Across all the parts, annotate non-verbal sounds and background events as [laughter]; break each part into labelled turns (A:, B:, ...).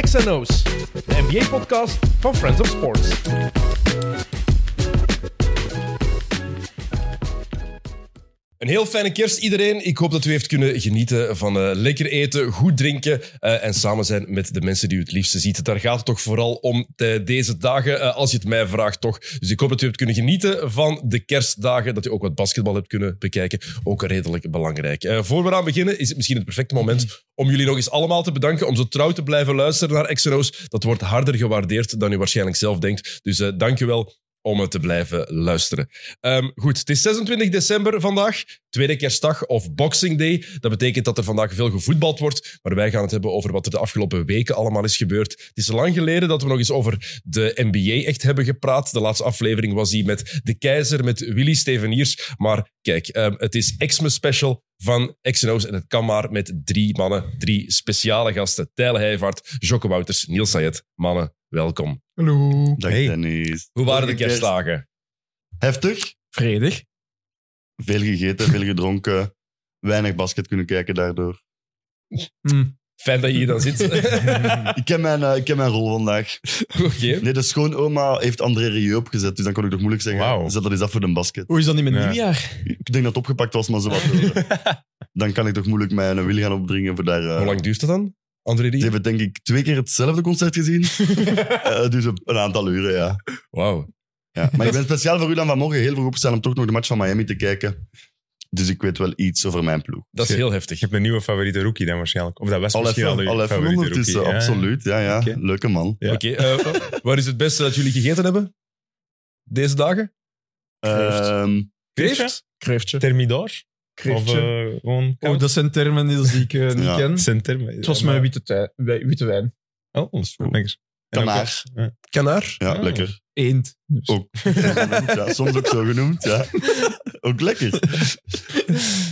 A: XNO's, de NBA-podcast van Friends of Sports. Een heel fijne kerst iedereen. Ik hoop dat u heeft kunnen genieten van eh, lekker eten, goed drinken eh, en samen zijn met de mensen die u het liefste ziet. Daar gaat het toch vooral om eh, deze dagen, eh, als je het mij vraagt toch. Dus ik hoop dat u hebt kunnen genieten van de kerstdagen, dat u ook wat basketbal hebt kunnen bekijken. Ook redelijk belangrijk. Eh, voor we aan beginnen is het misschien het perfecte moment om jullie nog eens allemaal te bedanken om zo trouw te blijven luisteren naar XNO's. Dat wordt harder gewaardeerd dan u waarschijnlijk zelf denkt. Dus eh dank u wel om het te blijven luisteren. Ehm, goed, het is 26 december vandaag, tweede kerstdag of Boxing Day. Dat betekent dat er vandaag veel gevoetbald wordt, maar wij gaan het hebben over wat er de afgelopen weken allemaal is gebeurd. Het is lang geleden dat we nog eens over de NBA echt hebben gepraat. De laatste aflevering was die met De Keizer, met Willy Steveniers. Maar kijk, ehm, het is Xmas Special van X&O's en het kan maar met drie mannen, drie speciale gasten. Tijl Heijvaart, Jocke Wouters, Niels Sayed. Mannen, welkom.
B: Hallo.
C: Dag
D: Hey.
C: Dennis.
A: Hoe waren de
C: Vorige kerst-
A: kerstdagen?
C: Heftig.
B: Vredig.
C: Veel gegeten, veel gedronken. Weinig basket kunnen kijken daardoor.
A: Fijn dat je hier dan
C: [laughs]
A: zit.
C: Ik ken mijn, eh, ik ken mijn rol vandaag.
A: Oké.
C: Nee, de schoonoma heeft André Rieu opgezet, dus dan kon ik toch moeilijk zeggen,
A: Wauw.
C: zet dat eens af voor de basket.
B: Hoe is dat niet met
D: Ja.
B: nieuwjaar?
C: Ik denk dat het opgepakt was, maar ze was
A: [laughs]
C: er. Dan kan ik toch moeilijk mijn wil gaan opdringen voor daar... eh,
A: Hoe lang duurt dat dan, André
C: ze
A: Rie?
C: hebben denk ik twee keer hetzelfde concert
A: [laughs]
C: gezien. Eh, dus een een aantal uren, ja.
A: Wauw.
C: ja. Maar ik ben speciaal voor u dan vanmorgen heel vroeg opgestaan om toch nog de match van Miami te kijken. Dus ik weet wel iets over mijn ploeg.
A: Dat is heel heftig.
D: Je hebt een nieuwe favoriete rookie dan waarschijnlijk. Of dat was
C: Al
D: misschien al
C: even,
D: je
C: al even
D: favoriete rookie.
C: ondertussen,
D: ja.
C: eh, absoluut. Ja, ja.
D: Oké.
C: Leuke man.
D: Ja.
A: Oké. eh, waar is het beste dat jullie gegeten hebben? Deze dagen?
D: Kreeft.
C: Ehm,
D: Kreeft?
B: Kreeftje.
D: Thermidor? Of
B: Kreeftje.
D: eh, gewoon...
B: oh, dat zijn termen die ik eh, niet
C: Ja.
B: ken.
D: zijn termen.
B: Het was mijn witte, tui- wi- witte wijn.
D: eh, Oh, dat is goed. Lekker. En ook- eh,
C: Kanaar.
D: Ja.
A: Kanaar?
C: Ja,
D: Ah.
C: lekker.
B: Eend. Dus.
C: Ook. ja, soms ook zo genoemd,
B: [laughs]
C: ja. Ook lekker.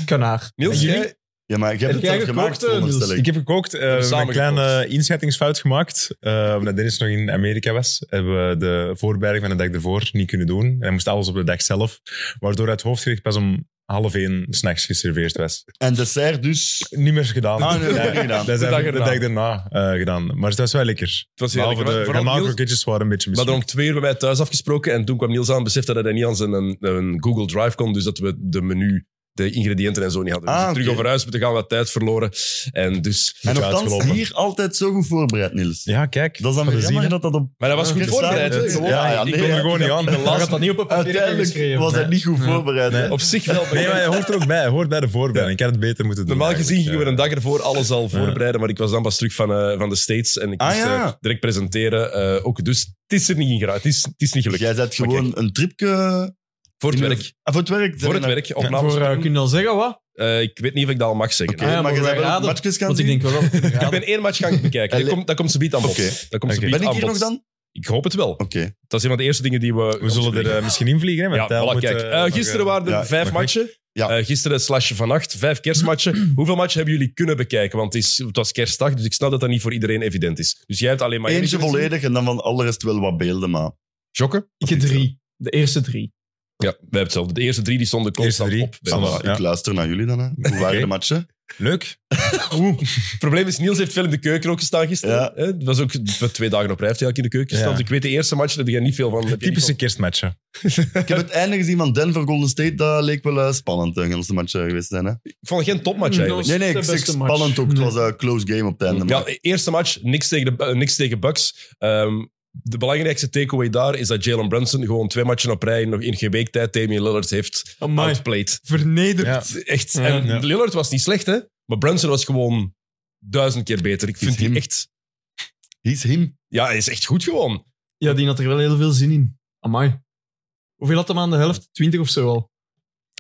B: Kanaar.
A: Niels,
D: En jullie?
A: jij?
C: Ja, maar ik heb
B: Heb
C: het
B: jij
C: zelf
B: gekookt,
C: gemaakt,
B: eh, Niels?
C: veronderstel ik.
D: Ik heb gekookt. eh, we hebben
A: samen
D: een kleine
A: gekookt.
D: inschattingsfout gemaakt. eh, omdat Dennis nog in Amerika was, hebben we de voorbereiding van de dag ervoor niet kunnen doen. En hij moest alles op de dag zelf. Waardoor het hoofdgerecht pas om half één s'nachts geserveerd was.
C: En dessert dus.
D: Niet meer gedaan.
C: Ah, nee,
D: Ja,
C: dat heb ik gedaan.
D: Dat
A: De
D: hebben
A: dag
D: we de
A: erna.
D: dag daarna eh, gedaan. Maar het was wel lekker.
A: Het was heel
D: Behalve de
A: lekker. Vooral
D: gemalen
A: Niels.
D: kroketjes waren een beetje
A: We hadden om
D: mislukt.
A: twee uur bij mij thuis afgesproken en toen kwam Niels aan en besefte dat hij niet aan zijn een, een Google Drive kon, dus dat we de menu, de ingrediënten en zo niet hadden. We
C: Ah,
A: zijn terug
C: oké.
A: over huis moeten gaan, wat tijd verloren. En dus...
C: En
D: Beetje
C: nogthans,
D: uitgelopen.
C: hier altijd zo goed voorbereid, Niels.
D: Ja, kijk.
C: Dat is dan weer
D: Plezier,
C: jammer
D: hè?
C: dat dat op...
A: Maar dat was
C: Ja,
A: goed
C: oké,
A: voorbereid.
C: staat
A: hè.
C: het.
A: Gewoon,
C: Ja, ja,
A: ik
C: nee,
A: kon er
C: ja.
A: gewoon niet aan. De
B: Daar
A: last
B: gaat dat niet op een papier
C: Uiteindelijk
B: geschreven.
C: was hij niet goed voorbereid. hè.
D: Nee.
A: op zich wel.
D: Nee, maar hij hoort er ook bij. Hij hoort bij de voorbereiding. Ik had het beter moeten doen.
A: Normaal gezien gingen we
C: eh,
D: eigenlijk.
A: een dag ervoor alles al voorbereiden, maar ik was dan pas terug van, eh, van de States en ik
C: Ah,
A: moest eh,
C: ja.
A: direct presenteren. eh, ook, dus het is er niet in geraakt. Het is, het is niet gelukt.
C: Jij zet gewoon een tripje...
A: Voor het
C: in de-
A: werk.
C: Ah, voor het werk.
A: Voor het werk. opnames
B: Voor, eh,
A: doen.
B: kun je dan zeggen wat?
A: Eh, ik weet niet of ik dat al mag zeggen.
C: Oké,
B: Ah, ja,
C: maar je
B: mogen wij
C: bent wel
B: raden?
C: matchjes gaan
B: Want ik
C: zien.
B: denk wel dat we kunnen
A: Ik
B: raden.
A: ben één match gaan bekijken. Dat
C: Allee.
A: komt, dat komt ze aan bod.
C: Oké.
A: Dat komt
D: Oké.
A: subiet
C: Ben ik
A: aan
C: hier
A: bod.
C: nog dan?
A: Ik hoop het wel.
C: Oké.
A: Dat is een van de eerste dingen die we...
D: We zullen er eh, misschien invliegen, hè?
A: Ja,
D: want hij
A: voilà,
D: moet,
A: kijk.
D: eh,
A: Eh,
D: nog,
A: gisteren
D: eh,
A: waren er
C: ja,
A: vijf
D: nog
A: matchen.
C: Ja.
A: Eh, gisteren slash vannacht, vijf
C: [clears throat]
A: kerstmatchen. Hoeveel matchen hebben jullie kunnen bekijken? Want het, is, het was kerstdag, dus ik snap dat dat niet voor iedereen evident is. Dus jij hebt alleen maar...
C: Eentje volledig en dan van al de rest wel wat beelden, maar...
A: Jokken?
B: Ik heb drie. De eerste drie.
A: Ja, we hebben hetzelfde. De eerste drie die stonden
D: De eerste
A: constant
D: drie
A: op. bij
D: stonden
A: ons. [laughs]
D: op.
C: Maar Ik
D: Ja.
C: luister naar jullie dan, hè. Hoe waren
D: Oké.
C: de matchen?
D: Leuk.
A: Het probleem is, Niels heeft veel in de keuken ook gestaan gisteren.
C: Ja.
A: hè. Het was ook we twee dagen op rij heeft hij eigenlijk in de keuken gestaan.
D: Ja.
A: Dus ik weet de eerste match, daar heb jij niet veel van. Heb jij
D: Typische
A: niet
D: kerstmatchen.
C: Ik heb het einde gezien van Denver Golden State. Dat leek wel eh, spannend, een ganse match eh, geweest zijn. Hè?
A: van- Ik vond het geen topmatch eigenlijk.
C: Nee, nee,
B: de
C: ik zeg
B: beste match.
C: spannend ook. Het
B: Nee.
C: was een close game op het einde.
A: Ja, de eerste match, niks tegen, de, eh, niks tegen Bucks. Ehm, de belangrijkste takeaway daar is dat Jalen Brunson gewoon twee matchen op rij nog in geen week tijd Damian Lillard heeft
B: Amai.
A: outplayed.
B: Vernederd.
D: Ja.
A: Echt.
D: Ja.
A: En
D: Ja.
A: Lillard was niet slecht, hè? Maar Brunson was gewoon duizend keer beter. Ik vind
C: Is
A: die
C: hem.
A: echt...
C: He's him.
A: Ja, hij is echt goed gewoon.
B: Ja, die had er wel heel veel zin in. Amai. Hoeveel had hem aan de helft? Twintig of zo al.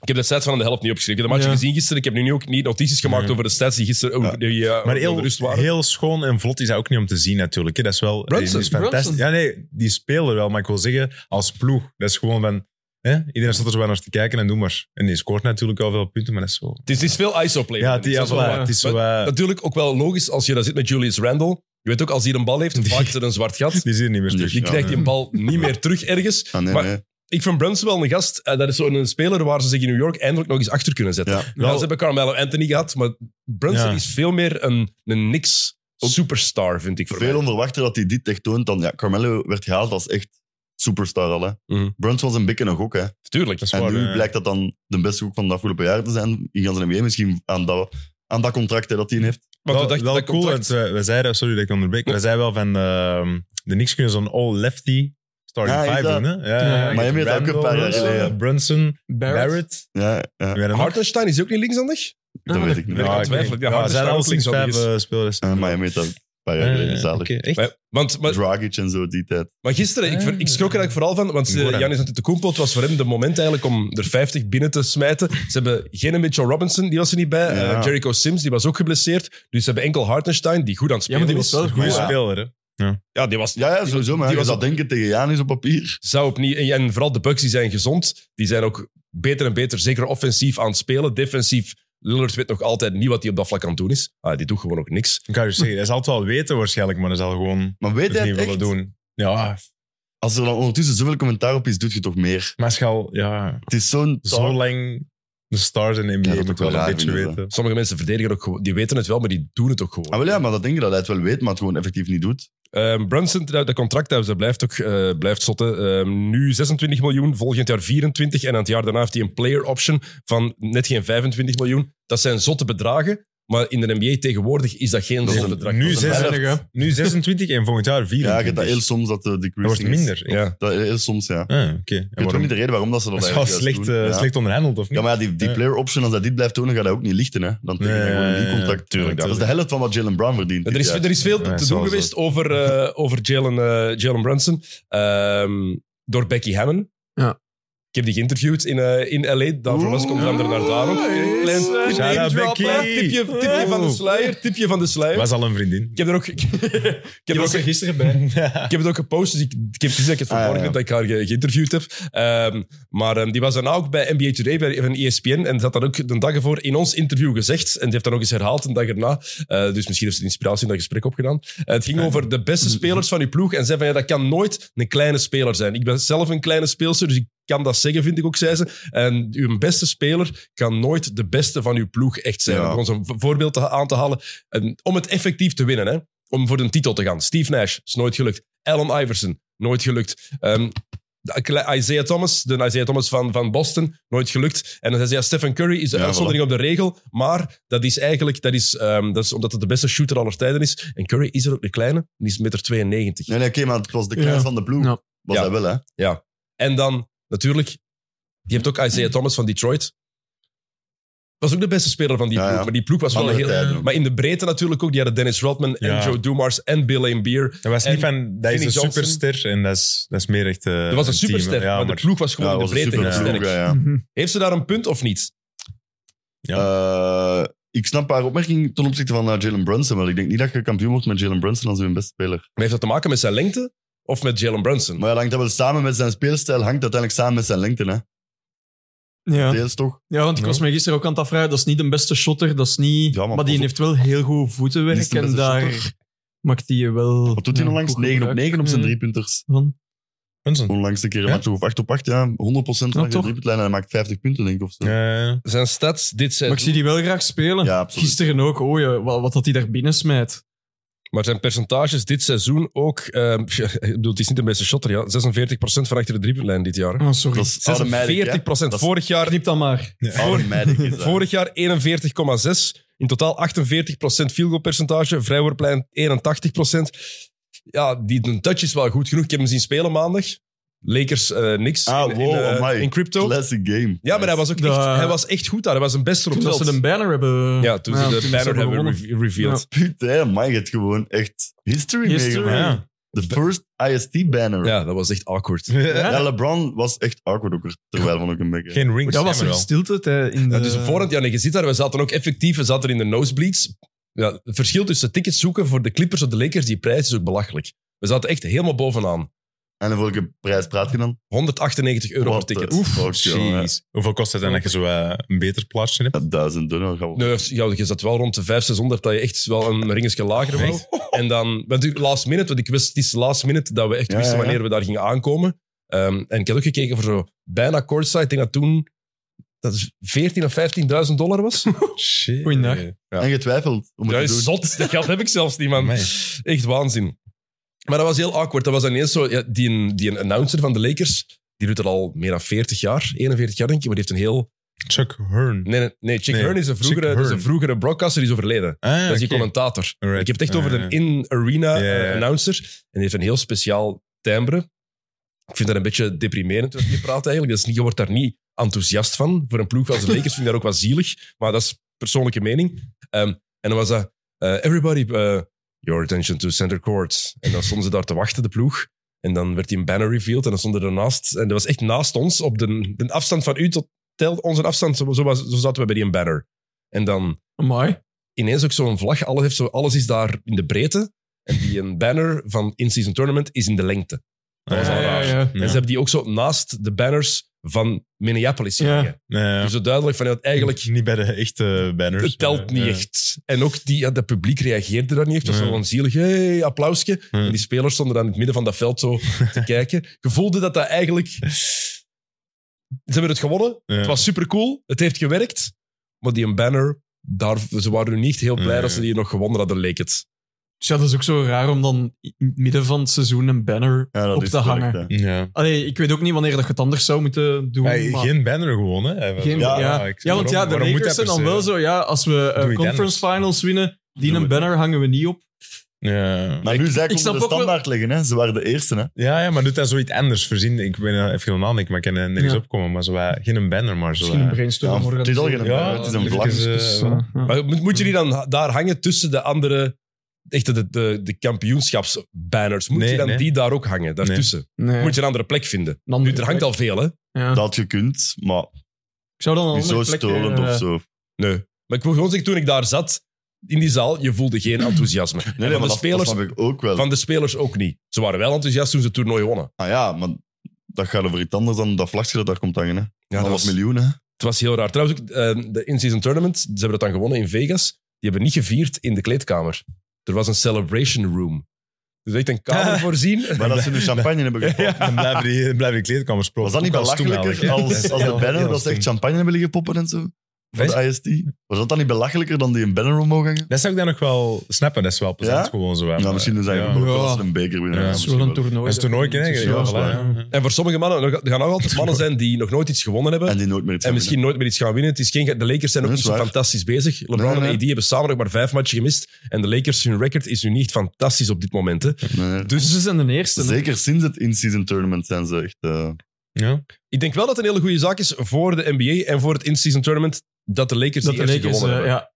A: Ik heb de stats van de helft niet opgeschreven. Ik heb de match
B: Ja.
A: gezien gisteren. Ik heb nu niet ook niet notities gemaakt
D: Nee.
A: over de stats die gisteren over die, eh,
D: Maar
A: over de
D: heel,
A: rust waren.
D: heel schoon en vlot is hij ook niet om te zien, natuurlijk. hè. Dat is wel
A: Brunson.
D: die is fantastisch.
B: Brunson.
D: Ja, nee, die speler wel, maar ik wil zeggen, als ploeg. Dat is gewoon van. Hè? Iedereen staat er zo bij naar te kijken en doe maar. En die scoort natuurlijk al veel punten, maar dat is zo.
A: Het is, het is veel ISO-play.
D: Ja, die, ja,
A: Dat is wel
D: voilà,
A: waar.
D: het is zo.
A: Maar
D: eh,
A: Natuurlijk ook wel logisch als je daar zit met Julius Randle. Je weet ook, als hij een bal heeft, vaak is er een zwart gat.
D: Die zie je niet meer terug.
A: Je krijgt die bal niet meer terug ergens.
C: Ah, nee,
A: Maar-
C: nee.
A: Ik vind Brunson wel een gast. eh, dat is zo'n speler waar ze zich in New York eindelijk nog eens achter kunnen zetten.
C: Ja.
A: Nou, ze hebben Carmelo Anthony gehad, maar Brunson
D: Ja.
A: is veel meer een, een niks superstar, vind ik voor
C: Veel
A: mij.
C: onderwachter dat hij dit echt toont dan... Ja, Carmelo werd gehaald als echt superstar al, hè.
A: Mhm.
C: Bruns was een beetje een gok, hè.
A: Tuurlijk.
D: Dat is
C: En
D: waar,
C: nu
D: eh,
C: blijkt dat dan de beste gok van het afgelopen jaar te zijn. In gaan NBA misschien aan dat, aan dat contract hè, dat hij heeft.
A: Want we
D: wel,
A: dachten
D: wel
A: dat
D: cool,
A: contract-
D: want we, we zeiden, oh, sorry dat ik onderbreek, maar we zeiden wel van ehm, de Knicks kunnen zo'n all-lefty starting
C: Ja, is
D: five
C: dat-
D: doen. Hè? Ja,
B: Ja,
D: ja,
C: Miami had ook een paar jaar
D: Randall,
C: geleden.
D: eh, Brunson,
B: Barrett.
D: Barrett.
C: Ja, ja.
D: Wie waren er nog?
A: Hartenstein is ook niet linkshandig?
C: dat weet ik niet.
A: Ja, ik
C: Ja,
A: twijfel.
D: weet-
A: Ja,
D: Ja,
A: Harden
D: er zijn
A: staat
D: al
A: ook
D: sinds vijf
A: linkshandig,
D: eh, spelers.
C: Eh, Miami heeft dat een paar jaar geleden,
D: Eh,
C: zalig.
D: oké, echt?
A: Maar- Want, maar,
C: Dragic en zo, die tijd.
A: maar gisteren, ik,
B: Ah.
A: ver- ik schrok er eigenlijk vooral van, want
D: Goran.
A: uh, Janis Antetokounmpo, het was voor hem de moment eigenlijk om er 50 binnen te smijten. Ze hebben geen Mitchell Robinson, die was er niet bij. Eh,
C: Ja.
A: Jericho Sims, die was ook geblesseerd. Dus ze hebben enkel Hartenstein, die goed aan het
B: Ja,
A: spelen
B: maar die
A: is.
B: was wel
D: Goeie
B: goed.
C: Ja.
D: speler, hè?
A: Ja, die was...
C: Ja, ja sowieso. Maar
A: Die
C: je
A: was
C: zou
A: op-
C: denken tegen Janis op papier.
A: Zou opnieuw... En, en vooral de Bucks, die zijn gezond. Die zijn ook beter en beter, zeker offensief aan het spelen. Defensief, Lillard weet nog altijd niet wat hij op dat vlak aan het doen is. Ah, die doet gewoon ook niks.
D: Ik kan je zeggen, hij zal het wel weten waarschijnlijk, maar hij zal gewoon
C: Maar weet
D: het
C: hij
D: niet
C: het
D: willen
C: echt?
D: doen. Ja,
C: Als er dan ondertussen zoveel commentaar op is, doet je toch meer?
D: maar schal, ja,
C: Het is zo'n...
D: zo lang de stars in de NBA
C: Ja, dat
D: moet
C: ook wel
D: wel een
C: raar
D: beetje
C: vinden,
D: weten.
A: Sommige mensen verdedigen ook gewoon... Die weten het wel, maar die doen het ook gewoon.
C: Ah, wel ja, maar dat denk je dat hij het wel weet, maar het gewoon effectief niet doet.
A: Ehm Brunson, dat dat contract dat dat blijft ook eh, blijft zotten. Ehm, nu 26 miljoen, volgend jaar 24. En aan het jaar daarna heeft hij een player option van net geen 25 miljoen. Dat zijn zotte bedragen. Maar in de NBA tegenwoordig is dat geen
C: Dat is
A: zotte
C: een-
A: bedrag.
D: Nu,
C: Dat is een
D: zes,
C: helft.
B: hè?
D: nu 26 en volgend jaar
C: Ja, je
D: 24.
C: hebt dat heel soms dat eh, de decreasing
D: dat wordt
C: is.
D: minder.
A: Ja.
C: Dat eh, heel soms, ja.
D: Ah, oké.
C: Ik weet ook niet de reden waarom dat ze dat
D: Dat is wel
C: eigenlijk juist
D: slecht,
C: doen.
D: eh,
C: ja.
D: slecht onderhandeld, of niet?
C: Ja, maar ja, die, die
D: Ja.
C: player option, als hij dit blijft doen, dan gaat hij ook niet lichten. Hè? Dan tekent hij
D: Nee,
C: gewoon een nieuw
D: ja,
C: contract.
D: tuurlijk,
C: dat is de helft van wat Jalen Brown verdient.
A: Er
C: dit
A: is,
C: jaar.
A: er is veel
D: Ja,
A: te
D: zo
A: doen
D: is het.
A: geweest over, eh, over Jalen, eh, Jalen Brunson. Ehm, door Becky Hammon.
B: Ja.
A: Ik heb die geïnterviewd in, eh, in L.A. Daarvoor was komt dan er naar daar ook.
B: Oeh.
A: Klein
B: Shout-out
A: name drop,
D: Becky.
A: hè. tipje, tipje van de sluier. Tipje van de sluier.
D: was al een
C: [laughs]
D: vriendin.
A: Ik heb er ook... [laughs] Ik heb er ook
B: gisteren bij.
A: Ik heb het ook gepost, dus ik, ik heb gezien dat ik het
C: Ah, ja,
A: vanmorgen
C: ja.
A: dat ik haar ge- geïnterviewd heb. Ehm, maar ehm, die was daarna ook bij NBA Today, bij van E ESPN. En ze had dat ook de dag ervoor in ons interview gezegd. En die heeft dat ook eens herhaald een dag erna. Eh, dus misschien heeft ze de inspiratie in dat gesprek opgedaan. Eh, het ging over de beste spelers van uw ploeg. En zei van, ja, dat kan nooit een kleine speler zijn. Ik ben zelf een kleine speelster, dus ik kan dat zeggen, vind ik ook, zei ze. En uw beste speler kan nooit de beste van uw ploeg echt zijn.
C: Ja.
A: Om zo'n v- voorbeeld te ha- aan te halen. En om het effectief te winnen, hè. Om voor een titel te gaan. Steve Nash, is nooit gelukt. Allen Iverson, nooit gelukt. Ehm, de kle- Isaiah Thomas, de Isaiah Thomas van, van Boston, nooit gelukt. En dan zei ze, ja, Stephen Curry is de
C: Ja,
A: uitzondering op de regel, maar dat is eigenlijk, dat is, ehm, dat is omdat het de beste shooter aller tijden is. En Curry is er ook de kleine, en die is meter 92.
C: Nee, nee, oké, maar het was de kans
B: Ja.
C: van de ploeg.
B: Ja.
C: Was
A: Ja.
C: dat wel, hè?
A: En dan, natuurlijk, je hebt ook Isaiah Thomas van Detroit. Was ook de beste speler van die
C: Ja,
A: ploeg,
C: ja.
A: maar die ploeg was wel
C: Andere
A: een heel...
C: tijden ook.
A: Maar in de breedte natuurlijk ook, die hadden Dennis Rodman en
D: Ja.
A: Joe Dumars en Bill Laimbeer.
D: Dat was
A: En
D: niet van, dat is
A: Phoenix
D: een
A: Johnson.
D: superster en dat is, dat is meer echt eh,
A: Dat was een
D: team.
A: superster,
D: Ja,
A: maar de ploeg was gewoon
C: Ja,
A: in de
C: was een
A: breedte heel
C: superploeg,
A: sterk.
C: hè, ja.
B: Mhm.
A: Heeft ze daar een punt of niet?
C: Eh, ik snap haar opmerking ten opzichte van eh, Jalen Brunson wel. Ik denk niet dat je kampioen wordt met Jalen Brunson als je beste speler.
A: Maar heeft dat te maken met zijn lengte of met Jalen Brunson?
C: Maar ja, hangt dat wel samen met zijn speelstijl, hangt uiteindelijk samen met zijn lengte, hè?
B: Ja.
C: Deels toch?
B: ja, want ik
D: Ja.
B: was mij gisteren ook aan het afvragen. Dat is niet de beste shotter, dat is niet...
C: Ja, maar
B: maar, die
C: pas op.
B: heeft wel heel goed voetenwerk.
C: Die is de
B: en
C: beste
B: daar
C: shotter.
B: maakt hij je wel...
C: Wat doet hij
B: ja,
C: onlangs?
B: goed
C: 9 op
B: gebruik
C: 9 op zijn
B: van.
C: driepunters.
B: Van.
D: Brunson.
C: Onlangs een keer een
D: Ja?
C: match of 8 op 8, ja. 100% van
B: Ja,
C: de
B: toch?
C: driepuntlijn en hij maakt 50 punten, denk ik. Of zo. Ja.
D: Ja, ja.
A: Zijn stats dit
B: Maar
A: seizoen,
B: ik zie die wel graag spelen.
C: absoluut.
B: gisteren ook. Oh ja, wat, wat dat hij daar binnen smijt.
A: maar zijn percentages dit seizoen ook... ehm, [laughs] ja, ik bedoel, het is niet de beste shotter, ja. 46% van achter de driepuntlijn dit jaar. hè.
B: Oh, sorry.
C: Dat
B: Dat
C: is automatisch, hè.
A: 46%.
C: Dat is-
A: Vorig jaar,
B: Knip dat maar.
C: Automatisch is dat.
A: vorig jaar 41,6. In totaal 48% field goal percentage. Vrijwoordplein 81%. Ja, die een touch is wel goed genoeg. Ik heb hem zien spelen maandag. Lakers eh, niks.
C: Ah,
A: in,
C: wow,
A: in, eh,
C: amai.
A: in crypto.
C: Classic game.
A: Ja, maar hij was ook echt,
B: Da-
A: hij was echt goed daar. Hij was een beste op
B: Toen
A: het
B: dat
A: veld.
B: ze een banner hebben...
A: Ja, toen ze de banner hebben
B: gewonnen.
A: re- revealed.
C: Puut, hè. Amai, je hebt gewoon echt history,
B: History.
C: meegemaakt.
D: Ja.
C: The first IST banner.
A: Ja. dat was echt awkward.
B: Ja.
C: Ja, LeBron was echt awkward ook er- terwijl van ook een beetje.
D: Geen rings.
B: Dat was
D: jammer
B: er
D: wel.
B: stilte hè, in de...
A: Ja, dus
C: eh.
A: voorhand, ja, nee, je zit daar, we zaten ook effectief, we zaten in de nosebleeds. Ja, het verschil tussen tickets zoeken voor de Clippers of de Lakers, die prijs is ook belachelijk. We zaten echt helemaal bovenaan.
C: En dan welke prijs praat je dan?
A: 198 euro
C: What
A: per
C: the
A: ticket.
C: fuck, jongen.
A: jeez.
D: Hoeveel kost het dan dat je zo eh, een beter plaatsje hebt?
C: Ja, duizend dollar. gaan we-
A: Nee, ja, je zat wel rond de 5, 600, dat je echt wel een ringetje lager wou. En dan, want ik- last minute, want ik wist, het is last minute dat we echt
C: Ja,
A: wisten
C: ja, ja.
A: wanneer we daar gingen aankomen. Ehm, en ik had ook gekeken voor zo bijna courtside. Ik denk dat toen dat is 14.000 of 15.000 dollar was.
C: Oh.
D: Shit.
B: Goeiedag.
A: Ja.
C: En getwijfeld om het
A: Dat
C: te
A: is
C: doen.
A: zot. Dat geld heb ik zelfs niet, man.
D: Amai.
A: Echt waanzin. Maar dat was heel awkward. Dat was ineens zo... Ja, die, een- die een announcer van de Lakers, die doet dat al meer dan 40 jaar. 41 jaar, denk ik. Maar die heeft een heel...
D: Chuck Hearn.
A: Nee, nee, nee Chick
D: Nee,
A: Hearn is een
D: Chick
A: vroegere, dat is een
D: Hearn.
A: vroegere broadcaster, die is overleden.
D: Ah,
A: Dat is die
D: oké.
A: commentator.
D: Alright.
A: Ik heb het echt over
D: Ah,
A: een
D: ja.
A: in-arena eh,
D: Ja, ja, ja.
A: announcer. En die heeft een heel speciaal timbre. Ik vind dat een beetje deprimerend wat je praat eigenlijk. Dat is niet, je wordt daar niet enthousiast van. Voor een ploeg als de Lakers vind ik dat ook wel zielig. Maar dat is persoonlijke mening. Ehm, en dan was dat... eh, everybody, eh, your attention to center court. En dan stonden ze daar te wachten, de ploeg. En dan werd die een banner revealed. En dan stonden er naast... En dat was echt naast ons, op de, de afstand van u tot... Tel onze afstand, zo, zo, was- zo zaten we bij die een banner. En dan
B: Amai.
A: ineens ook zo'n vlag. Alles, heeft zo, alles is daar in de breedte. En die een banner van in-season tournament is in de lengte. Dat was
D: Ja,
A: al
D: ja,
A: raar.
D: ja.
A: En ze hebben die ook zo naast de banners van Minneapolis
B: Ja.
A: gehangen.
D: Nee,
A: Dus zo duidelijk van, ja, eigenlijk,
D: Niet bij de echte banners. eh,
A: het telt niet
D: Ja.
A: echt. En ook die, ja, dat publiek reageerde daar niet echt. Het was
D: Ja.
A: gewoon zielig, hey, applausje.
D: Ja.
A: En die spelers stonden dan in het midden van dat veld zo
D: [laughs]
A: te kijken. Je voelde dat dat eigenlijk... Ze hebben het gewonnen.
D: Ja.
A: Het was supercool. Het heeft gewerkt. Maar die een banner, daar, ze waren nu niet heel blij
D: Ja.
A: dat ze die nog gewonnen hadden, leek het.
B: Dus ja, dat is ook zo raar om dan in het midden van het seizoen een banner
C: Ja, dat
B: op
C: is
B: te
C: correct,
B: hangen.
C: hè.
D: Ja.
B: Allee, ik weet ook niet wanneer dat je het anders zou moeten doen.
D: Hey,
B: maar-
D: geen banner gewoon, hè?
B: Geen-
D: ja,
B: ja, ja.
D: ik-
B: want ja,
D: waarom-
B: de
D: waarom moet
B: Lakers
D: dat per
B: zijn dan
D: se?
B: wel zo, ja, als we eh,
D: Doe iets
B: conference finals winnen, die
D: Doe
B: een
D: het.
B: banner hangen we niet op.
D: Ja.
C: Maar nu zij
B: ik
C: konden
B: snap
C: de
B: ook wel-
C: standaard leggen. Hè. Ze waren de eerste. Hè.
D: Ja, ja, maar doet dat zoiets anders voorzien? Ik ben eh, even helemaal niet, maar ik kan er niks
B: Ja.
D: opkomen. Maar zo, eh, geen banner, maar zo.
B: Misschien een
D: eh,
B: brainstorm
C: Ja,
B: morgen.
C: het is al geen
D: Ja,
C: het is een
D: even,
C: vlag.
D: eh,
B: Dus, eh, ja.
A: Maar moet, moet je die dan ha- daar hangen tussen de andere, echt de, de, de kampioenschapsbanners? Moet
D: Nee,
A: je dan
D: nee.
A: die daar ook hangen, daartussen?
B: Nee.
A: Moet je een andere plek vinden?
B: Dan
A: Nu, er hangt al veel, hè?
B: Ja.
C: Dat je kunt, maar
B: Ik zou dan een
C: niet zo
B: andere plek,
C: storend
B: eh,
C: of zo.
A: Nee. Maar ik wil gewoon zeggen, toen ik daar zat, in die zaal, je voelde geen enthousiasme. En
C: Nee, nee,
A: van,
C: maar
A: de
C: dat, dat
A: spelers,
C: snap ik ook wel.
A: van de spelers ook niet. Ze waren wel enthousiast toen ze het toernooi wonnen.
C: Ah ja, maar dat gaat over iets anders dan dat vlagje dat daar komt hangen. Hè.
A: Ja,
C: Half
A: dat was, het
C: miljoen, hè.
A: was heel raar. Trouwens, ook, eh, de in-season tournament, ze hebben dat dan gewonnen in Vegas. Die hebben niet gevierd in de kleedkamer. Er was een celebration room. Dus echt een kamer voorzien.
C: Maar dat ze nu champagne hebben gepopt.
D: [laughs] Dan blijven die, dan blijven die kleedkamers pro-
C: Was dat niet
D: ook al stoem
C: belachelijker
D: eigenlijk, hè?
C: als, als de
D: Ja,
C: banner
D: heel
C: dat ze echt
D: stoem.
C: champagne hebben liggen poppen en zo? Voor de IST? Was dat dan niet belachelijker dan die een banner omhoog hangen?
D: Dat zou ik dan nog wel snappen, dat is wel plezant
C: Ja?
D: gewoon zo. hè,
C: Ja,
D: maar-
C: misschien zijn
D: ja.
C: we wel
B: Ja.
C: als ze een beker winnen.
D: Ja,
C: Ja,
D: dat
B: Dat is
C: misschien
B: wel een
C: wel.
B: toernooi.
D: Dat is toernooi, hè?
B: Het is
D: Ja,
B: wel
D: voilà,
B: zwaar.
D: ja.
A: En voor sommige mannen, er gaan nog altijd mannen zijn die nog nooit iets gewonnen hebben.
C: En
A: En,
C: die nooit meer iets gaan
A: misschien nooit meer iets gaan winnen. Het is geen, ge- de Lakers zijn ook
C: Dat
A: niet
C: is
A: zo
C: waar.
A: fantastisch bezig. LeBron
C: Nee, nee,
A: en
C: nee.
A: AD hebben samen nog maar vijf matchen gemist. En de Lakers, hun record is nu niet fantastisch op dit moment. Hè.
C: winnen. Nee, nee.
B: Dus ze zijn de eerste. hè.
C: Zeker sinds het in-season tournament zijn ze echt... eh,
D: Ja.
A: Ik denk wel dat het een hele goede zaak is voor de NBA en voor het in-season tournament dat de Lakers
B: Dat
A: die
B: de
A: eerste
B: Lakers,
A: gewonnen
B: eh,
A: hebben.
B: ja.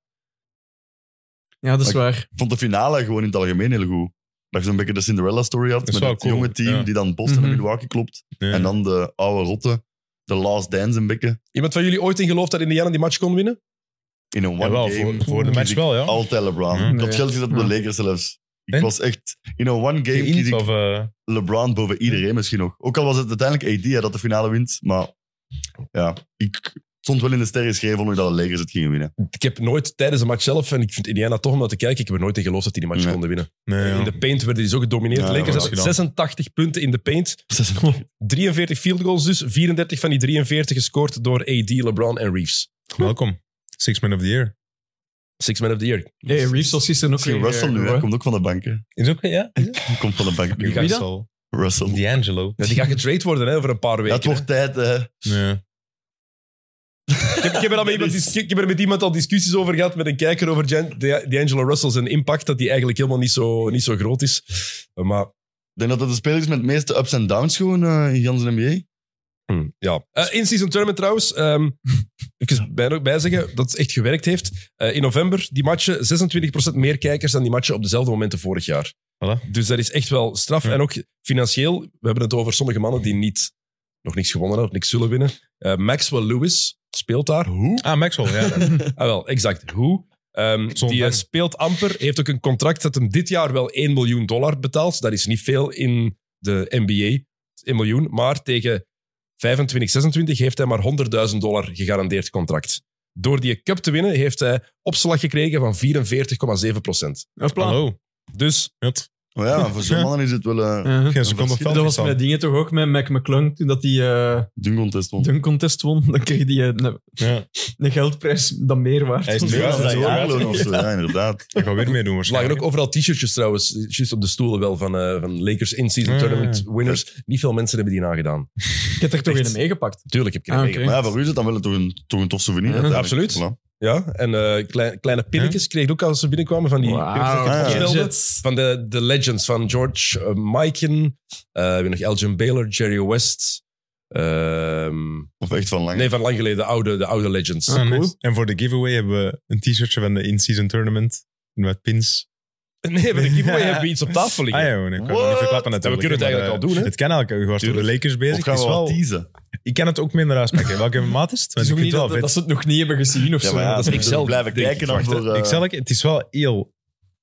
B: Ja, dat is
C: Maar
B: waar.
C: Ik vond de finale gewoon in het algemeen heel goed. Dat je zo'n beetje de Cinderella-story had
D: Dat is
C: met
D: wel
C: het
D: cool,
C: jonge team
D: ja.
C: die dan Boston
B: Mhm.
C: en Milwaukee klopt.
D: Ja.
C: En dan de oude rotte, de last dance een beetje.
A: Iemand van jullie ooit in geloofd dat Indiana die match kon winnen?
C: In een one
D: Jawel,
C: game.
D: voor, voor de match wel, ja.
C: Altijd LeBron.
D: Ja.
C: Ik
B: Nee.
C: had geld gezet op de
B: Ja.
C: Lakers zelfs. Ik
D: En?
C: was echt... In een one game
D: Geen
C: kies
D: iets,
C: ik
D: of, eh,
C: LeBron boven iedereen misschien nog. Ook al was het uiteindelijk AD hè, dat de finale wint. Maar ja, ik stond wel in de sterren geschreven omdat dat de Lakers het gingen winnen.
A: Ik heb nooit tijdens de match zelf, en ik vind Indiana toch om dat te kijken, ik heb er nooit in geloofd dat die die match
C: Nee.
A: konden winnen.
D: nee, ja.
A: In de paint werden die zo gedomineerd.
C: Ja,
A: De Lakers
D: dat
A: hadden
D: was gedaan.
A: 86 punten in de
D: [laughs]
A: paint. 43 field goals dus, 34 van die 43 gescoord door AD, LeBron en Reeves.
D: Welkom. Six Man of the Year.
A: Six man of the year.
B: Hey, Reeves was gisteren ook
C: Misschien
B: weer,
C: Russell
B: eh,
C: nu,
B: goed,
C: hè. komt ook van de bank. hè.
D: Is ook, ja?
C: Komt van de bank.
D: Wie
B: gaat-
C: Russell.
D: D'Angelo.
A: Ja, die gaat getrade worden hè, over een paar weken.
C: Dat wordt tijd. hè.
D: Ja.
A: ik, heb, ik, heb er al met
D: [laughs] dus-
A: iemand, dis- ik heb er met iemand al discussies over gehad, met een kijker over Jan- De- D'Angelo Russell zijn impact, dat die eigenlijk helemaal niet zo, niet zo groot is. Maar
C: Ik denk dat dat de speler is met de meeste ups en downs gewoon eh, in Janssen NBA.
A: Hm, ja. Eh, in-season tournament trouwens, ehm [laughs] even bij, nog bij zeggen dat het echt gewerkt heeft. Eh, in november, die matchen, 26% meer kijkers dan die matchen op dezelfde momenten vorig jaar.
D: Voilà.
A: Dus dat is echt wel straf.
D: Ja.
A: En ook financieel, we hebben het over sommige mannen die niet, nog niks gewonnen hebben, of niks zullen winnen. Eh, Maxwell Lewis speelt daar. Hoe?
D: Ah, Maxwell, ja.
A: Ah wel, exact. Hoe? Ehm,
D: Zonder.
A: die eh, speelt amper, heeft ook een contract dat hem dit jaar wel 1 miljoen dollar betaalt. Dat is niet veel in de NBA, 1 miljoen. Maar tegen 25, 26 heeft hij maar 100.000 dollar gegarandeerd contract. Door die cup te winnen heeft hij opslag gekregen van 44,7
B: hè. Hopla.
D: Hallo.
A: Dus
D: Hup.
C: Maar ja, voor zo'n mannen is het wel eh
B: Uh-huh.
D: Geen seconde
C: verschil.
D: fout.
B: Dat was met dingen toch ook met Mac McClung toen dat die eh
C: dunk contest won.
B: dunk contest won. Dan kreeg hij een,
D: Ja.
B: een geldprijs dat meer waard
D: Hij is
B: was.
D: nu
C: Ja,
D: uit
C: dat
D: dat
C: is
D: jaar.
C: wel of zo. Ja, inderdaad.
D: Ik ga weer meedoen
A: Er lagen ook
D: waarschijnlijk.
A: overal t-shirtjes trouwens, juist op de stoelen wel, van, eh, van Lakers in-season
D: Ah.
B: Hmm.
A: tournament winners. Niet veel mensen hebben die nagedaan.
B: Ik heb er toch
D: Echt?
B: een meegepakt.
A: Tuurlijk heb ik er
B: Ah,
A: een
B: oké.
A: meegemaakt.
C: Maar ja, voor u is het dan wel toch een, toch een tof souvenir.
B: Ja,
C: uiteindelijk.
A: absoluut.
C: Voilà.
A: Ja, en eh, klein- kleine pinnetjes kreeg ik ook als ze binnenkwamen van die...
C: ja.
B: Ah,
A: opstelde.
B: gadgets.
A: Van de, de legends van George eh, Mikan, eh, weet je nog Elgin Baylor, Jerry West. ehm,
C: Of echt van lang.
A: nee, van lang geleden, de oude, de oude legends.
B: Ah.
D: Ah,
B: Cool.
D: nice. En voor de giveaway hebben we een t-shirtje van de in-season tournament. Met pins.
A: [laughs] Nee, bij de giveaway hebben we iets
D: [laughs]
A: op tafel
D: Ah
A: liggen.
D: ja, nee, ik kan het
C: What?
D: niet verklappen
A: Ja, we
D: natuurlijk.
A: kunnen het
D: hè, maar,
A: eigenlijk al doen,
D: eh,
A: hè?
D: Het kan eigenlijk. Je was door de
A: Tuurlijk.
D: Lakers bezig.
C: Of gaan
D: Het
C: we
D: is
C: wel
D: wel,
C: teasen?
D: ik kan het ook minder uitpakken. Welke maat is het? Want
B: Het is
D: ik
B: ook
D: vind
B: niet
D: het wel
B: dat,
D: vet.
B: dat ze het nog niet hebben gezien of
C: Ja,
B: zo.
C: maar ja,
B: Dat
A: dat
B: is
A: is
C: ik
A: Excel,
C: zal blijven
A: denk ik.
C: kijken dan
A: Wacht, hè.
C: voor... eh,
D: Ik zal ik, het is wel heel,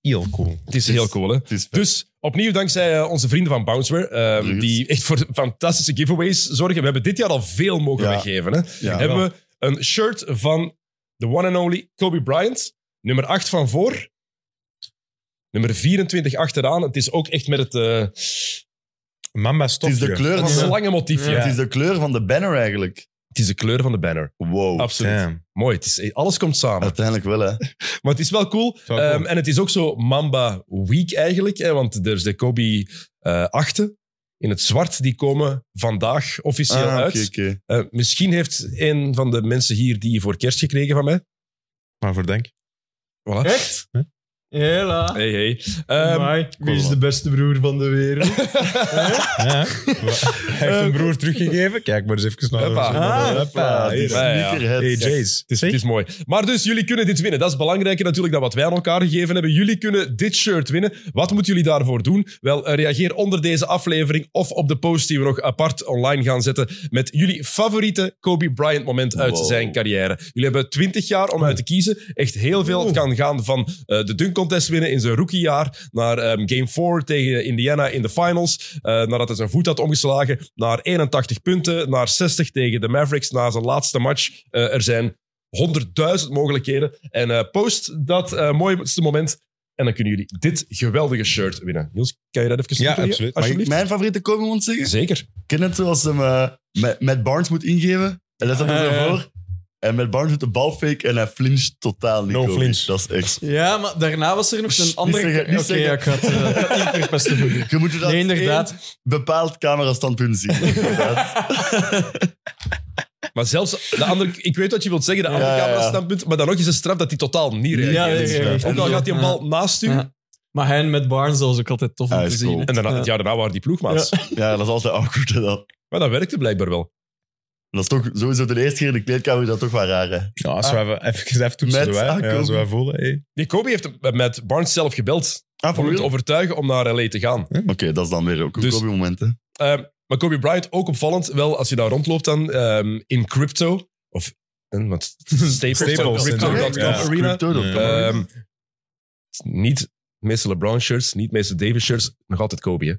D: heel cool.
A: Het is heel cool, hè?
C: Het is
A: Dus opnieuw dankzij eh, onze vrienden van Bounceware, ehm,
C: Yes.
A: die echt voor fantastische giveaways zorgen. We hebben dit jaar al veel mogen
C: Ja.
A: weggeven. Hè?
C: ja.
A: hebben we een shirt van de one and only Kobe Bryant, nummer 8 van voor, nummer 24 achteraan. Het is ook echt met het, eh,
D: Mamba
C: Het is de
D: stofje.
C: kleur
A: het
C: van de...
A: slangenmotiefje.
C: Het is de kleur van de banner eigenlijk.
A: Het is de kleur van de banner.
C: Wow.
A: Absoluut.
D: Damn.
A: Mooi. Het is, eh, alles komt samen.
C: Uiteindelijk wel, hè.
A: Maar het is wel cool.
D: is wel cool.
A: Ehm, en het is ook zo Mamba Week eigenlijk. Hè, want er is de Kobe eh achten in het zwart. Die komen vandaag officieel
C: Ah,
A: uit.
C: oké, oké.
A: Eh, misschien heeft een van de mensen hier die voor kerst gekregen van mij.
D: Maar voor denk.
A: Voilà.
B: Echt? Hela.
A: Hey, hey. Ehm,
B: Amai, wie is
C: cool.
B: de beste broer van de wereld?
D: Ja. Hij heeft een broer teruggegeven. Kijk maar eens even naar
A: Hoppa.
D: Ah,
C: Hoppa,
D: hoppa.
C: dit is
A: Ja, ja.
C: sneakerhead.
D: Hey, Jays.
A: Het is, het is mooi. Maar dus, jullie kunnen dit winnen. Dat is belangrijker natuurlijk dan wat wij aan elkaar gegeven hebben. Jullie kunnen dit shirt winnen. Wat moeten jullie daarvoor doen? Wel, eh, reageer onder deze aflevering of op de post die we nog apart online gaan zetten met jullie favoriete Kobe Bryant moment uit
C: Wow.
A: zijn carrière. Jullie hebben 20 jaar om uit te kiezen. Echt heel veel. Het kan gaan van eh, de dunk contest winnen in zijn rookiejaar naar ehm, game 4 tegen Indiana in de finals, eh, nadat hij zijn voet had omgeslagen, naar 81 punten, naar 60 tegen de Mavericks na zijn laatste match. Eh, er zijn 100.000 mogelijkheden. En eh, post dat eh, mooiste moment. En dan kunnen jullie dit geweldige shirt winnen. Niels, kan je dat even
D: Ja,
A: toelichten,
D: absoluut.
C: Mag ik
A: Alsjeblieft.
C: mijn favoriete Kobe zeggen?
A: Zeker.
C: Ken het zoals hem eh, met, met Barnes moet ingeven? En dat staat
B: Ja,
C: er
B: ja, ja.
C: zo voor. En met Barnes doet de bal fake en hij flincht totaal niet.
D: No
C: Kobe.
D: flinch.
C: Dat is echt...
B: ja, maar daarna was er nog een andere...
C: zeggen, niet
B: Oké,
C: zeggen.
B: ja, ik ga het eh, ik ga het [laughs] niet verpesten voor u.
C: Je moet er dat
B: Nee, inderdaad.
C: één bepaald camerastandpunt zien. Inderdaad.
A: Maar zelfs de andere... Ik weet wat je wilt zeggen, de andere
C: Ja, ja, ja.
A: camera-standpunt. Maar dan nog is het straf dat hij totaal niet reageert.
B: Ja, ja, ja, ja.
A: Ook al gaat hij een bal naast u.
B: Ja. Maar hij met Barnes was ook altijd tof om
C: Ah,
B: te
C: is
B: zien.
C: cool.
B: hè.
A: En daarna, het jaar daarna waren die ploegmaats.
C: ja, dat is altijd awkward. hè, Dat.
A: Maar dat werkte blijkbaar wel.
C: dat is toch sowieso de eerste keer in de kleedkamer is dat toch wel raar. Hè?
D: Ja, als we even, even, even toetsen,
C: Ah, Met
D: zo, hè.
C: aankomen.
D: Ja, zo wij voelen. Hey.
A: Die Kobe heeft met Barnes zelf gebeld
C: Ah,
A: om
C: voor
A: hem
C: real?
A: te overtuigen om naar LA te gaan.
C: Oké, dat is dan weer ook een
A: Dus-
C: Kobe moment. Hè?
A: Ehm, maar Kobe Bryant, ook opvallend, wel als je daar rondloopt dan, ehm, in crypto, of eh, wat, staples,
D: [laughs] Staples
A: crypto.com
D: Center, ja.
A: arena.
C: Crypto.com arena.
A: Ehm, niet de meeste LeBron shirts, niet de meeste Davis shirts, nog altijd Kobe. Hè.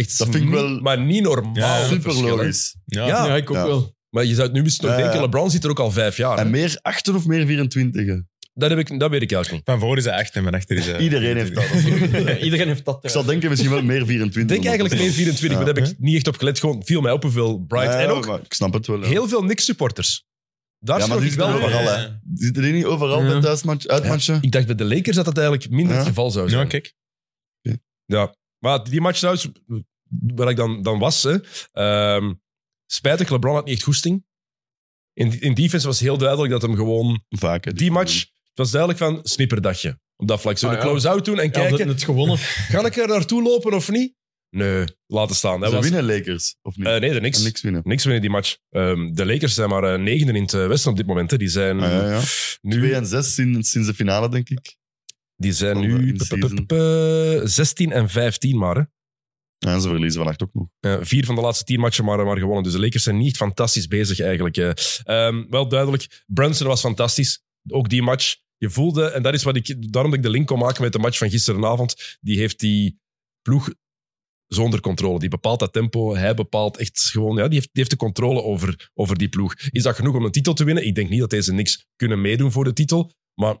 A: Echt,
C: Dat vind ik wel-
A: Maar niet normaal.
D: Ja,
A: het
C: Super
A: verschil, hè.
C: logisch.
D: Ja.
A: Ja.
B: Ja, ik ook
C: Ja.
B: wel.
A: Maar je zou het nu misschien nog
C: Ja, ja.
A: denken, LeBron zit er ook al vijf jaar. Ah, hè.
C: En meer achter of meer 24? hè?
A: Dat, heb ik, dat weet ik eigenlijk niet.
D: Van voor is hij echt en van achter is hij...
C: Iedereen heeft dat.
D: [laughs]
A: [laughs]
B: [laughs] Iedereen heeft dat.
C: Ik zou denken misschien wel meer 24.
A: Ik denk eigenlijk
C: meer
A: 124, maar daar heb ik niet echt op gelet. Gewoon viel mij op hoeveel Bryant. en ook
C: ik snap het wel. hè.
A: heel veel Knicks-supporters. Daar
C: ja, maar
A: schrok
C: die
A: ik
C: zitten
A: wel van.
C: overal. Hè.
D: Ja.
C: Die zitten die niet overal
B: Ja.
C: bij thuismatch, uitmatchen?
A: Ik dacht bij de Lakers dat dat eigenlijk minder het
C: Ja.
A: geval zou zijn.
D: Ja, kijk.
A: Ja, maar die match trouwens, waar ik dan, dan was, hè, ehm, spijtig, LeBron had niet echt goesting. In, in defense was heel duidelijk dat hem gewoon...
C: Vaak. hè,
A: Die match, het was duidelijk van snipperdagje. Op dat vlak. Zo
B: Ah,
A: de
B: ja.
A: close-out doen en
B: Ja,
A: kijken,
B: het gewonnen.
A: ga ik er naartoe lopen of niet? Nee, laten staan.
C: Ze
A: Dat was,
C: winnen Lakers, of niet?
A: Eh, nee, er niks.
C: En niks winnen.
A: Niks winnen die match. Ehm, de Lakers zijn maar eh, negende in het eh, westen op dit moment. Hè. Die zijn
C: Ah, ja, ja.
A: Mm. nu...
C: 2 en 6 sinds, sinds de finale, denk ik.
A: Die zijn
C: Van de
A: nu
C: in-season.
A: p- p- p- p- 16 en 15 maar. Hè.
C: Ja, ze verliezen vannacht ook nog.
A: Eh, vier van de laatste tien matchen maar, maar gewonnen. Dus de Lakers zijn niet fantastisch bezig eigenlijk. eh. Ehm, wel duidelijk, Brunson was fantastisch. Ook die match. Je voelde, en dat is wat ik, daarom dat ik de link kon maken met de match van gisterenavond. Die heeft die ploeg zonder controle. Die bepaalt dat tempo. Hij bepaalt echt gewoon, ja, die heeft, die heeft de controle over, over die ploeg. Is dat genoeg om een titel te winnen? Ik denk niet dat deze niks kunnen meedoen voor de titel.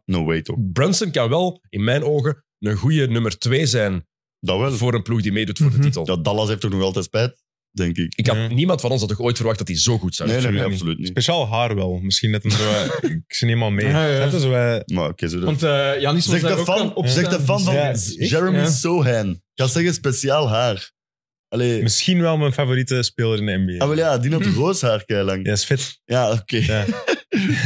C: No way, toch?
A: Brunson kan wel, in mijn ogen, een goede nummer twee zijn
C: Dat wel.
A: voor een ploeg die meedoet voor
B: Mhm.
A: de titel.
C: Ja, Dallas heeft toch nog altijd spijt, denk ik.
A: Ik had,
D: Ja.
A: Niemand van ons had toch ooit verwacht dat hij zo goed zou
C: Nee,
A: zijn.
C: nee, nee,
D: niet.
C: absoluut niet.
D: Speciaal haar wel. Misschien net een zo... eh, ik zie helemaal mee.
B: Ja, ja.
D: Snap je, zo, eh,
C: Maar oké, zo
B: Want eh Janis was
C: Zeg
B: daar
C: de
B: ook aan
C: fan,
B: opstaan.
C: zeg de fan van
D: Ja,
C: Jeremy
B: ja.
C: Sohan. Ga zeggen speciaal haar. Allee,
D: eh, misschien wel mijn favoriete speler in de NBA.
C: ah, wel ja, die had roos haar keilang.
D: Ja, is vet.
C: Ja, oké.
D: Ja.
C: [laughs]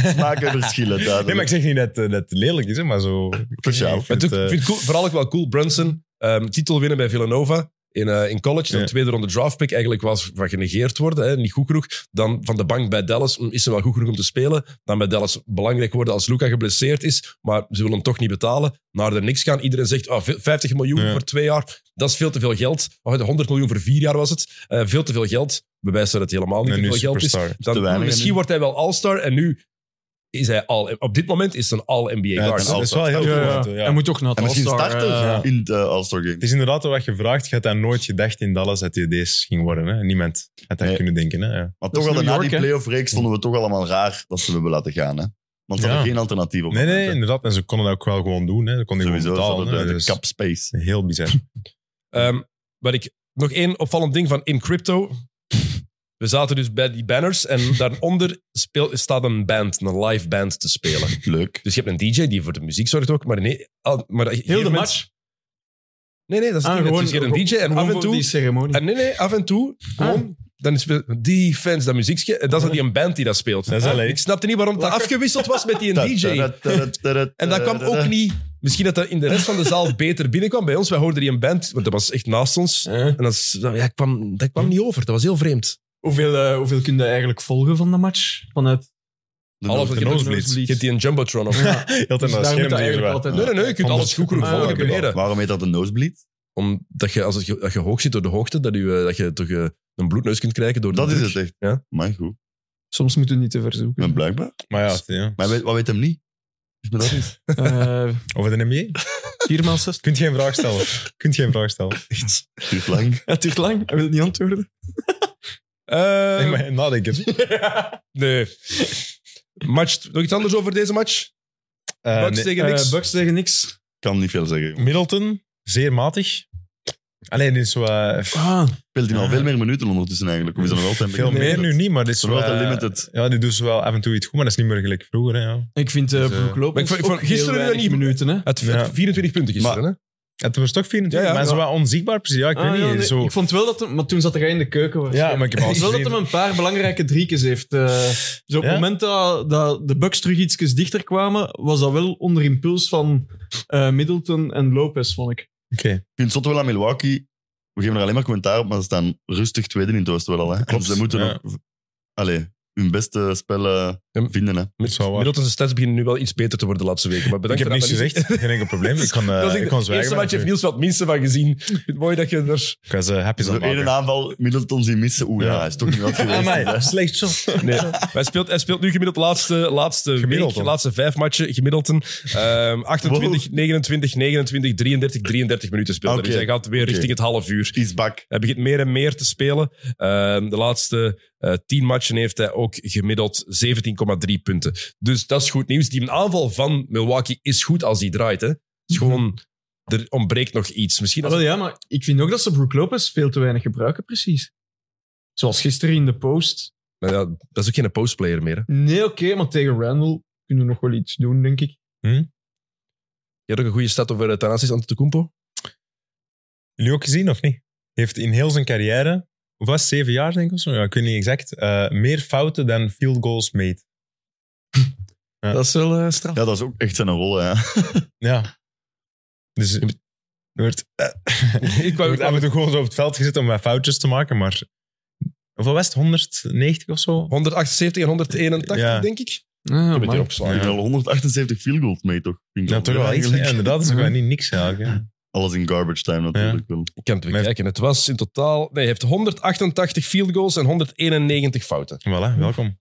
C: Smaken verschillen duidelijk.
D: Nee, maar ik zeg niet dat, eh, dat het lelijk is, hè, maar zo...
C: Speciaal.
D: Ik
A: Maar
D: vind,
A: het,
D: eh,
A: ik vind het cool, vooral ook wel cool, Brunson. ehm, titel winnen bij Villanova in, eh, in college. Dan
D: Ja.
A: tweede ronde draftpick. Eigenlijk was van genegeerd worden, hè, niet goed genoeg. Dan van de bank bij Dallas mm, is ze wel goed genoeg om te spelen. Dan bij Dallas belangrijk worden als Luca geblesseerd is. Maar ze willen hem toch niet betalen. Naar de niks gaan. Iedereen zegt ah, ve- 50 miljoen
D: Ja.
A: voor twee jaar. Dat is veel te veel geld. Oh, 100 miljoen voor vier jaar was het. Eh, veel te veel geld. Bewijst dat het helemaal niet
D: en
A: te
D: nu
A: veel geld is.
D: superstar.
A: Dan,
C: Te weinig,
A: misschien
C: hè, nu.
A: wordt hij wel All-Star en nu is hij al. Op dit moment is het een All-NBA
D: Ja,
A: guard.
D: het is- het is wel heel
B: Ja, ja.
D: goed. ja.
B: Hij moet toch naar het
C: En misschien
B: All-Star,
C: starten
B: eh,
D: ja.
C: in de All-Star Game.
D: Het is inderdaad wat je vraagt. Je had dat nooit gedacht in Dallas dat je deze ging worden. Hè? Niemand had dat
C: Nee.
D: kunnen denken. Hè? Ja.
C: Maar
B: Dat
C: toch
B: is
C: al
B: New
C: na
B: York,
C: die
B: hè?
C: playoff-reeks vonden we toch allemaal raar dat ze hebben laten gaan. Hè? Want ze
D: Ja.
C: hadden geen alternatief op.
D: Nee,
C: dat
D: nee,
C: moment,
D: inderdaad. En ze konden dat ook wel gewoon doen. Hè? Ze
C: hè.
D: konden
C: Sowieso ze
D: gewoon
C: hadden
D: betalen.
C: de,
D: hè.
C: de
D: Dus
C: cap space.
D: Heel bizar.
A: Ehm, wat ik, nog één opvallend ding van in crypto. We zaten dus bij die banners en daaronder speel, staat een band, een live band te spelen.
C: Leuk.
A: Dus je hebt een DJ die voor de muziek zorgt ook, maar nee. al- Maar op een gegeven
B: Heel de
A: moment-
B: match.
A: Nee, nee, dat is
B: Ah,
A: niet.
B: gewoon-
A: dus je hebt een DJ en
B: Gewoon
A: af en
B: voor die
A: toe.
B: ceremonie.
A: En nee, nee, af en toe. Gewoon, dan is die fans dat muziekje. En dat is dan die een band die dat speelt. Ah,
D: Dat is wel leuk.
A: ik snapte niet waarom dat afgewisseld was met
C: [laughs]
A: die een DJ. En
D: Eh,
A: dat kwam ook niet. Misschien dat dat in de rest van de
D: [laughs]
A: zaal beter binnenkwam. Bij ons, wij hoorden die een band, want dat was echt naast ons.
B: Eh,
A: En dat, is- ja, kwam, dat kwam niet over. Dat was heel vreemd.
B: hoeveel, eh, hoeveel kun je eigenlijk volgen van de match? Vanuit
A: Alles wat je
D: de
A: doet,
D: nosebleeds.
A: je hebt die een jumbotron of...
D: Heel ten
B: Dus
D: dat
B: daar
D: scherm
B: moet je
D: die
B: eigenlijk
D: er
B: altijd...
A: Nee, nee, nee. Je kunt
D: Omdat-
A: alles goed genoeg
B: Ah,
A: volgen
B: oké.
A: beneden.
C: Waarom heet dat een nosebleed?
A: Omdat je, als het, ge- dat je hoog zit door de hoogte, dat je, eh, dat je toch eh, een bloedneus kunt krijgen door de
C: Dat is
A: druk.
C: het echt.
A: Ja.
C: Maar goed,
B: Soms moeten we niet te verzoeken.
C: maar blijkbaar.
D: Maar ja, ja.
C: Maar weet, wat weet hem niet? Is me dat [laughs] eens?
B: Eh
D: Over de NBA?
B: 4 maal 6.
D: Kunt geen vraag stellen. Kunt geen vraag stellen.
C: Eh, Duurt lang.
B: [laughs] Het duurt lang. Hij wil niet antwoorden.
A: Eh,
D: Nee, maar nou, nadenken.
A: nee. Match, nog iets anders over deze match?
D: Eh,
A: Bucks
D: nee.
A: tegen
B: Eh,
A: niks.
B: Bucks tegen niks.
C: Kan niet veel zeggen.
D: Middleton, zeer matig. Alleen is zo. eh,
B: Ah,
C: Speelt hij al
D: Ah.
C: veel meer minuten ondertussen eigenlijk? Of is dat nog altijd een
D: veel
C: beetje
D: meer nu
C: limited?
D: niet, maar dit is
C: Wel
D: wel.
C: altijd
D: eh,
C: limited.
D: Ja, die doet ze wel af en toe iets goed, maar dat is niet meer gelijk vroeger. Hè, ja.
B: ik vind eh
D: Dus, eh,
B: Brook
A: maar ik
B: Lopez
A: vond- ik
B: ook
A: vond gisteren
B: heel weinig
A: niet-
B: minuten. Hè?
A: Het
D: Ja.
A: 24 punten gisteren, hè?
D: Het was toch 24,
A: Ja, ja,
D: maar
A: ja.
D: zo wat onzichtbaar precies. Ja, ik
B: Ah,
D: weet
B: ja,
D: niet.
B: nee,
D: zo...
B: Ik vond wel dat hem, maar toen zat hij in de keuken.
D: Ja,
B: waarschijnlijk.
D: maar ik heb
B: ik
D: al
B: vond wel dat
D: gezien.
B: hij een paar belangrijke driekes heeft. eh. zo op
D: Ja?
B: het moment dat, dat de Bucks terug ietsjes dichter kwamen, was dat wel onder impuls van eh, Middleton en Lopez, vond ik.
D: Oké.
C: Ik vind het zot wel aan Milwaukee. We geven er alleen maar commentaar op, maar ze staan rustig tweede in het oosten wel al. Hè. Dus
D: Klopt.
C: Ze moeten
D: Ja.
C: nog allee, hun beste spellen
A: Ja.
C: vinden. Hè.
D: Dat is wel waar.
A: Middeltussen stats beginnen nu wel iets beter te worden de laatste weken. Maar
D: Ik
A: bedankt
D: heb niks
A: voor dat
D: gezegd, geen enkel probleem. Ik kan, eh,
A: Dat is
D: ik kan
A: het eerste
D: zwijgen.
A: match heeft Niels wat minste van gezien. Ik vind het Mooi dat je er...
D: Ik was eh, happy
C: Is
D: zo'n
C: er één aanval Middleton zien missen? Oeh, ja.
D: Ja.
C: hij is toch
D: [laughs]
C: niet wat geweest. hè.
D: slecht zo.
A: [laughs] Nee, hij speelt, hij speelt nu gemiddeld de laatste, laatste,
D: Gemiddeld,
A: week,
D: hoor.
A: laatste vijf matchen. Gemiddeld een, ehm, 28, 29, 29, 33, 33 minuten speelt. hij.
C: Oké.
A: Dus hij gaat weer
C: Oké.
A: richting het half uur.
C: He's back.
A: Hij begint meer en meer te spelen. Ehm, de laatste eh, tien matchen heeft hij ook gemiddeld 17,3 punten. Dus dat is goed nieuws. Die aanval van Milwaukee is goed als hij draait. Hè. Het is gewoon, er ontbreekt nog iets. Misschien
B: Ja,
A: als
B: Ah, wel, ja, maar ik vind ook dat ze Brook Lopez veel te weinig gebruiken, precies. Zoals gisteren in de post.
A: Maar ja, dat is ook geen postplayer meer. Hè.
B: Nee, oké, maar tegen Randall kunnen we nog wel iets doen, denk ik.
A: Je had ook een goede stad over eh, Thanasis Antetokounmpo.
D: Jullie ook gezien of niet? Heeft in heel zijn carrière, of was het zeven jaar denk ik of zo, ja, ik weet niet exact, eh, meer fouten dan field goals made. Ja.
B: Dat is wel eh, straf.
C: Ja, dat is ook echt zijn rol. Hè.
D: Ja. Dus er werd, [laughs]
A: Ik
D: er
A: wou-
D: werd af en toe gewoon zo op het veld gezet om wat foutjes te maken, maar... Of wat was het? 190 of zo?
A: 178 en 181,
D: Ja.
A: denk ik.
B: Ah,
A: Ik heb het
B: amai.
A: hier opgeslagen.
C: Die heeft al 178 field goals mee, toch? Vind ik
D: Ja, toch wel iets.
C: eigenlijk.
D: Ja, inderdaad, dat is ook wel niet niks eigenlijk. hè.
C: Alles in garbage time natuurlijk wel.
A: Ik kan het bekijken. Het was in totaal... Nee, hij heeft 188 field goals en 191 fouten.
D: Voilà, welkom.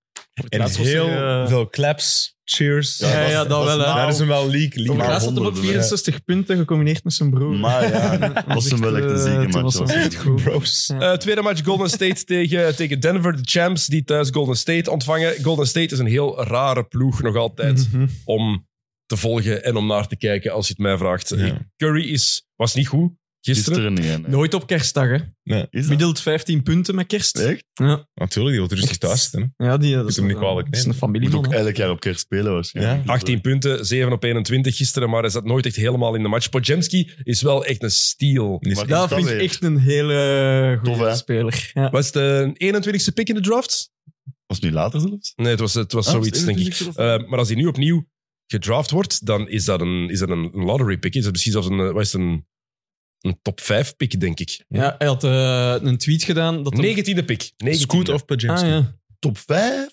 D: En
B: laatst was
D: heel
B: er, eh,
D: veel claps, cheers.
B: Ja, ja, dat wel, hè.
C: is
D: Daar is hem wel leak.
C: Voor
D: leak.
C: de
B: Maar
C: Maar
B: hij zat hem op
C: honderden,
B: 64 punten, gecombineerd met zijn broer.
C: Maar
B: [laughs]
C: ja, dat was hem wel echt een zieke
B: eh,
C: match,
B: toen
C: dat was
B: hem
C: echt [laughs]
B: echt goed.
D: Bros.
A: Eh, tweede match Golden
D: [laughs]
A: State tegen, tegen Denver. De champs die thuis Golden State ontvangen. Golden State is een heel rare ploeg nog altijd
B: Mhm.
A: om te volgen en om naar te kijken, als je het mij vraagt.
D: Ja.
A: Curry is, was niet goed. Gisteren?
C: Gisteren niet. hè, nee.
B: Nooit op kerstdag, hè.
C: Is dat?
B: Middelt 15 punten met kerst.
C: Echt?
B: Ja,
D: Natuurlijk, die wil rustig
B: Echt?
D: thuis zitten. hè.
B: ja die, eh, dat
D: hem niet kwalijk
B: dat is een
D: nemen.
C: Moet
B: familieman.
C: ook
B: hè.
C: elk jaar op kerst spelen waarschijnlijk.
A: 18 punten, 7 op 21 gisteren, maar hij zat nooit echt helemaal in de match. Podzemski is wel echt een steal.
D: Die is-
C: Maar- Dat
B: Dat vind ik
C: weer.
B: echt een hele
C: Tof, hè?
B: goede speler. Ja.
A: Was het de 21ste pick in de draft?
C: Was het nu later zelfs?
A: Nee, het was, het was
C: Ah,
A: zoiets,
C: was het
A: denk ik.
C: 21ste?
A: Eh, maar als hij nu opnieuw gedraft wordt, dan is dat een, is dat een een lottery pick. Is dat misschien zelfs een, eh, wat is het, een, een top 5 pick, denk ik.
B: Ja, hij had eh, een tweet gedaan. Dat hem-
A: 19e pick. 19e.
D: Scoot of
B: Ah,
D: Pajemski.
B: ja.
C: Top 5?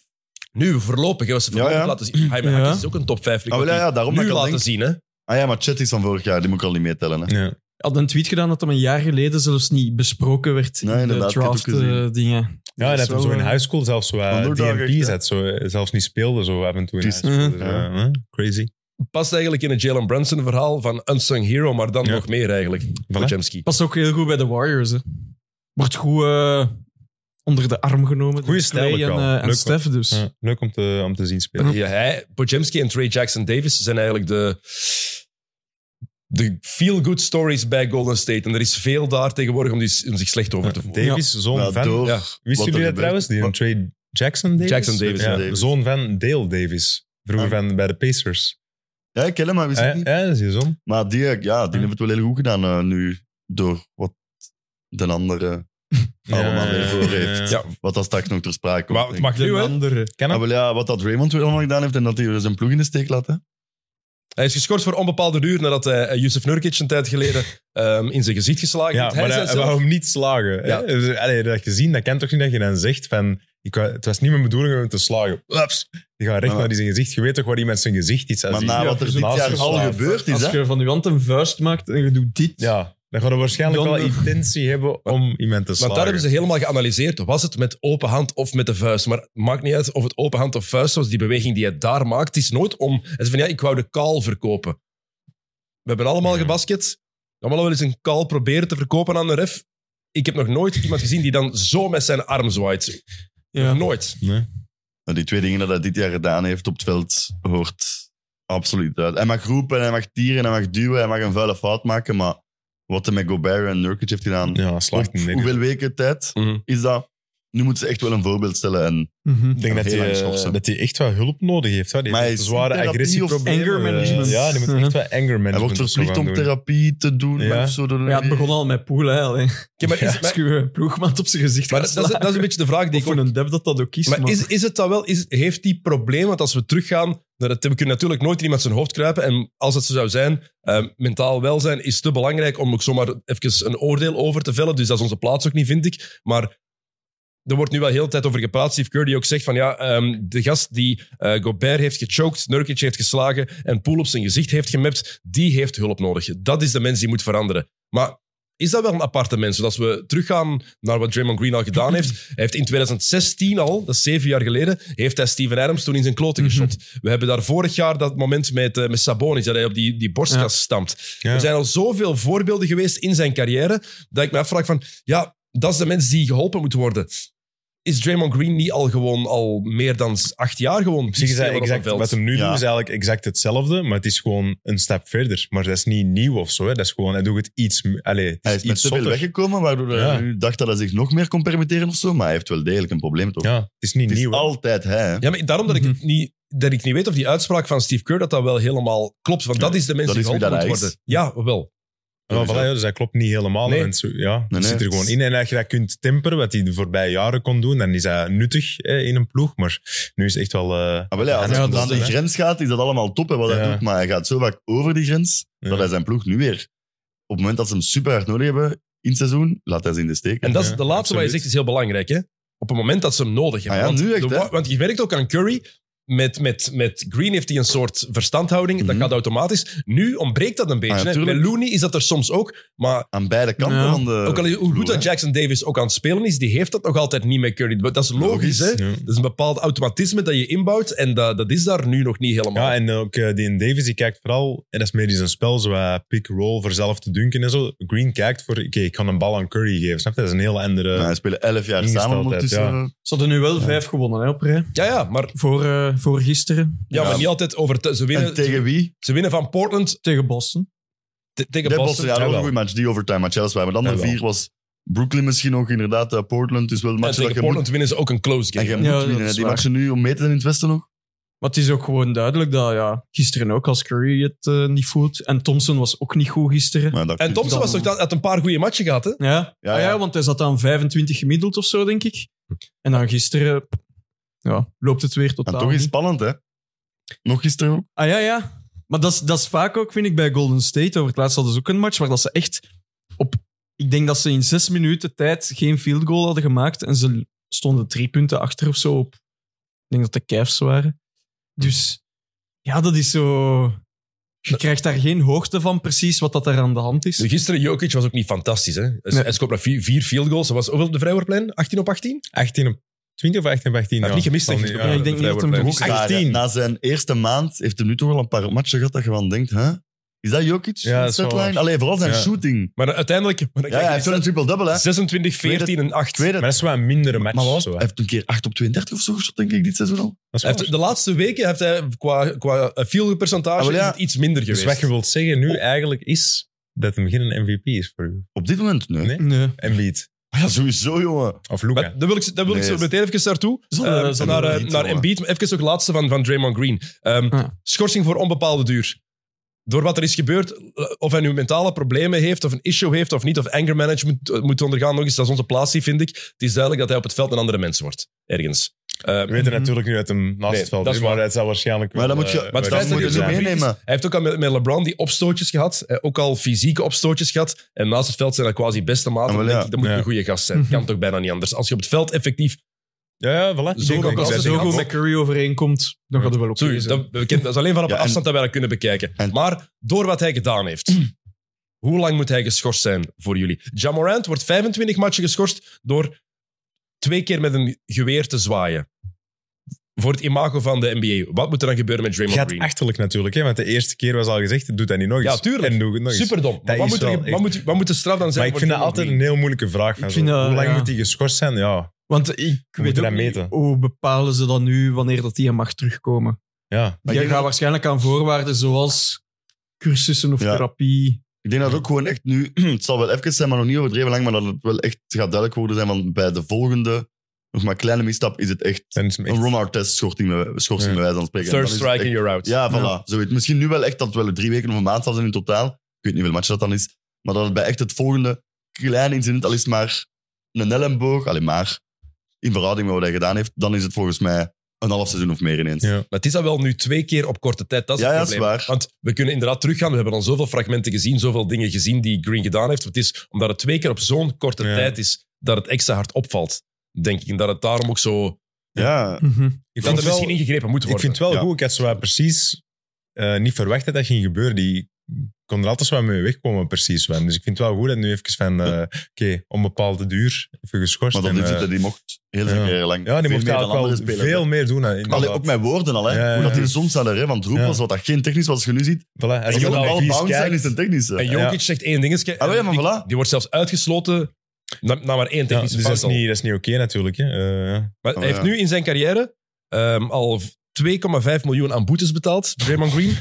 A: Nu, voorlopig. Hè, was ze
C: Ja,
A: voorlopig
C: ja.
A: laten zien. Jaime
B: Ja.
A: Hakkis is dus ook een top 5 pick.
C: Ah, wel, ja, ja, daarom dat
A: nu
C: ik al
A: laten
C: denk.
A: zien, hè.
C: Ah ja, maar chat is van vorig jaar, die moet ik al niet meetellen. hè.
D: Ja.
B: Hij had een tweet gedaan dat hem een jaar geleden zelfs niet besproken werd
C: Nee,
B: in de eh,
C: inderdaad, ik heb het ook gezien.
B: draft-dingen.
D: Ja, en
B: Dat
D: dat
B: is
D: hem
B: wel,
D: zo in
B: eh,
D: high school zelfs zo eh,
C: underdog echt,
D: DNP
C: hè?
D: zat, zo, eh, zelfs niet speelde zo af en toe in high
C: Precies.
D: school. Dus,
C: Ja.
D: eh, eh, crazy.
A: Past eigenlijk in het Jalen Brunson verhaal van Unsung Hero, maar dan
D: Ja.
A: nog meer eigenlijk. Podzemski.
B: Past ook heel goed bij de Warriors. Hè. Wordt goed eh, onder de arm genomen.
D: Goeie
B: door
D: stijl
B: Klay
D: ook
B: en,
D: al.
B: eh, en
D: Leuk,
B: Steph dus.
D: Ja, leuk om te, om te zien spelen.
A: Ja, hij, Podziemski en Trey Jackson Davis zijn eigenlijk de, de feel-good stories bij Golden State. En er is veel daar tegenwoordig om, die, om zich slecht over te voelen.
D: Davis, zo'n
C: Maar
D: fan.
C: door
A: ja.
D: Wisten
C: wat er
D: jullie dat
C: gebeurt.
D: trouwens? Die een
C: Wat-
D: trade Jackson Davis?
A: Jackson Davis,
D: Ja,
C: ja. Davis.
D: Zoon van Dale Davis. Vroeger van bij de Pacers.
C: Ah, Ja, ik ken hem, maar wist ik
D: Ja,
C: niet.
D: ja, dat is je zoon.
C: Maar die, ja, die
D: Ja.
C: hebben het wel heel goed gedaan eh, nu. Door wat de andere allemaal
D: Ja,
C: weer voor heeft.
D: ja.
A: Ja.
C: Wat dat straks nog ter sprake komt.
A: Maar het
C: denk ik.
A: mag nu,
B: De
A: hè.
B: andere.
D: Ken
C: Ah,
D: hem?
C: wel, ja, wat dat Raymond weer allemaal gedaan heeft en dat hij weer zijn ploeg in de steek laat. Hè?
A: Hij is geschorst voor onbepaalde duur nadat hij eh, Yusuf Nurkic een tijd geleden [laughs] ehm, in zijn gezicht geslagen
D: Ja,
A: heeft.
D: maar
A: Hij
D: hij
A: zei
D: hij
A: zelf-
D: wou hem niet slagen.
A: Ja.
D: Ja. Allee, dat gezien, dat kent toch niet dat je dan zegt van... Ik, wou- het was niet mijn bedoeling om hem te slagen. Ups. Je gaat recht
C: Maar-
D: naar die zijn gezicht. Je weet toch waar die met zijn gezicht iets aan
C: Maar
D: ziet.
C: na
D: Ja,
C: wat er
D: dus
C: dit
D: naast
C: jaar
D: de
C: al
D: slaaf.
C: gebeurd is,
B: Als
C: hè?
B: je van je hand een vuist maakt en je doet dit.
D: Ja, dan gaan we waarschijnlijk wel
B: Donder.
D: intentie hebben om iemand te
A: Want
D: slagen.
A: daar hebben ze helemaal geanalyseerd. Was het met open hand of met de vuist? Maar het maakt niet uit of het open hand of vuist was. Die beweging die hij daar maakt, het is nooit om... Hij zei van, ja, ik wou de kaal verkopen. We hebben allemaal
D: Ja.
A: gebasket. Allemaal wel eens een kaal proberen te verkopen aan de ref. Ik heb nog nooit iemand gezien die dan zo met zijn arm zwaait.
B: Ja.
A: Nooit.
D: Nee.
C: Nou, Die twee dingen dat hij dit jaar gedaan heeft op het veld hoort absoluut uit. Hij mag roepen, hij mag tieren, hij mag duwen, hij mag een vuile fout maken. Maar wat hij met Gobert en Nurkic heeft gedaan,
D: Ja, slaagt
C: op
D: niet. nee.
C: hoeveel weken tijd, is dat... Nu moeten ze echt wel een voorbeeld stellen. En
B: Mhm.
D: Ik denk dat
C: Heel lang
D: hij, eh,
C: schopsen.
D: dat hij echt wel hulp nodig heeft. Hè. Die
C: Maar
D: heeft
C: is
D: zware
C: therapie of Uh-huh.
D: agressieproblemen. eh.
B: anger management?
D: Ja, die moet echt wel anger management
C: hij wordt
D: of zo
C: verplicht
D: gaan
C: om
D: doen.
C: therapie te doen.
D: Ja.
C: of zo door de
B: Maar ja, het begon al met poel. Hè, alleen.
A: Oké, maar is,
B: [laughs] Als
A: maar,
B: je je ploegmaat op zijn gezicht
A: maar
B: gaat
A: dat, is, dat is een beetje de vraag die
B: die
A: ik ook
B: voor een dev dat dat ook kiest.
A: Maar is, is het dan wel, is, heeft die probleem, want als we teruggaan, naar het, we kunnen natuurlijk nooit in iemand zijn hoofd kruipen. En als het zo zou zijn, eh, mentaal welzijn is te belangrijk om ook zomaar even een oordeel over te vellen. Dus dat is onze plaats ook niet, vind ik. Maar er wordt nu wel heel de tijd over gepraat. Steve Curry die ook zegt van ja, ehm, de gast die eh, Gobert heeft gechoked, Nurkic heeft geslagen en Poel op zijn gezicht heeft gemapt, die heeft hulp nodig. Dat is de mens die moet veranderen. Maar is dat wel een aparte mens? Want als we teruggaan naar wat Draymond Green al gedaan
D: [laughs]
A: heeft. Hij heeft in 2016 al, dat is zeven jaar geleden, heeft hij Steven Adams toen in zijn kloten
D: Mhm.
A: geschot. We hebben daar vorig jaar dat moment met, eh, met Sabonis, dat hij op die, die borstkas
B: Ja.
A: stampt.
D: Ja.
A: Er zijn al zoveel voorbeelden geweest in zijn carrière, dat ik me afvraag van, ja, dat is de mens die geholpen moet worden. Is Draymond Green niet al gewoon al meer dan acht jaar gewoon
D: Op zich is
A: die
D: dat
A: speler op dat
D: exact,
A: veld?
D: wat hem nu
C: Ja.
D: doet is eigenlijk exact hetzelfde, maar het is gewoon een stap verder. Maar dat is niet nieuw of zo. Hè. Dat is gewoon, hij doet het iets, m- allee, het
C: Hij
D: is
C: is met
D: iets
C: te veel
D: zotter.
C: weggekomen, waardoor hij
D: Ja.
C: nu dacht dat hij zich nog meer kon permitteren of zo. Maar hij heeft wel degelijk een probleem, toch?
D: Ja, het is niet
C: het is
D: nieuw. hè.
C: altijd hij. hè.
A: Ja, maar daarom dat ik,
C: Mhm.
A: het niet, dat ik niet weet of die uitspraak van Steve Kerr dat dat wel helemaal klopt. Want dat is de mens
C: dat
A: die
C: is wie
A: geholpen moet
C: dat hij
A: worden. Ja, wel.
D: Ja, voilà, ja, dus dat klopt niet helemaal.
A: Nee.
D: En zo, ja, dat
C: nee.
D: zit er gewoon in. En als je dat kunt temperen, wat hij de voorbije jaren kon doen, dan is dat nuttig hè, in een ploeg. Maar nu is het echt wel... eh,
C: Ah, wel ja, als
D: Ja,
C: hij
D: dat
C: aan
D: is
C: die
D: het, hè.
C: grens gaat, is dat allemaal top hè, wat hij
D: Ja.
C: doet. Maar hij gaat zo vaak over die grens,
D: Ja.
C: dat hij zijn ploeg nu weer... Op het moment dat ze hem super hard nodig hebben in het seizoen, laat hij ze in de steek.
A: En dat is
D: Ja,
A: de laatste wat je
D: absoluut.
A: zegt, is heel belangrijk. Hè? Op het moment dat ze hem nodig hebben.
C: Ah ja,
A: want,
C: nu echt,
A: de
C: hè?
A: wa- want je merkt ook aan Curry, met, met, met Green heeft hij een soort verstandhouding.
C: Mhm. Ah
A: Dat gaat automatisch. Nu ontbreekt dat een beetje.
C: ja,
A: hè.
C: tuurlijk.
A: Bij Looney is dat er soms ook. Maar
C: Aan beide kanten
B: Ja.
C: van de...
A: ook al, hoe goed
C: vloer, hè.
A: dat Jackson Davis ook aan het spelen is, die heeft dat nog altijd niet met Curry. Dat is logisch,
C: Logisch.
A: hè?
D: ja.
A: Dat is een bepaald automatisme dat je inbouwt. En dat, dat is daar nu nog niet helemaal.
D: Ja, en ook eh, die Davis die kijkt vooral, en dat is meer in zijn spel, zo wat pick-roll voor zelf te dunken en zo. Green kijkt voor, oké, ik kan een bal aan Curry geven. Snap je? Dat is een heel andere.
C: Nou, hij spelen elf jaar samen
D: ingesteldheid,
C: ondertussen.
D: ja.
B: Ze hadden nu wel vijf gewonnen hè, op rij.
A: ja, ja, maar,
B: Voor, eh, voor gisteren
A: ja,
C: Ja.
A: maar niet altijd over... Ze
C: En
A: winnen,
C: tegen wie?
A: ze winnen van Portland
B: tegen Boston.
A: Te- Tegen
C: Dat was
A: Boston,
C: ja, dat was een
A: jawel.
C: goede match, die overtime match. Ja, dat is waar. Maar de andere
A: Jawel.
C: vier was Brooklyn misschien ook inderdaad, eh, Portland. Dus wel
A: En
C: matchen dat
A: tegen
C: je moet,
A: Portland winnen ze ook een close
C: en
A: game.
C: je
A: hè.
C: moet
B: Ja, dat
C: winnen. hè.
B: is
C: Die
B: waar.
C: matchen nu om meten in het westen nog.
B: Maar het is ook gewoon duidelijk dat ja, gisteren ook, als Curry het eh, niet voelt. En Thompson was ook niet goed gisteren.
C: Maar dat
A: En Thompson was toch, dat- had een paar goede matchen gehad, hè?
B: Ja, Ah
C: Ja,
B: ja, ja.
C: ja.
B: want hij zat aan 25 gemiddeld of zo, denk ik. En dan gisteren ja, loopt het weer
C: En
B: totaal.
C: toch is het
B: niet.
C: spannend, hè? Nog gisteren ook.
B: Ah ja, ja. Maar dat is, dat is vaak ook, vind ik, bij Golden State. Over het laatst hadden ze ook een match waar dat ze echt op... Ik denk dat ze in zes minuten tijd geen field goal hadden gemaakt. En ze stonden drie punten achter of zo op... Ik denk dat de Cavs waren. Dus ja, dat is zo... Je krijgt daar geen hoogte van precies wat dat er aan de hand is.
A: Dus Gisteren, Jokic was ook niet fantastisch. Hè? Hij
B: Nee.
A: hij scoorde vier, vier field goals. Hij was hoeveel op de vrijwoordplein? 18 op 18?
D: 18 op 20 of 18 op 18?
A: Hij had
D: Ja,
A: niet gemist,
D: Van
A: denk
D: die-
A: ik.
D: ja.
B: Ja, ik denk niet dat hem
A: hem
B: er
C: Ook
B: is.
C: daar, hè.
D: 18.
C: Na zijn eerste maand heeft hij nu toch al een paar matchen gehad dat je van denkt, hè? Is dat Jokic?
D: Ja, dat is wel
C: Setline?
D: waar.
C: Allee, vooral zijn
D: Ja.
C: shooting.
A: Maar uiteindelijk... Maar dan
C: Ja, hij
A: kijk
C: heeft
A: je
C: wel een triple-double, hè?
A: 26, 14 en 8.
C: Tweede.
D: Maar dat is wel een mindere match.
C: Maar wat?
D: zo,
C: Hij
D: hè.
C: heeft een keer 8 op 32 of zo geschot, denk ik, dit seizoen al.
D: Dat is
A: Hij
D: waar.
A: heeft, de laatste weken heeft hij qua, qua eh, field goal
C: Ah,
A: percentage
C: wel ja.
A: is het iets minder
D: Dus
A: geweest.
D: wat je wilt zeggen nu eigenlijk is dat hem geen MVP is voor u.
C: Op dit moment, nee.
D: Nee?
B: Nee.
D: Embiid.
C: Maar Ja, sowieso, jongen.
D: Of Luca.
A: Maar daar wil ik, daar wil ik
C: Nee,
A: zo
C: is-
A: meteen even naartoe.
B: Zal-
A: Eh,
B: zal-
A: naar
C: zal-
A: eh,
C: niet,
A: naar
C: hoor.
A: Embiid. Maar Even ook het laatste van, van Draymond Green. Ehm,
B: Ah.
A: Schorsing voor onbepaalde duur. Door wat er is gebeurd, eh, of hij nu mentale problemen heeft, of een issue heeft of niet, of anger management eh, moet ondergaan, nog eens, dat is onze plaatsie, vind ik. Het is duidelijk dat hij op het veld een andere mens wordt. Ergens. Eh,
D: We weten natuurlijk nu uit hem naast
A: Nee,
D: het veld
A: dat
D: is,
A: is waar.
D: maar Mhm. dat zal waarschijnlijk
C: Maar
D: wel,
C: dan moet je-
D: eh,
C: maar
A: het
D: wel
A: feit dat
D: moeten
A: hij
C: moet
A: zo
C: je
D: zijn.
A: fit is-
C: meenemen.
A: Hij heeft ook al met, met LeBron die opstootjes gehad. eh, Ook al fysieke opstootjes gehad. En naast het veld zijn dat quasi beste maten.
C: Ah, wel,
A: Dan denk
C: ja.
A: ik, dat moet
D: Ja.
A: een goede gast zijn. Kan toch bijna niet anders. Als je op het veld effectief...
D: Ja, ja, voilà.
A: Zo
D: Ik
A: ook
D: denk
A: als
D: dat
A: ze zo
D: hij
B: Zo
A: goed
D: gaat
B: goed
A: met
B: met Curry overeenkomt, dan gaat het wel op
A: Sorry, dus dat, we kennen- dat is alleen van op
C: Ja, en-
A: afstand dat wij dat kunnen bekijken.
C: En- Mm.
A: maar door wat hij gedaan heeft... Hoe lang moet hij geschorst zijn voor jullie? Ja Morant wordt 25 matchen geschorst door twee keer met een geweer te zwaaien. Voor het imago van de NBA. Wat moet er dan gebeuren met Draymond
D: Gaat
A: Green?
D: achterlijk natuurlijk, hè, want de eerste keer was al gezegd, doe dat niet nog eens.
A: Ja, tuurlijk.
D: En doe het nog eens.
A: Superdom. Maar
D: Dat
A: wat
D: is
A: moet, er,
D: wel
A: ge-
D: echt-
A: wat, moet, wat moet de straf dan zijn
D: Maar ik
A: voor
D: vind dat
A: Draymond
D: altijd
A: Green?
D: een heel moeilijke vraag. van
B: Ik
D: zo.
B: vind dat-
D: Hoe lang
B: ja.
D: moet hij geschorst zijn? Ja,
B: Want ik weet
D: moeten
B: ook
D: dat
B: niet
D: meten.
B: hoe bepalen ze dan nu wanneer dat die mag terugkomen.
D: ja.
C: Maar
B: Je
C: ik
B: gaat
C: denk dat-
B: waarschijnlijk aan voorwaarden zoals cursussen of
C: Ja.
B: therapie.
C: Ik denk dat het ook gewoon echt nu, [clears throat] het zal wel even zijn, maar nog niet overdreven lang, maar dat het wel echt gaat duidelijk worden zijn, want bij de volgende, nog maar kleine misstap, is het echt
D: Dan is hem echt-
C: een Ron Artest schorsing, bij- schorsing
D: Ja.
C: bij wijze van spreken.
A: Third
C: Dan is het
A: strike and you're out.
C: echt- ja, voilà.
B: Ja.
C: Zoiets. Misschien nu wel echt dat het wel drie weken of een maand zal zijn in totaal. Ik weet niet hoeveel match dat dan is, maar dat het bij echt het volgende kleine incident, al is het maar een elleboog, alleen maar, in verhouding met wat hij gedaan heeft, dan is het volgens mij een half seizoen of meer ineens.
D: Ja.
A: Maar het is al wel nu twee keer op korte tijd. Dat is
C: Ja,
A: het
C: ja, dat is
A: probleem.
C: waar.
A: Want we kunnen inderdaad teruggaan. We hebben al zoveel fragmenten gezien, zoveel dingen gezien die Green gedaan heeft. Het is omdat het twee keer op zo'n korte
D: Ja.
A: tijd is dat het extra hard opvalt. Denk ik. En dat het daarom ook zo.
C: Ja,
B: Mhm.
A: Dat
D: Ik vond
A: er
D: het wel-
A: misschien ingegrepen moet
D: Ik
A: worden.
D: vind het wel
C: Ja.
D: goed. Ik had zo wat precies eh, niet verwacht dat dat ging gebeuren. Die kon er altijd zo wat mee wegkomen, precies. Van. Dus ik vind het wel goed dat nu even van, eh, oké, onbepaalde duur, even geschorst.
C: maar dat
D: en,
C: is
D: eh,
C: het, hè, die mocht heel
D: ja.
C: veel keren lang.
D: ja, die
C: veel meer
D: mocht
C: dan
D: eigenlijk wel
C: andere spelers, hè.
D: veel meer doen. hè, inderdaad.
C: Allee, ook met woorden al, hè.
D: Ja, ja,
C: Hoe dat
D: ja.
C: in soms zal er, hè. Want roep
D: Ja.
C: was wat dat geen technisch was, als je nu ziet.
D: Voilà, als
C: Als je
D: iemand
C: een
D: al
C: bal
D: vies
C: bounce zijn,
D: kijkt-
C: is het technische.
A: En Jokic zegt één dingetje.
C: Ah, wel, ja, maar
A: die,
C: voilà.
A: die wordt zelfs uitgesloten. Na, na maar één
D: Ja,
A: technische
D: dus
A: fout
D: dat is
A: al.
D: niet, dat is niet oké natuurlijk. Hè. Eh, ja.
A: Maar
C: Oh,
A: hij heeft
C: ja.
A: nu in zijn carrière ehm, al 2,5 miljoen aan boetes betaald, Draymond
D: [laughs]
A: Green.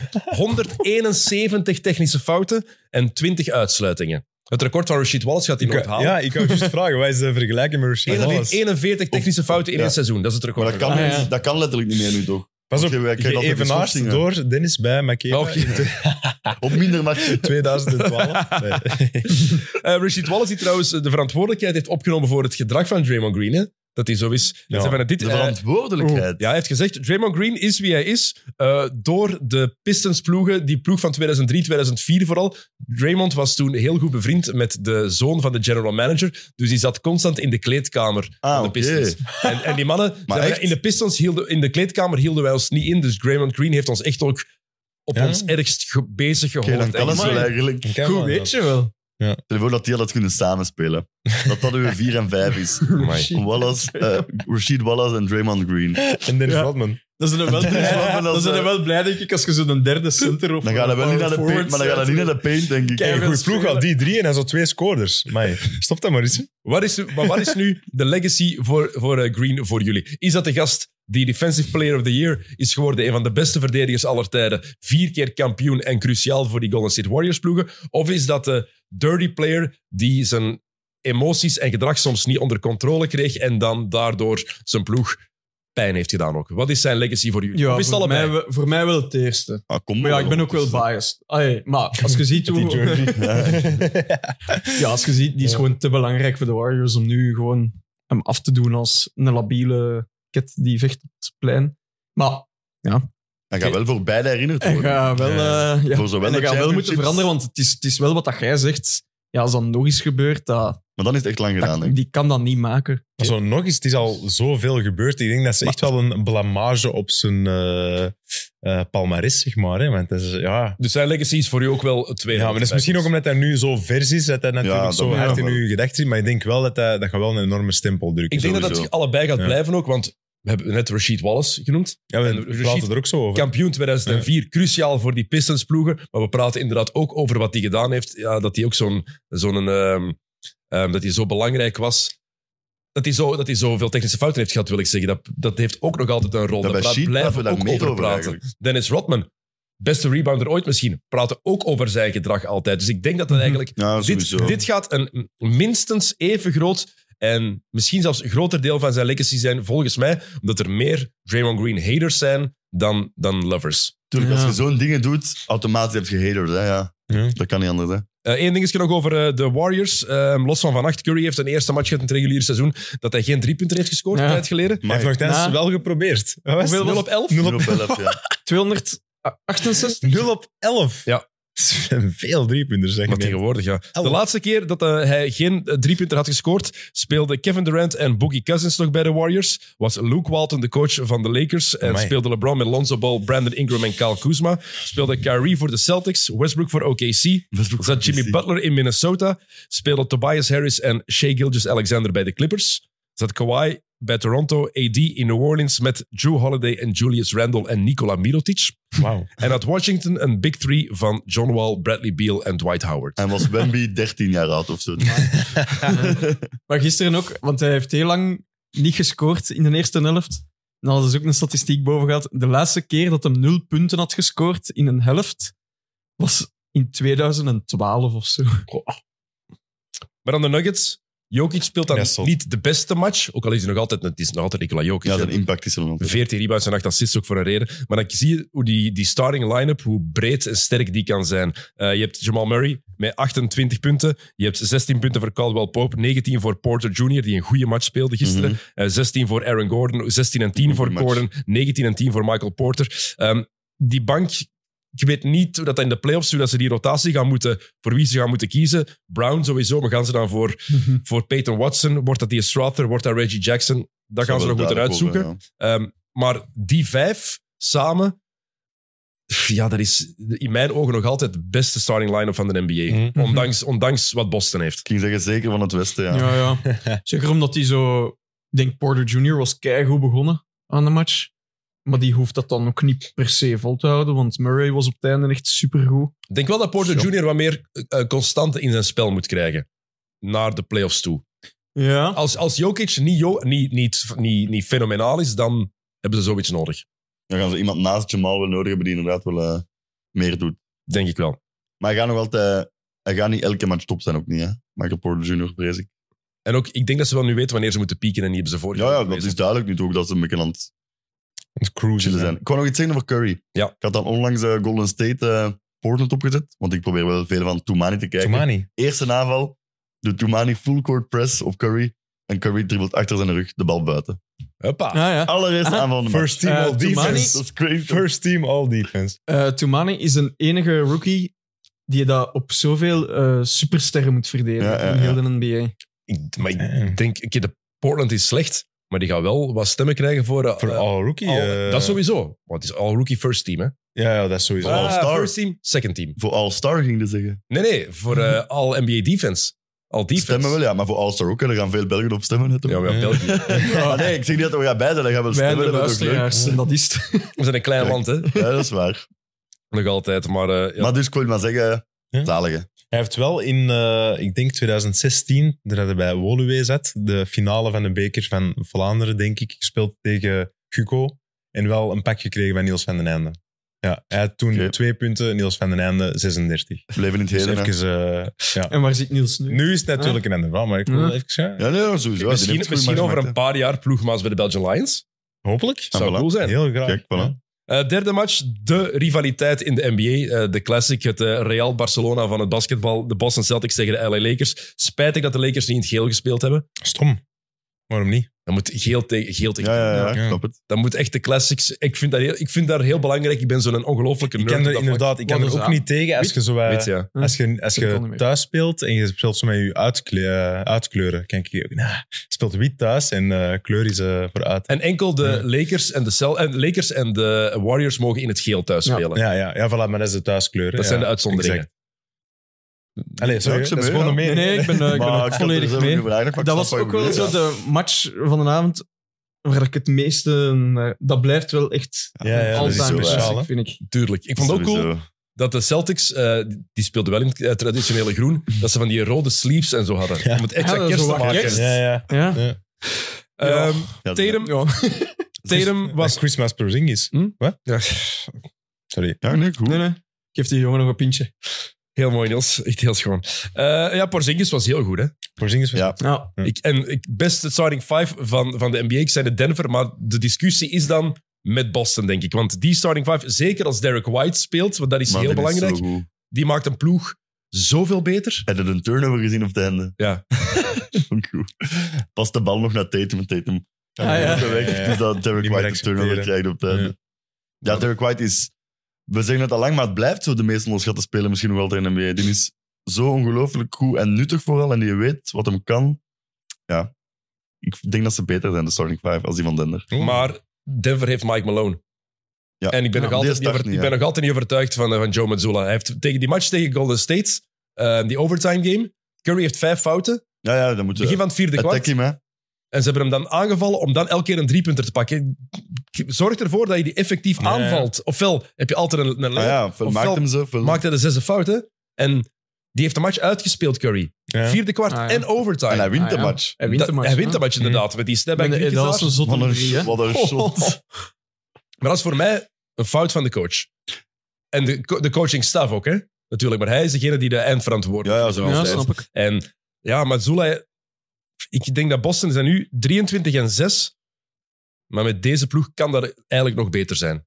A: 171 technische fouten en 20 uitsluitingen. Het record van Rashid Wallace gaat hij
D: Ik
A: nooit
D: wou-
A: halen.
D: ja, ik wou juist vragen, wat is de vergelijking met Rashid
A: 41,
D: Wallace?
A: 41 technische fouten in
C: Oh, Ja.
A: één seizoen, dat is het
C: Maar
A: record.
C: dat kan,
B: Ah,
C: niet-
B: ja.
C: dat kan letterlijk niet meer nu, toch?
D: Pas op,
C: Want je- je krijgt altijd die
D: geëvenaard
C: schorsingen.
D: door Dennis bij Makeda
A: Oh,
C: [laughs]
D: in Ah,
C: Op minder [laughs] matchen.
D: 2012.
C: [laughs]
D: Nee.
A: Eh, Rashid Wallace die trouwens de verantwoordelijkheid heeft opgenomen voor het gedrag van Draymond Green. Hè? Dat hij zo is. Dat
D: Ja.
A: zei van, dit,
C: De
A: eh,
C: verantwoordelijkheid.
A: ja, hij heeft gezegd, Draymond Green is wie hij is eh, door de Pistons ploegen, die ploeg van 2003, 2004 vooral. Draymond was toen heel goed bevriend met de zoon van de general manager, dus die zat constant in de kleedkamer
C: Ah,
A: van de
C: oké. [laughs]
A: Pistons. En, en die mannen,
C: Maar
A: zeiden,
C: echt?
A: in de Pistons, hielden, in de kleedkamer hielden wij ons niet in, dus Draymond Green heeft ons echt ook op
D: Ja?
A: ons ergst ge- bezig
C: Oké,
A: gehoord.
C: dan kan het
A: En-
C: wel eigenlijk.
D: Ik ken
B: Goed,
D: wel
B: weet
D: dat.
B: je wel.
C: Stel je voor dat die al had kunnen samenspelen. Dat dat uw 4 en 5 is.
A: Amai.
C: Wallace, eh, Rashid Wallace en Draymond Green.
D: En Dennis
B: Ja.
D: Rodman.
B: Dan zijn we
C: [laughs]
B: wel, blij,
C: wel
B: dan zijn we
C: zo-
B: wel blij, denk ik, als je zo'n derde center of
C: Dan gaat hij wel niet naar de
B: forward
C: paint, maar dan gaat hij niet naar de paint, denk ik.
B: Kei-
D: Hey,
B: Kevin
D: goeie ploeg
B: Spelen.
D: al die drie en hij zo twee scoorders. Maar stop dat maar eens. hè.
A: Wat is, maar wat is nu de legacy voor, voor eh, Green voor jullie? Is dat de gast die Defensive Player of the Year is geworden. Een van de beste verdedigers aller tijden. Vier keer kampioen en cruciaal voor die Golden State Warriors ploegen. Of is dat de dirty player die zijn emoties en gedrag soms niet onder controle kreeg en dan daardoor zijn ploeg pijn heeft gedaan ook. Wat is zijn legacy voor jullie?
B: Ja,
A: of is het
B: voor,
A: allebei?
B: mij, wel- voor mij wel het eerste.
C: Ah, kom
B: Maar ja, ik ben ook wel
C: bij.
B: biased. Allee, maar als
C: [laughs]
B: je ziet
D: Die
B: hoe...
D: jersey.
B: [laughs] Ja, als je ziet, die is
D: Ja.
B: gewoon te belangrijk voor de Warriors om nu gewoon hem af te doen als een labiele ket die vecht op het plein. Maar
C: Hij gaat wel voor beide herinnerd
B: hij
C: worden.
B: gaat wel,
D: Ja.
B: eh, ja.
C: Voor zowel
B: en hij
C: de
B: gaat wel moeten
C: championships-
B: veranderen, want het is, het is wel wat dat jij zegt. Ja, als dat nog eens gebeurt, dat,
C: Maar dan is het echt lang gedaan.
B: dat-
C: hè.
B: die kan dat niet maken.
D: Maar zo nog eens, het is al zoveel gebeurd. Ik denk dat ze echt wel een blamage op zijn eh eh palmaris, zeg maar. Hè? Want dat is, ja.
A: Dus zijn legacy is voor u ook wel het tweede.
D: ja, maar dat is misschien ook omdat hij nu zo vers is, dat hij natuurlijk
C: Ja, dat
D: zo
C: wel.
D: hard in uw gedachten is. Maar ik denk wel dat hij, dat gaat wel een enorme stempel drukken.
A: Ik denk dat dat
C: Sowieso.
A: allebei gaat
D: Ja.
A: blijven ook, want we hebben net Rashid Wallace genoemd.
D: ja, we
A: en Rashid-
D: praten er ook zo over.
A: Kampioen 2004, cruciaal voor die Pistons ploegen. Maar we praten inderdaad ook over wat hij gedaan heeft. Ja, dat hij ook zo'n... zo'n ehm, ehm, dat hij zo belangrijk was. Dat hij, zo, dat hij zoveel technische fouten heeft gehad, wil ik zeggen. Dat, dat heeft ook nog altijd een rol.
C: Dat
A: Daar
C: bij
A: praat-
C: Sheet
A: blijven
C: blijven
A: we
C: we daar
A: ook
C: meer
A: over
C: over
A: praten.
C: eigenlijk.
A: Dennis Rodman, beste rebounder ooit misschien, praten ook over zijn gedrag altijd. Dus ik denk dat dat
B: Mhm.
A: eigenlijk
C: Ja, sowieso.
A: dit, dit gaat een minstens even groot en misschien zelfs groter deel van zijn legacy zijn, volgens mij, omdat er meer Draymond Green haters zijn dan, dan lovers.
C: Tuurlijk,
B: Ja.
C: als je zo'n dingen doet, automatisch heb je haters. Hè, ja.
D: Ja.
C: Dat kan niet anders. Hè.
A: Eén dingetje nog over eh, de Warriors. Eh, los van vannacht, Curry heeft een eerste match gehad in het reguliere seizoen dat hij geen driepunter heeft gescoord,
B: Ja.
A: een tijd geleden.
D: Hij heeft nog tijdens
B: Na-
D: wel geprobeerd. Wat was het?
A: Hoeveel was het?
D: 0
C: Nul
D: op
C: op elf, ja.
B: 268?
D: 0 op 11.
A: Ja.
D: Dat zijn [laughs] Veel driepunters, zeg
A: Maar
D: ik. nee.
A: tegenwoordig, ja. De
D: Elf.
A: laatste keer dat eh, hij geen eh, driepunter had gescoord, speelden Kevin Durant en Boogie Cousins nog bij de Warriors. Was Luke Walton de coach van de Lakers. En
D: Amai.
A: speelde LeBron met Lonzo Ball, Brandon Ingram en Kyle Kuzma. Speelde Kyrie voor de Celtics, Westbrook voor OKC. Zat Jimmy Butler in Minnesota. Speelden Tobias Harris en Shea Gilgis-Alexander bij de Clippers. Zat Kawhi bij Toronto, AD in New Orleans met Drew Holiday en Julius Randle en Nikola Mirotic.
D: Wauw.
A: En had Washington een big three van John Wall, Bradley Beal en Dwight Howard.
C: En was Wemby 13 jaar oud of zo.
B: [laughs] Maar gisteren ook, want hij heeft heel lang niet gescoord in de eerste helft. Dan hadden ze ook een statistiek boven gehad. De laatste keer dat hij nul punten had gescoord in een helft was in 2012 of [laughs] zo.
A: Maar dan de Nuggets. Jokic speelt dan
D: Ja, zot.
A: niet de beste match. Ook al is hij nog altijd, het is nog altijd Nikola Jokic.
C: Ja,
A: hè.
C: zijn impact is er nog.
A: 14 rebounds en 8 assists ook voor een reden. Maar dan zie je hoe die, die starting line-up, hoe breed en sterk die kan zijn. Eh, je hebt Jamal Murray met 28 punten. Je hebt 16 punten voor Caldwell Pope. 19 voor Porter Jr., die een goede match speelde gisteren.
C: Mhm.
A: Eh, 16 voor Aaron Gordon, 16 en 10 voor
C: Goeie match.
A: Gordon, 19 en 10 voor Michael Porter. Ehm, die bank, ik weet niet hoe dat in de playoffs, hoe dat ze die rotatie gaan moeten, voor wie ze gaan moeten kiezen. Brown sowieso, maar gaan ze dan voor, voor Peyton Watson? Wordt dat die Strother? Wordt dat Reggie Jackson? Dat gaan ze nog moeten uitzoeken. Ehm, maar die vijf samen, pff, ja, dat is in mijn ogen nog altijd de beste starting line-up van de NBA.
D: Mhm.
A: Ondanks, ondanks wat Boston heeft.
C: Ik ging zeggen, zeker van het Westen, ja.
B: Ja, ja.
C: [laughs]
B: Zeker omdat hij zo... Ik denk Porter Jr. was keigoed begonnen aan de match. Maar die hoeft dat dan ook niet per se vol te houden, want Murray was op het einde echt supergoed.
A: Ik denk wel dat Porter
B: Zo.
A: Jr. wat meer eh, constante in zijn spel moet krijgen. Naar de playoffs toe.
B: Ja.
A: Als, als Jokic niet, jo- niet, niet, niet, niet fenomenaal is, dan hebben ze zoiets nodig.
C: Dan gaan ze iemand naast Jamal wel nodig hebben die inderdaad wel eh, meer doet.
A: Denk ik wel.
C: Maar hij gaat nog altijd... Hij gaat niet elke match top zijn, ook niet, hè. Michael Porter Jr., vrees ik.
A: En ook, ik denk dat ze wel nu weten wanneer ze moeten pieken en die hebben ze vorig
C: Ja,
A: jaar
C: ja, dat
A: bewezen.
C: is duidelijk nu ook dat ze een beetje aan het
D: Het cruisen,
C: chillen
D: hè.
C: zijn. Ik wou nog iets zeggen over Curry.
A: Ja.
C: Ik had dan onlangs eh, Golden State eh, Portland opgezet, want ik probeer wel veel van Toumani te kijken.
D: Toumani.
C: Eerste aanval, de Toumani full court press op Curry. En Curry dribbelt achter zijn rug de bal buiten.
A: Huppa.
B: Ah, ja.
C: Allereerste
B: Ah.
C: aanval van de
D: First team
B: Eh,
D: all
B: Toumani.
D: defense.
C: match. Dat is crazy.
D: First team all defense.
B: Eh Toumani is een enige rookie die dat op zoveel eh, supersterren moet verdelen
C: Ja, ja,
B: in heel
C: ja.
B: de NBA.
A: Ik, maar ik denk, oké, de Portland is slecht, maar die gaan wel wat stemmen krijgen voor... eh,
D: Voor
A: eh,
D: all rookie.
A: all-
D: eh,
A: dat sowieso. Want het is all rookie first team, hè.
D: Ja, ja, dat is sowieso.
A: Ah,
C: All-star.
A: first team, second team.
C: Voor All-Star ging je zeggen.
A: Nee, nee, voor eh, all NBA defense. All defense.
C: Stemmen wel, ja, maar voor All-Star ook. hè. Er gaan veel Belgen op stemmen. Hè, toch?
A: Ja, maar ja,
D: Ja.
A: België.
C: [laughs] Maar nee, ik zeg niet dat we gaan bij zijn. Dat gaan wel
B: Bij
C: stemmen.
B: de
C: Dat is ook leuk.
B: luisteraars, en dat is het.
A: We zijn een klein land, hè.
C: Ja, dat is waar.
A: Nog altijd, maar... eh, ja.
C: Maar dus ik wil maar zeggen,
D: Ja.
C: zalige.
D: Hij heeft wel in, eh, ik denk 2016, toen hij bij Woluwe zat, de finale van de beker van Vlaanderen, denk ik, gespeeld tegen Guco. En wel een pak gekregen van Niels van den Einde. Ja, hij had toen
C: Oké.
D: twee punten, Niels van den Einde 36.
C: Blijven in het
D: Dus
C: heden. hè.
D: even, eh, ja.
B: [laughs] En waar zit Niels nu?
D: Nu is het natuurlijk een ander verhaal, maar ik wil
B: Ja.
D: even eh, zeggen.
C: Ja, nee, sowieso. Die heeft
A: misschien
C: het goed
A: misschien
C: maar
A: over
C: gemaakt,
A: een paar jaar ploegmaats bij de Belgian Lions.
D: Hopelijk.
A: Zou
C: Ah, voilà.
A: cool zijn.
D: Heel graag.
C: Kijk, voilà.
D: Ja.
A: Eh, derde match, de rivaliteit in de NBA. Eh, de classic, het eh, Real Barcelona van het basketbal. De Boston Celtics tegen de LA Lakers. Spijtig dat de Lakers niet in het geel gespeeld hebben.
D: Stom. Waarom niet?
A: Dat moet geel tegen geel tegen.
C: Ja, ja, ja,
D: Ja.
C: ik snap het.
A: Dat moet echt de classics. Ik vind dat heel, ik vind dat heel belangrijk. Ik ben zo'n ongelofelijke
D: Ik
A: nerd.
D: ken
A: op
D: er
A: dat
D: inderdaad ik kan
B: Wat
D: er
B: is
D: ook
B: dat?
D: niet tegen als je zo eh,
A: vlak.
D: wat-
A: Weet je, ja.
D: Als je, als
B: Hm. Dat kan
D: je
B: niet
D: thuis speelt en je speelt zo met je uitkle- eh, uitkleuren, kijk je, ook, nah, je speelt wit thuis en eh, kleur is eh vooruit.
A: En enkel de
D: Ja.
A: Lakers, en de Cel en de Lakers en de Warriors mogen in het geel thuis
B: Ja.
A: spelen.
D: Ja, ja, ja voilà, maar dat is de thuiskleur. hè.
A: Dat zijn
D: Ja,
A: de uitzonderingen.
D: exact. Allee, sorry,
C: Ja, ik
D: dat is
C: ze
D: gewoon een
C: mee,
B: Nee,
D: mening.
B: nee, ik ben, eh, ik
C: Maar
B: ben
C: ik
B: ook
C: snap er
B: volledig
C: zelf
B: mee.
C: niet over nagedacht, maar ik
B: Dat
C: snap
B: was ook
C: wat je
B: wel zo
C: bedoelt, ja.
B: de match van de avond waar ik het meeste... eh, Dat blijft wel echt
D: Ja, ja, dat is
B: all-time
D: zo,
B: classic,
D: hè.
B: vind ik.
A: Tuurlijk. Ik vond het ook cool
C: Sowieso.
A: dat de Celtics, eh, die speelden wel in het eh, traditionele groen, dat ze van die rode sleeves en zo hadden.
D: Ja.
A: Om het extra
B: Ja, dat is
A: kerst te
B: wel wat
A: maken.
B: kerst.
D: Ja, ja.
B: Ja. Ja.
A: Ehm,
C: Ja,
A: Tatum,
B: Ja.
A: [laughs] Tatum
D: Was
A: was...
D: Christmas Porzingis.
B: Hm?
D: Wat?
A: Ja,
D: Sorry.
C: Ja, nee, goed.
B: Nee, nee. Geef die jongen nog een pintje.
A: heel mooi, Niels. Echt heel schoon. Eh, ja, Porzingis was heel goed, hè.
D: Porzingis was
C: Ja.
B: Ja.
C: Mm.
D: Ja.
A: Ik, en ik, beste starting five van, van de NBA, ik zei de Denver, maar de discussie is dan met Boston, denk ik. Want die starting five, zeker als Derek White speelt, want dat is
C: Maar
A: heel
C: dit zo
A: belangrijk,
C: goed.
A: die maakt een ploeg zoveel beter.
C: Heb je een turnover gezien op het einde?
A: Ja.
C: Vond ik [laughs] goed. Pas de bal nog naar Tatum en Tatum.
B: Ah, ja.
C: de weg. Dus dat Derek
D: Niet meer
C: White de turnover
D: accepteren.
C: krijgt op het einde. Ja, Derek White is... We zeggen het al lang, maar het blijft zo de meest onderschatte speler misschien nog altijd in de NBA. Die is zo ongelooflijk goed en nuttig vooral. En die weet wat hem kan. Ja. Ik denk dat ze beter zijn, de starting five, als die van Denver.
A: Maar Denver heeft Mike Malone.
C: Oh. Ja.
A: En ik ben,
B: Ja,
A: nog,
C: die
A: altijd niet
C: start
A: over-
C: niet,
A: ik ben
C: ja.
A: nog altijd niet overtuigd van, eh, van Joe Mazzulla. Hij heeft tegen die match tegen Golden State, eh, die overtime game, Curry heeft vijf fouten.
C: Ja, ja, dan moeten
A: Begin van het vierde
C: Attack
A: kwart.
C: him, hè.
A: En ze hebben hem dan aangevallen om dan elke keer een driepunter te pakken. Zorg ervoor dat je die effectief
D: Ja, ja.
A: aanvalt. Ofwel heb je altijd een, een
C: Ah, ja, veel
A: Ofwel
C: maakt hem zo. veel-
A: maakt hij de zesde fout, hè? En die heeft de match uitgespeeld, Curry.
D: Ja.
A: Vierde kwart
B: Ah, ja.
A: en overtime.
C: En hij wint
B: Ah,
C: de
B: ja.
C: match.
B: Hij wint
A: Dat-
B: de match.
A: hij wint
B: hè?
A: de match, inderdaad. Met die snapback.
B: Ben-
A: drie
B: Dat was
A: keer
B: een zotte
C: Wat een,
B: drie, hè?
C: wat een
A: [laughs]
C: shot.
A: Maar dat is voor mij een fout van de coach. En de, co- de coaching staff ook, hè? Natuurlijk. Maar hij is degene die de eindverantwoordelijk
C: Ja, ja, zo.
B: Ja,
A: altijd.
B: snap ik.
A: En ja, Mazzula... Ik denk dat Boston zijn nu 23 en 6. Maar met deze ploeg kan dat eigenlijk nog beter zijn.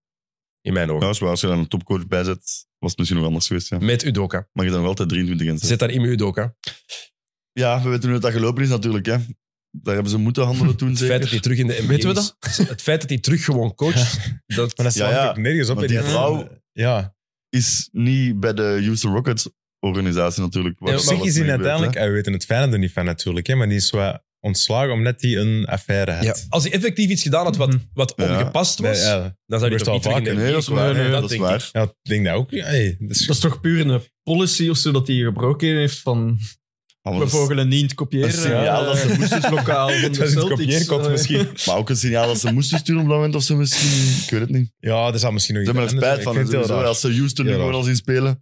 A: In mijn ogen.
C: Nou, is waar. Als je daar een topcoach bij zet, was het misschien nog anders geweest. Ja.
A: Met Udoka.
C: Maar je bent nog altijd 23 en zes.
A: Zet daar in Udoka.
C: Ja, we weten hoe dat gelopen is natuurlijk. Hè. Daar hebben ze moeten handelen toen,
A: Het feit dat
C: zeker.
A: hij terug in de NBA
B: Weten we
A: is. Het feit dat hij terug gewoon coacht. Dat,
D: Maar dat
C: Ja,
D: staat
C: ja.
D: natuurlijk nergens op.
C: Want
D: in
C: die vrouw-
D: Ja.
C: Is niet bij de Houston Rockets organisatie natuurlijk. waar
A: Ja,
D: Op
C: dat
A: maar
D: zich
C: alles
D: is hij
C: mee gebeurt,
D: uiteindelijk,
C: hè.
D: en we weten het fijne er niet van natuurlijk, hè, maar die is wat ontslagen omdat hij een affaire had.
A: Ja, als hij effectief iets gedaan had wat,
B: Mhm.
A: wat
C: Ja.
A: ongepast was,
D: Nee, ja.
A: dan zou hij
D: Gebeurt
A: toch niet eh, terug
D: al
A: in de
D: vaker.
A: NBA
C: Nee, dat is waar.
A: komen.
B: Nee, nee,
C: dat is
A: denk
C: waar.
A: ik.
D: Ja, ik denk dat ook. Ja, hey, dat is-
B: Dat is toch puur een policy of zo dat hij gebroken heeft van
C: Maar,
B: we
C: dat is-
B: vogelen niet kopiëren.
C: dat is een signaal
B: ja,
C: dat ze
B: eh, lokaal
D: [laughs]
B: van
D: dat
B: de
D: is een
B: Celtics.
D: kopieerkot
B: eh.
D: misschien.
C: [laughs] maar ook een signaal dat ze moesten sturen op dat moment of ze misschien... Ik weet het niet.
D: Ja, daar zal misschien nog
C: Ze
D: iets
C: hebben er
D: anders
C: spijt
D: zijn.
C: van. hè,
D: Ik vind het heel
C: sowieso,
D: raar.
C: Als ze Houston nu
D: Heel
C: gewoon al zien spelen.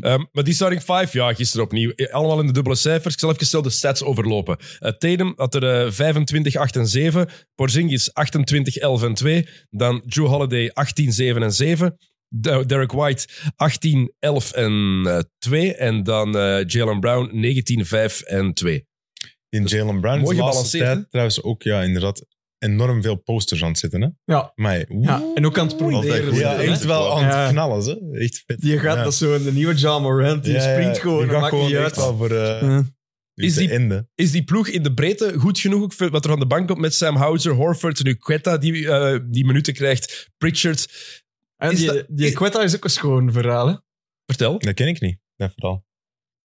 A: Ehm, maar die starting five, ja, gisteren opnieuw. Eh, Allemaal in de dubbele cijfers. Ik zal even snel de stats overlopen. Eh Tatum had er eh, 25, 8 en 7. Porzingis 28, 11 en 2. Dan Drew Holiday 18, 7 en 7. De- Derek White 18, 11 en eh, 2. En dan eh, Jalen Brown 19, 5 en 2.
D: In Jalen Brown is
A: mooi
D: de laatste
A: gebalanceerd, hè?
D: tijd trouwens ook ja, inderdaad enorm veel posters aan het zitten. Hè?
B: Ja.
D: Maar,
B: Ja, en ook aan het
C: Altijd
B: proberen.
C: goed.
D: ja,
B: hè.
D: echt wel aan
B: Ja.
D: het knallen. Hè? Echt vet.
B: Die gaat,
D: ja.
B: dat is zo een nieuwe John Morant, die
D: Ja, ja,
B: springt gewoon,
D: die
B: dat
D: gaat
B: maakt
D: gewoon
B: niet
D: echt
B: uit.
D: wel voor eh,
B: Ja.
A: Is
D: de
A: die-
D: einde.
A: Is die ploeg in de breedte goed genoeg? Ik vind Wat er van de bank komt met Sam Houser, Horford, nu Quetta die, eh, die minuten krijgt, Pritchard.
B: En
A: Is
B: die,
A: dat-
B: die Quetta is ook een schoon verhaal, hè?
A: Vertel.
D: Dat ken ik niet, dat verhaal.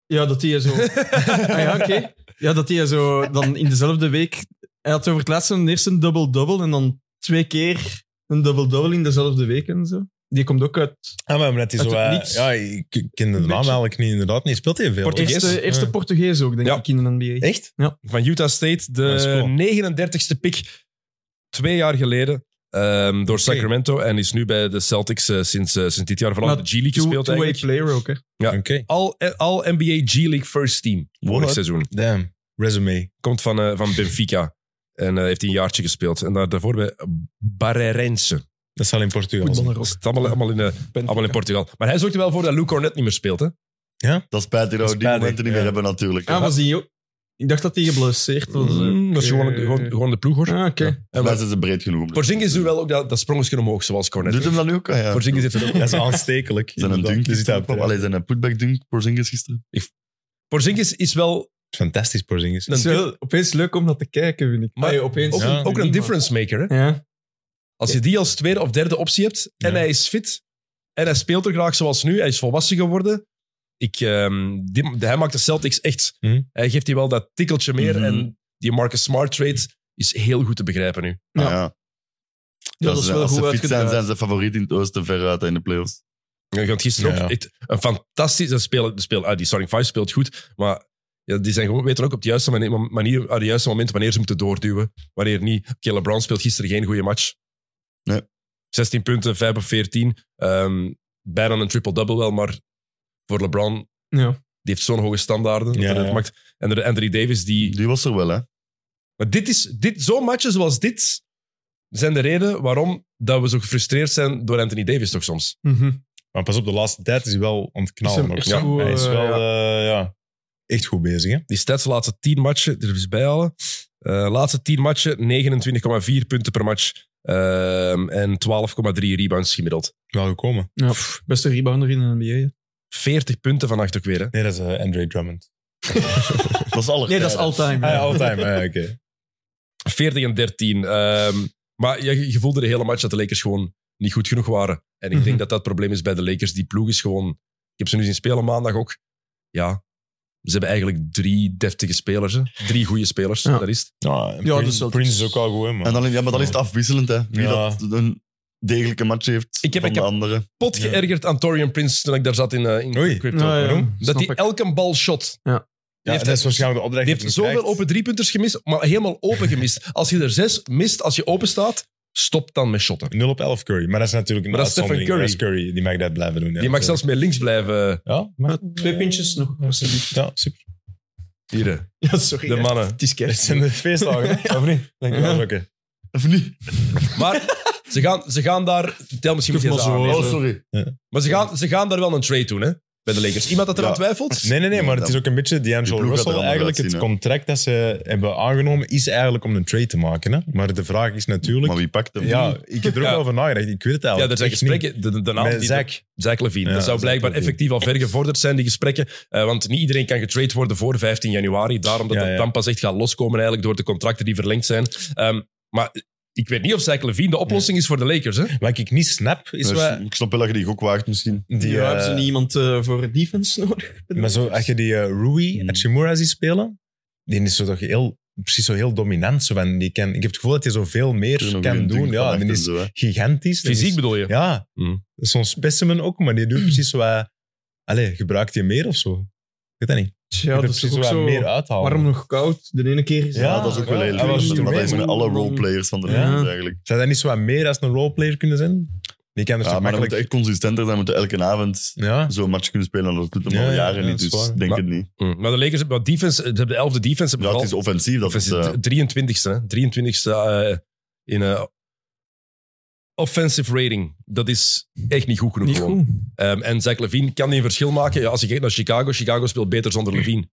B: Ja, dat hij zo... [laughs] ah ja, oké. Ja, dat hij zo dan in dezelfde week... Hij had over het laatste een eerste een double-double en dan twee keer een double-double in dezelfde week en zo. Die komt ook uit...
D: Ah, maar omdat hij
B: Uit
D: zo...
B: het
D: eh,
B: niets.
D: ja, ik ik ken de naam
B: Beetje.
D: eigenlijk niet, inderdaad niet. Speelt hij veel?
A: Portugees.
B: Eerste, eerste
D: Ja.
B: Portugees ook, denk
A: Ja.
B: ik, in de NBA.
D: Echt?
A: Van Utah State,
D: Dat is cool.
A: de 39ste pick twee jaar geleden ehm, door Sacramento. En is nu bij de Celtics eh, sinds, eh, sinds dit jaar vooral
B: Maar
A: de G-League
B: Two-
A: gespeeld.
B: Two-way
A: eigenlijk.
B: player ook, hè.
A: Ja.
D: Oké.
A: Al, eh, al NBA G-League first team vorig
D: What?
A: seizoen.
D: Damn. Resume.
A: Komt van, eh, van Benfica. En eh, heeft hij een jaartje gespeeld. En daar, daarvoor bij Barreirense.
D: Dat zal in Portugal zijn.
B: Voetballer
A: Dat
B: ook.
A: is allemaal, allemaal, in, eh, allemaal in Portugal. Maar hij zorgt er wel voor dat Lou Cornet niet meer speelt. Hè?
C: Dat is spijtig dat we die
D: spijtig,
C: momenten niet meer
D: ja.
C: hebben, natuurlijk.
B: Ah, was die ook? Ik dacht dat hij geblesseerd was.
A: Mm, dat is gewoon, gewoon, gewoon de ploeg, hoor.
B: Ah, oké.
A: En
C: Wij
A: maar-
C: zijn ze breed genoeg om te-
A: Porzingis doet wel ook dat, dat sprongetje omhoog, zoals Cornet.
C: Doet hem dat nu ook? Ah, ja.
A: Porzingis heeft het ook.
D: Dat is aanstekelijk.
C: Zijn een dunk
D: Dus
C: gisteren.
D: dat
C: Pop, Allee, zijn een putback dunk Porzingis gisteren.
A: Porzingis is wel
D: eh, Fantastisch, Porzingis.
B: Het is wel opeens leuk om dat te kijken, vind ik. Ah,
A: Maar
B: Allee, opeens.
A: ook,
D: Ja.
A: een, ook een difference maker. Hè?
B: Ja.
A: Als je die als tweede of derde optie hebt en
D: Ja.
A: hij is fit en hij speelt er graag zoals nu, hij is volwassen geworden. Ik, ehm, die- hij maakt de Celtics echt.
D: Mhm.
A: Hij geeft die wel dat tikkeltje meer.
C: Mhm.
A: En die Marcus Smart trade is heel goed te begrijpen nu.
B: Ja.
C: Ah, ja.
B: Ja, dat
C: Als
B: is
C: ze-
B: wel
C: als
B: goed
C: ze fit zijn,
B: uitgedraaid.
C: zijn ze favoriet in het oosten veruit in de playoffs.
A: Want gisteren
D: Ja.
A: ook het- een fantastische speler. De speel, ah, die starting five speelt goed, maar ja, die zijn gewoon, weten ook op de juiste manier, manier, op de juiste moment wanneer ze moeten doorduwen. Wanneer niet. Oké, LeBron speelt gisteren geen goede match.
C: Nee.
A: 16 punten, 5 op 14. Ehm, bijna een triple-double wel, maar voor LeBron,
B: Ja.
A: die heeft zo'n hoge standaarden. dat
D: Ja,
A: hij dat
D: ja.
A: maakt. En de Anthony Davis, die...
C: Die was er wel, hè?
A: Maar dit is, dit, zo'n matchen zoals dit zijn de reden waarom dat we zo gefrustreerd zijn door Anthony Davis toch soms.
B: Mhm.
D: Maar pas op, de laatste tijd is hij wel ontknallen.
B: Is hem
D: ook.
B: echt
D: Ja,
B: goed,
D: hij is
B: eh,
D: wel eh, ja, echt goed bezig. Hè?
A: Die stats de laatste 10 matchen, er is bijhalen. Eh laatste 10 matchen, 29,4 punten per match. ehm, en 12,3 rebounds gemiddeld.
D: Wel gekomen.
B: Ja, pff, beste rebounder in de NBA. hè.
A: 40 punten vannacht ook weer. Hè.
D: Nee, dat is eh, Andre Drummond.
C: Dat is alle
B: Nee, dat is all-time.
D: Ah, ja,
B: ja.
D: all-time. Ah, ja, oké.
A: 40 en 13. ehm, maar je, je voelde de hele match dat de Lakers gewoon niet goed genoeg waren. En ik denk
B: Mhm.
A: dat dat het probleem is bij de Lakers. Die ploeg is gewoon... Ik heb ze nu zien spelen maandag ook. Ja, ze hebben eigenlijk drie deftige spelers. Hè. Drie goede spelers,
B: Ja.
A: dat is het.
D: Ah, Ja, en
B: Ja,
D: Prince,
B: dus dat-
D: Prince is ook al goed, hè, man.
C: En dan, ja, maar dan is het afwisselend, hè? Wie
D: Ja.
C: dat een degelijke match heeft
A: Ik heb-
C: van
A: ik
C: de
A: heb-
C: andere.
A: Pot
D: Ja.
A: geërgerd aan Torian Prince toen ik daar zat in, eh, in
D: Oei.
A: Crypto.
B: Ja, ja,
D: Waarom?
A: Dat
B: snap
A: hij
B: ik.
A: elke bal shot.
D: Ja,
A: heeft-
D: dat is waarschijnlijk de opdracht
A: Hij heeft
D: die
A: zoveel
D: krijgt.
A: open driepunters gemist, maar helemaal open gemist. Als je er zes mist, als je open staat, stop dan met shotten.
D: 0 op 11 Curry. Maar dat is natuurlijk een
A: Maar dat is Stephen
D: uitzondering. Dat is Curry. Die mag dat blijven doen. ja.
A: Die mag zelfs met links blijven. eh,
D: Ja, maar...
B: Twee pintjes nog. alsjeblieft.
D: Ja, super.
A: Hier, hè,
B: [laughs] Ja, sorry.
A: de
B: hè.
A: mannen.
B: Het is
D: Het
B: kerst.
D: zijn de feestdagen, hè? of niet? Denk ik wel,
B: Ja.
D: oké.
C: Of niet?
A: Maar ze gaan, ze gaan daar... Tel misschien
B: Schuf
A: niet
B: maar
A: eens
B: zo.
A: aan.
C: Oh, sorry.
A: Maar ze gaan, ze gaan daar wel een trade doen, hè? Bij de Lakers. Iemand dat eraan
C: Ja.
A: twijfelt?
D: Nee, nee, nee, maar
C: Ja,
D: het is ook een beetje
C: Die
D: D'Angelo
C: ploeg gaat er
D: Russell.
C: anders
D: Eigenlijk het
C: uitzien, hè.
D: contract dat ze hebben aangenomen is eigenlijk om een trade te maken. Hè? Maar de vraag is
C: Maar
D: natuurlijk...
C: wie pakt hem?
D: Ja, ik heb er ook
A: Ja.
D: over nagedacht. Ik weet het
A: Ja,
D: eigenlijk
A: er zijn
D: echt niet.
A: gesprekken. De, de, de naam
D: Met
A: die-
D: Zach.
A: Zach Levine.
D: Ja,
A: dat zou
D: Zach
A: blijkbaar
D: Levine.
A: effectief al ver gevorderd zijn, die gesprekken. Eh, want niet iedereen kan getrade worden voor 15 januari. Daarom dat
D: Ja,
A: het
D: ja.
A: dan pas echt gaat loskomen eigenlijk door de contracten die verlengd zijn. Ehm, maar ik weet niet of Zach Levine de oplossing is voor de Lakers. Hè?
D: Wat ik niet snap, is
C: Dus
D: wat...
C: Ik snap wel dat je die gok waagt, misschien.
D: Die,
B: Ja, hebben ze
D: eh,
B: niet iemand eh, voor defense [laughs] nodig?
D: Maar zo, als je die eh, Rui
C: Hmm.
D: Hachimura ziet spelen, die is zo toch heel, precies zo heel dominant. Zo van, die kan, ik heb het gevoel dat hij zo veel meer kan doen. Ja, die is gigantisch. Die
A: Fysiek
D: is-
A: bedoel je?
D: Ja,
A: Hmm.
D: Dat is zo'n specimen ook, maar die doet precies zo wat... Allee, gebruikt hij meer of zo? Ik weet dat niet.
B: Ja,
D: Je
B: dat
D: kunt
B: is
D: er
B: ook
D: precies
B: zo.
D: wat meer uithalen.
B: Warm nog koud. De ene keer is
D: Ja,
C: Ja, dat is ook wel
D: ja,
C: heel
D: hij was
C: leuk.
D: toen
C: Maar dat
D: mee,
C: is met
B: man.
C: alle roleplayers van de
D: Ja.
C: Lakers eigenlijk.
D: Zou dat niet zo wat meer als een roleplayer kunnen zijn? Die kan er
C: Ja,
D: zo
C: maar dan
D: makkelijk...
C: moet je echt consistenter zijn. We moeten elke avond
D: Ja,
C: zo'n match kunnen spelen. En dat doet hem
D: Ja,
C: al
D: ja,
C: jaren
D: ja,
C: niet,
D: dat is
C: dus
D: waar.
C: ik denk
A: Maar-
C: het niet.
A: Mm. Maar de Lakers hebben wel defense, ze hebben de elfde defense.
C: Ja,
A: vooral-
C: het is offensief. Dat is, eh,
A: Offensive- 23ste, hè? 23ste eh, in eh, offensive rating. Dat is echt niet goed genoeg.
B: Niet
A: gewoon.
B: goed.
A: Ehm, en Zach Levine kan die een verschil maken. Ja, als je kijkt naar Chicago, Chicago speelt beter zonder Levine.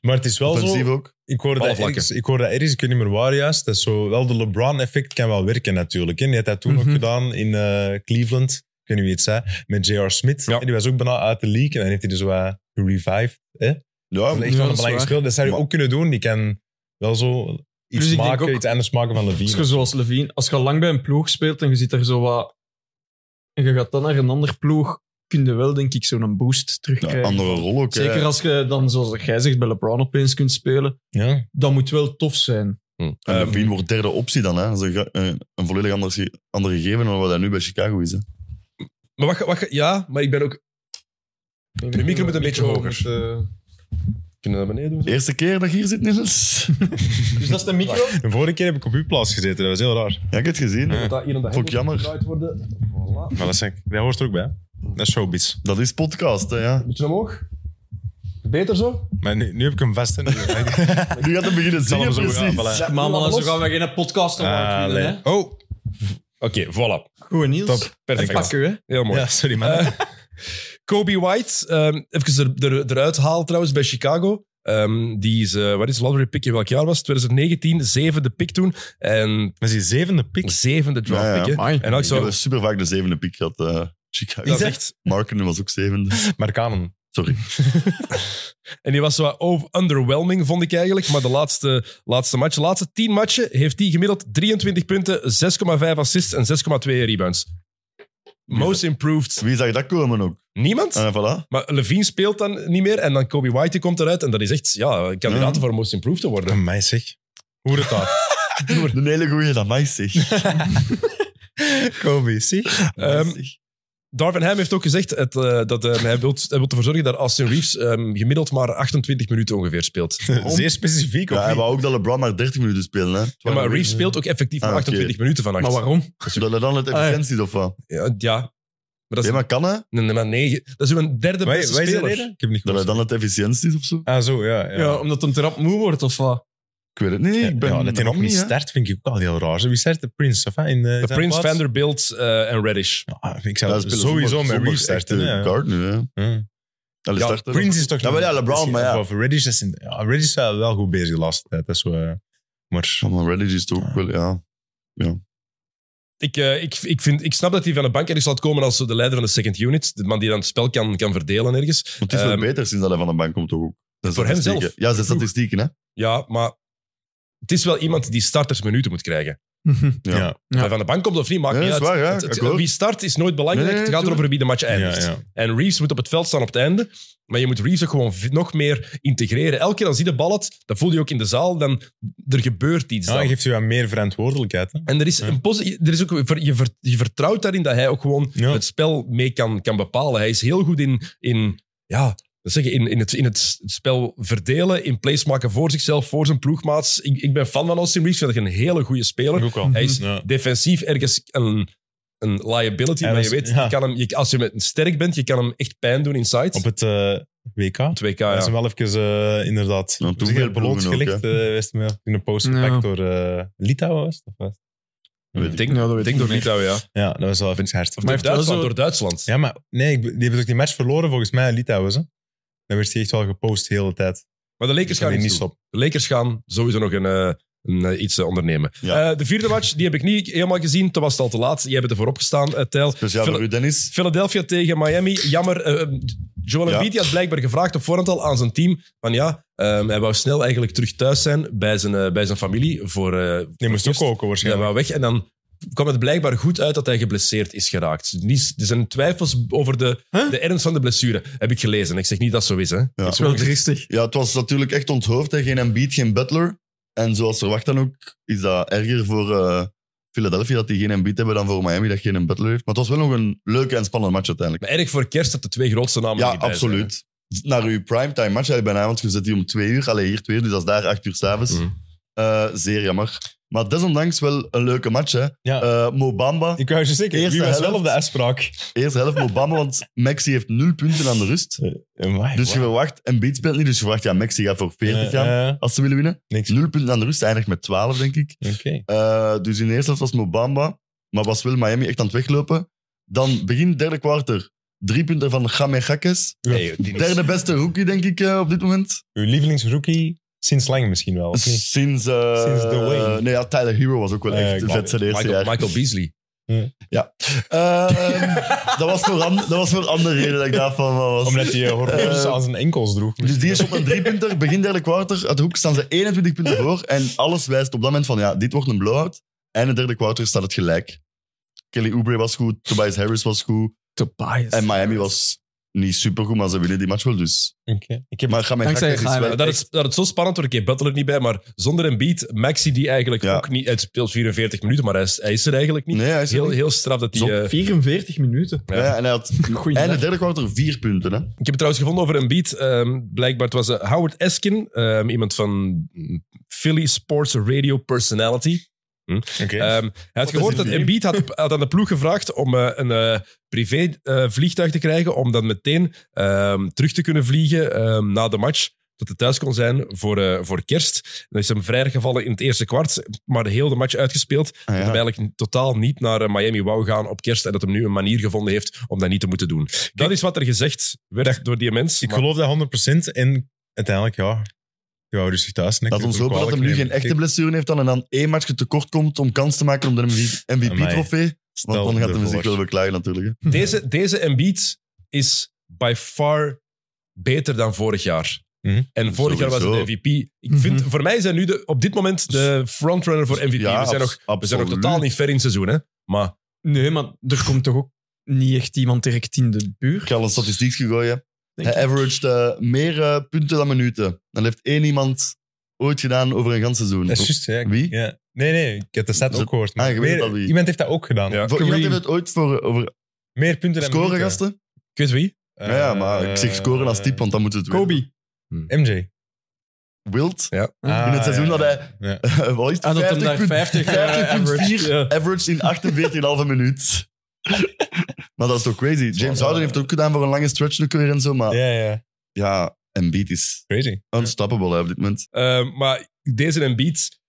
D: maar het is wel
C: offensief
D: zo...
C: ook.
D: Ik hoorde, dat
A: Ballenvlakken.
D: ergens, ik hoorde dat ergens, ik weet niet meer waar juist. Dat is zo, wel de LeBron-effect kan wel werken natuurlijk. Hè. Die had dat toen
B: Mhm.
D: ook gedaan in eh, Cleveland. Ik weet niet wie het zei. Met J.R. Smith.
A: Ja.
D: En die was ook bijna uit de league. En dan heeft hij dus wat revived. Hè? Dat
C: Ja, maar
D: is echt wel
B: dat
D: een
B: is
D: belangrijk
B: waar.
D: speel. Dat zou je
C: Maar-
D: ook kunnen doen. Die kan wel zo iets
B: Dus ik denk
D: maken,
B: ook-
D: iets anders maken van
B: Als je
D: Levine.
B: zoals Levine, als je al lang bij een ploeg speelt en je zit daar zo wat... En je gaat dan naar een ander ploeg, kun je wel, denk ik, zo'n boost terugkrijgen.
C: ja, eh, andere rol ook. hè.
B: Zeker als je dan, zoals jij zegt, bij LeBron opeens kunt spelen.
D: Ja.
B: Dat moet wel tof zijn.
A: Mm.
C: En
A: Ehm,
C: Levine wordt derde optie dan. Hè. Dat is een, ge- eh, een volledig ander, ge- ander gegeven dan wat dat nu bij Chicago is. Hè.
A: maar wacht, wacht, ja, maar ik ben ook... De micro moet eh, een beetje hoger. Kunnen we naar beneden doen?
C: De eerste keer dat je hier zit, Niels.
B: Dus dat is de micro?
D: De vorige keer heb ik op uw plaats gezeten. Dat was heel raar.
C: Ja, ik heb het gezien.
D: Ja.
A: Dat hier aan de
C: Vond ik
A: hengel
C: jammer.
A: gedraaid worden. Voilà.
D: Maar dat, is, dat hoort er ook bij. hè. Dat is showbiz.
C: Dat is podcast, hè, ja.
A: Beetje omhoog.
D: Een
A: Beter zo?
D: Maar nu, nu heb ik hem vast. en nu- [laughs]
C: Nu gaat het beginnen
D: zal
C: zingen,
D: hem zo goed
C: precies.
D: aanvallen.
A: Zet
B: Maar
A: hem
B: mannen, zo
A: los.
B: gaan we geen podcast
D: Ah,
B: maken.
D: nee.
B: hè?
A: Oh. Oké, voilà.
B: Goed, Niels.
A: Top. Perfect.
B: Pak u, hè.
A: Heel mooi.
D: Ja, Eh. sorry man.
A: Kobe White, ehm, even er, er, eruit halen trouwens bij Chicago. Ehm, die is, eh, wat is het, lottery pick in welk jaar was het? 2019, zevende pick toen. En
D: maar is die zevende pick.
A: zevende draft
C: Ja, ja.
A: pick, hè.
B: Amai.
A: En ook
C: Ik
A: zo...
C: heb super vaak de zevende pick gehad. eh, Chicago.
A: Dat is
C: Marken
A: echt...
C: Markenen was ook zevende.
D: Markanen.
C: Sorry.
A: En die was zo wat over- underwhelming, vond ik eigenlijk. Maar de laatste, laatste match, de laatste tien matchen, heeft hij gemiddeld 23 punten, 6,5 assists en 6,2 rebounds. Most improved.
C: Wie zag dat komen ook?
A: Niemand?
C: En voilà.
A: Maar Levine speelt dan niet meer en dan Kobe White die komt eruit. En dat is echt ja, een kandidaat
C: Ja.
A: voor most improved te
C: [laughs]
A: worden.
D: Mij zeg. Hoe het daar?
C: Een hele goeie, dat mij zeg.
D: Kobe, zie.
A: Ehm,
C: Amai, zeg.
A: Darvin Ham heeft ook gezegd het, eh, dat eh, hij, wilt, hij wil ervoor zorgen dat Austin Reeves ehm, gemiddeld maar 28 minuten ongeveer speelt.
D: [laughs] Zeer specifiek.
C: Ja,
D: of
C: hij
D: niet?
C: wou ook dat LeBron maar 30 minuten spelen. Hè.
A: Ja, maar Reeves speelt ook effectief maar
C: Ah, oké.
A: 28 minuten vannacht.
B: Maar waarom?
C: Zodat hij dan het efficiënt is, of wat?
A: Ja, ja. maar Ah, dat is
C: Ja, maar kan hè?
A: Nee, nee, maar negen. Dat is uw derde
D: Wij-
A: beste
D: wij zijn
A: speler.
D: reden? Ik heb niet
C: Dat hij
D: gehoord.
C: dan het efficiënt is, of zo?
D: Ah, zo, ja.
B: Ja,
D: ja.
B: omdat hem trap moe wordt, of wat?
C: Ik weet het niet.
D: Ja,
C: Ik ben
D: ja, dat hij nog niet
C: hè.
D: start, vind ik ook al heel raar. Wie start? De Prince, of hè, in eh, de,
A: De Prince, Vanderbilt eh, en Reddish.
D: ah, ik
C: Ja,
D: zou
C: ze spelen
D: sowieso
C: zondag-
D: met
C: zondag
D: Reeves starten.
C: echt, eh,
D: hè, ja.
C: guard nu, hè.
D: Ja.
C: Allee,
A: Ja,
C: starten.
D: Prince is toch...
C: Ja, maar ja, LeBron, maar ja.
D: Of Reddish is... in- ja, Reddish is wel wel goed bezig de laatste tijd. Dat is wel, eh, maar...
C: Ja, maar Reddit is toch ook wel, ja.
A: Ik, eh, ik, ik, vind, ik snap dat hij van de bank ergens zal komen als de leider van de second unit. De man die dan het spel kan, kan verdelen ergens.
C: Want het is wel
A: Ehm,
C: beter sinds dat hij van de bank komt, toch ook. Zijn
A: voor hem
C: statistieken.
A: zelf.
C: Ja, zijn statistieken, hè.
A: Ja, maar het is wel iemand die startersminuten moet krijgen.
C: Ja.
D: Ja.
A: Of
B: Ja.
A: hij van de bank komt of niet, maakt
C: Nee,
A: niet
C: dat
A: uit.
C: is waar, ja,
A: Het- het-
C: akkoord.
A: wie start is nooit belangrijk.
C: Nee, nee,
A: het gaat
C: tuurlijk.
A: erover wie de match
D: Ja,
A: eindigt.
D: ja.
A: En Reeves moet op het veld staan op het einde. Maar je moet Reeves ook gewoon v- nog meer integreren. Elke keer als hij de bal had, dat voel je ook in de zaal, dan er gebeurt iets.
D: Ja,
A: dan.
D: hij geeft je wat meer verantwoordelijkheid. Hè?
A: En er is,
D: Ja.
A: een posi- er is ook, ver- je, ver- je vertrouwt daarin dat hij ook gewoon
D: Ja.
A: het spel mee kan, kan bepalen. Hij is heel goed in, in ja, dat zeg je, in, in, het, in het spel verdelen, in plays maken voor zichzelf, voor zijn ploegmaats. Ik, ik ben fan van Austin Reeves, vind ik een hele goede speler.
D: Ook al.
A: Hij is
D: Ja.
A: defensief ergens een, een liability,
D: Hij
A: maar je
D: was-
A: weet,
D: ja.
A: je kan hem, je, als je met, sterk bent, je kan hem echt pijn doen inside.
D: Op het eh, WK. Hij
A: 2K,
D: is
A: ja.
D: hem wel even, eh, inderdaad...
C: Ja, toen
D: zich in
C: veel
D: het beloond
C: ploegen ook,
D: gelegd, eh, wist hem, ja. In een post
B: Ja.
D: gepakt door eh, Litouwen, was het? Of was het?
C: Weet ik.
A: Ik denk,
B: Ja, dat
A: ik
B: weet ik
A: denk door
B: niet.
A: Litouwen, ja. Of
D: Ja, dat was wel even hard.
A: door,
B: heeft wel
A: Duitsland,
B: zo-
A: door Duitsland.
D: Ja, maar nee, ik, die hebben toch die match verloren volgens mij in Litouwen, hè? Dan werd hij echt wel gepost de hele tijd.
A: Maar de
D: Ik
A: Lakers
D: kan
A: gaan
D: die
A: niet
D: niet
A: stoppen.
D: stoppen.
A: De Lakers gaan sowieso nog een, eh, een, eh, iets eh, ondernemen.
C: Ja.
A: Eh, de vierde match, die heb ik niet helemaal gezien. Toen was het al te laat. Jij bent ervoor opgestaan, eh Tijl.
D: Dus
C: Speciaal
A: Phil-
C: voor Dus u, Dennis.
A: Philadelphia tegen Miami. Jammer. eh, Joel
C: Ja.
A: Embiid had blijkbaar gevraagd op voorhand al aan zijn team. Van ja, ehm, hij wou snel eigenlijk terug thuis zijn bij zijn, eh, bij zijn familie. Voor, eh
D: Die
A: voor
D: moest ook
A: eerst.
D: koken
A: Hij
D: waarschijnlijk.
A: wou weg en dan kwam het blijkbaar goed uit dat hij geblesseerd is geraakt. Dus Niet- Er zijn twijfels over de,
B: Huh?
A: de ernst van de blessure, heb ik gelezen. Ik zeg niet dat zo is, hè.
B: Dat is wel triestig.
C: Ja, het was natuurlijk echt onthoofd. Hè. Geen Embiid, geen Butler. En zoals verwacht dan ook, is dat erger voor eh, Philadelphia dat die geen Embiid hebben dan voor Miami dat geen Butler heeft. Maar het was wel nog een leuke en spannende match uiteindelijk.
A: Maar erg voor kerst dat de twee grootste namen er
C: Ja,
A: niet bij zijn, hè.
C: absoluut. Naar uw primetime match, ja, ik ben aan, want je zit hier om twee uur. Allee, hier twee uur, dus dat is daar acht uur s'avonds.
A: Mhm.
C: Eh, zeer jammer. Maar desondanks wel een leuke match. Hè.
D: Ja.
C: Eh, Mobamba,
D: Ik wou je zeker,
C: Eerste
D: wie was wel
C: helft.
D: op de afspraak?
C: eerste helft Mobamba, want Maxi heeft nul punten aan de rust. Dus je verwacht, Embiid speelt niet, dus je verwacht, ja, Maxi gaat voor 40
A: Eh,
C: gaan
D: Eh,
C: als ze willen winnen.
D: niks.
C: Nul punten aan de rust, eindigt met 12, denk ik.
D: Oké.
C: Eh, dus in de eerste helft was Mobamba, maar was wel Miami echt aan het weglopen. Dan begin derde kwartier, drie punten van Game Gakkes.
A: Nee, die is-
C: Derde beste rookie, denk ik, eh, op dit moment.
D: Uw lievelingsrookie sinds lang misschien wel,
C: [laughs]
D: of niet?
C: Sinds, eh,
D: Sinds The Way.
C: Nee, ja, Tyler Hero was ook wel
D: Eh,
C: echt
D: ik
C: vet zijn eerste
A: Michael,
C: jaar.
A: Michael Beasley.
C: Ehm, dat, was voor an- dat was voor andere reden dat ik daarvan was.
D: Omdat hij uh, horloges
C: Eh,
D: aan zijn enkels droeg.
C: Dus die shot een driepunter, begin derde kwartier. Uit de hoek staan ze 21 punten voor. En alles wijst op dat moment van, ja, dit wordt een blowout. En het derde kwartier staat het gelijk. Kelly Oubre was goed, Tobias Harris was goed.
B: Tobias.
C: En Miami was niet supergoed, maar ze winnen die match wel dus.
D: Oké. Ik heb
C: Maar ga mijn
B: Dankzij
C: is
B: Gaia.
C: wel
A: Maar dat,
C: echt-
A: is, dat is zo spannend, want ik heb Butler niet bij, maar zonder een beat, Maxi die eigenlijk
C: Ja.
A: ook niet... Het speelt 44 minuten, maar hij is, hij is er eigenlijk niet.
C: Nee, hij is er
A: heel,
C: niet.
A: heel straf dat hij...
C: Zot.
A: eh,
B: 44 minuten.
A: ja.
C: Ja. en hij had
B: Goeie
C: einde
B: dag.
C: derde kwartier vier punten. Hè.
A: Ik heb het trouwens gevonden over een beat. ehm, blijkbaar, het was eh, Howard Eskin, ehm, iemand van Philly Sports Radio Personality.
D: Oké.
A: Ehm, hij had gehoord dat Embiid had, had aan de ploeg gevraagd om eh, een eh, privé eh, vliegtuig te krijgen, om dan meteen ehm, terug te kunnen vliegen ehm, na de match, dat hij thuis kon zijn voor, eh, voor kerst. Dan is hem vrijgevallen in het eerste kwart, maar heel de match uitgespeeld.
C: Ah,
A: Dat
C: ja.
A: hij eigenlijk totaal niet naar eh, Miami wou gaan op kerst en dat hij nu een manier gevonden heeft om dat niet te moeten doen. dat is wat er gezegd werd door die mens.
D: ik
A: maar-
D: geloof dat 100% en uiteindelijk, ja, je wou rustig thuis. en ik
C: Laat
D: wil
C: ons
D: het ook
C: hopen dat hem nu
D: kwalijk
C: geen
D: nemen.
C: echte blessure heeft dan en dan één matchje tekort komt om kans te maken om de
D: Amai.
C: MVP-trofee.
D: Stel
C: Want dan gaat hij
D: ervoor.
C: zich wel beklagen natuurlijk. hè.
A: Deze, deze Embiid is by far beter dan vorig jaar.
D: Mhm.
A: En vorig jaar was
C: Sowieso.
A: het MVP. Ik vind,
B: Mhm.
A: Voor mij zijn nu de, op dit moment de frontrunner voor MVP.
C: Ja,
A: we, zijn nog,
C: abs-
A: we zijn nog
C: absoluut.
A: totaal niet ver in het seizoen. Hè? Maar
B: Nee, maar er komt toch ook niet echt iemand direct in de buurt?
C: Ik ga al een statistiek gooien.
B: denk
C: Hij
B: ik.
C: averaged eh, meer eh, punten dan minuten. Dat heeft één iemand ooit gedaan over een gans seizoen.
D: Dat is juist, ja.
C: Wie?
D: Ja. Nee, nee, ik heb de stat
C: Is het-
D: ook gehoord.
C: Ah, je weet
D: Meer-
C: dat wie.
D: Iemand heeft dat ook gedaan.
A: Ja.
C: Voor
B: Kareem.
C: iemand heeft het ooit voor, eh, over
D: Meer punten dan
C: scoren,
D: minuten.
C: gasten?
A: ik weet wie.
D: Eh,
C: ja, ja, maar ik zeg scoren als type, want dan moeten we het weten.
B: Kobe.
D: MJ.
C: Wild.
B: Ah,
C: in het seizoen
D: ja,
C: dat hij [laughs]
D: ja.
C: wat is het?
B: Ah, dat hem daar
C: 50 punt-
B: 50 eh,
C: 50.4
B: average, ja.
C: average in 48,5 minuut. maar dat is toch crazy. James
D: wel,
C: Harden
D: eh,
C: heeft het ook gedaan voor een lange stretch nu weer en zo, maar ja,
D: Ja, ja.
C: Embiid is
D: Crazy.
C: unstoppable hè, op dit moment.
A: Eh, maar deze Embiid,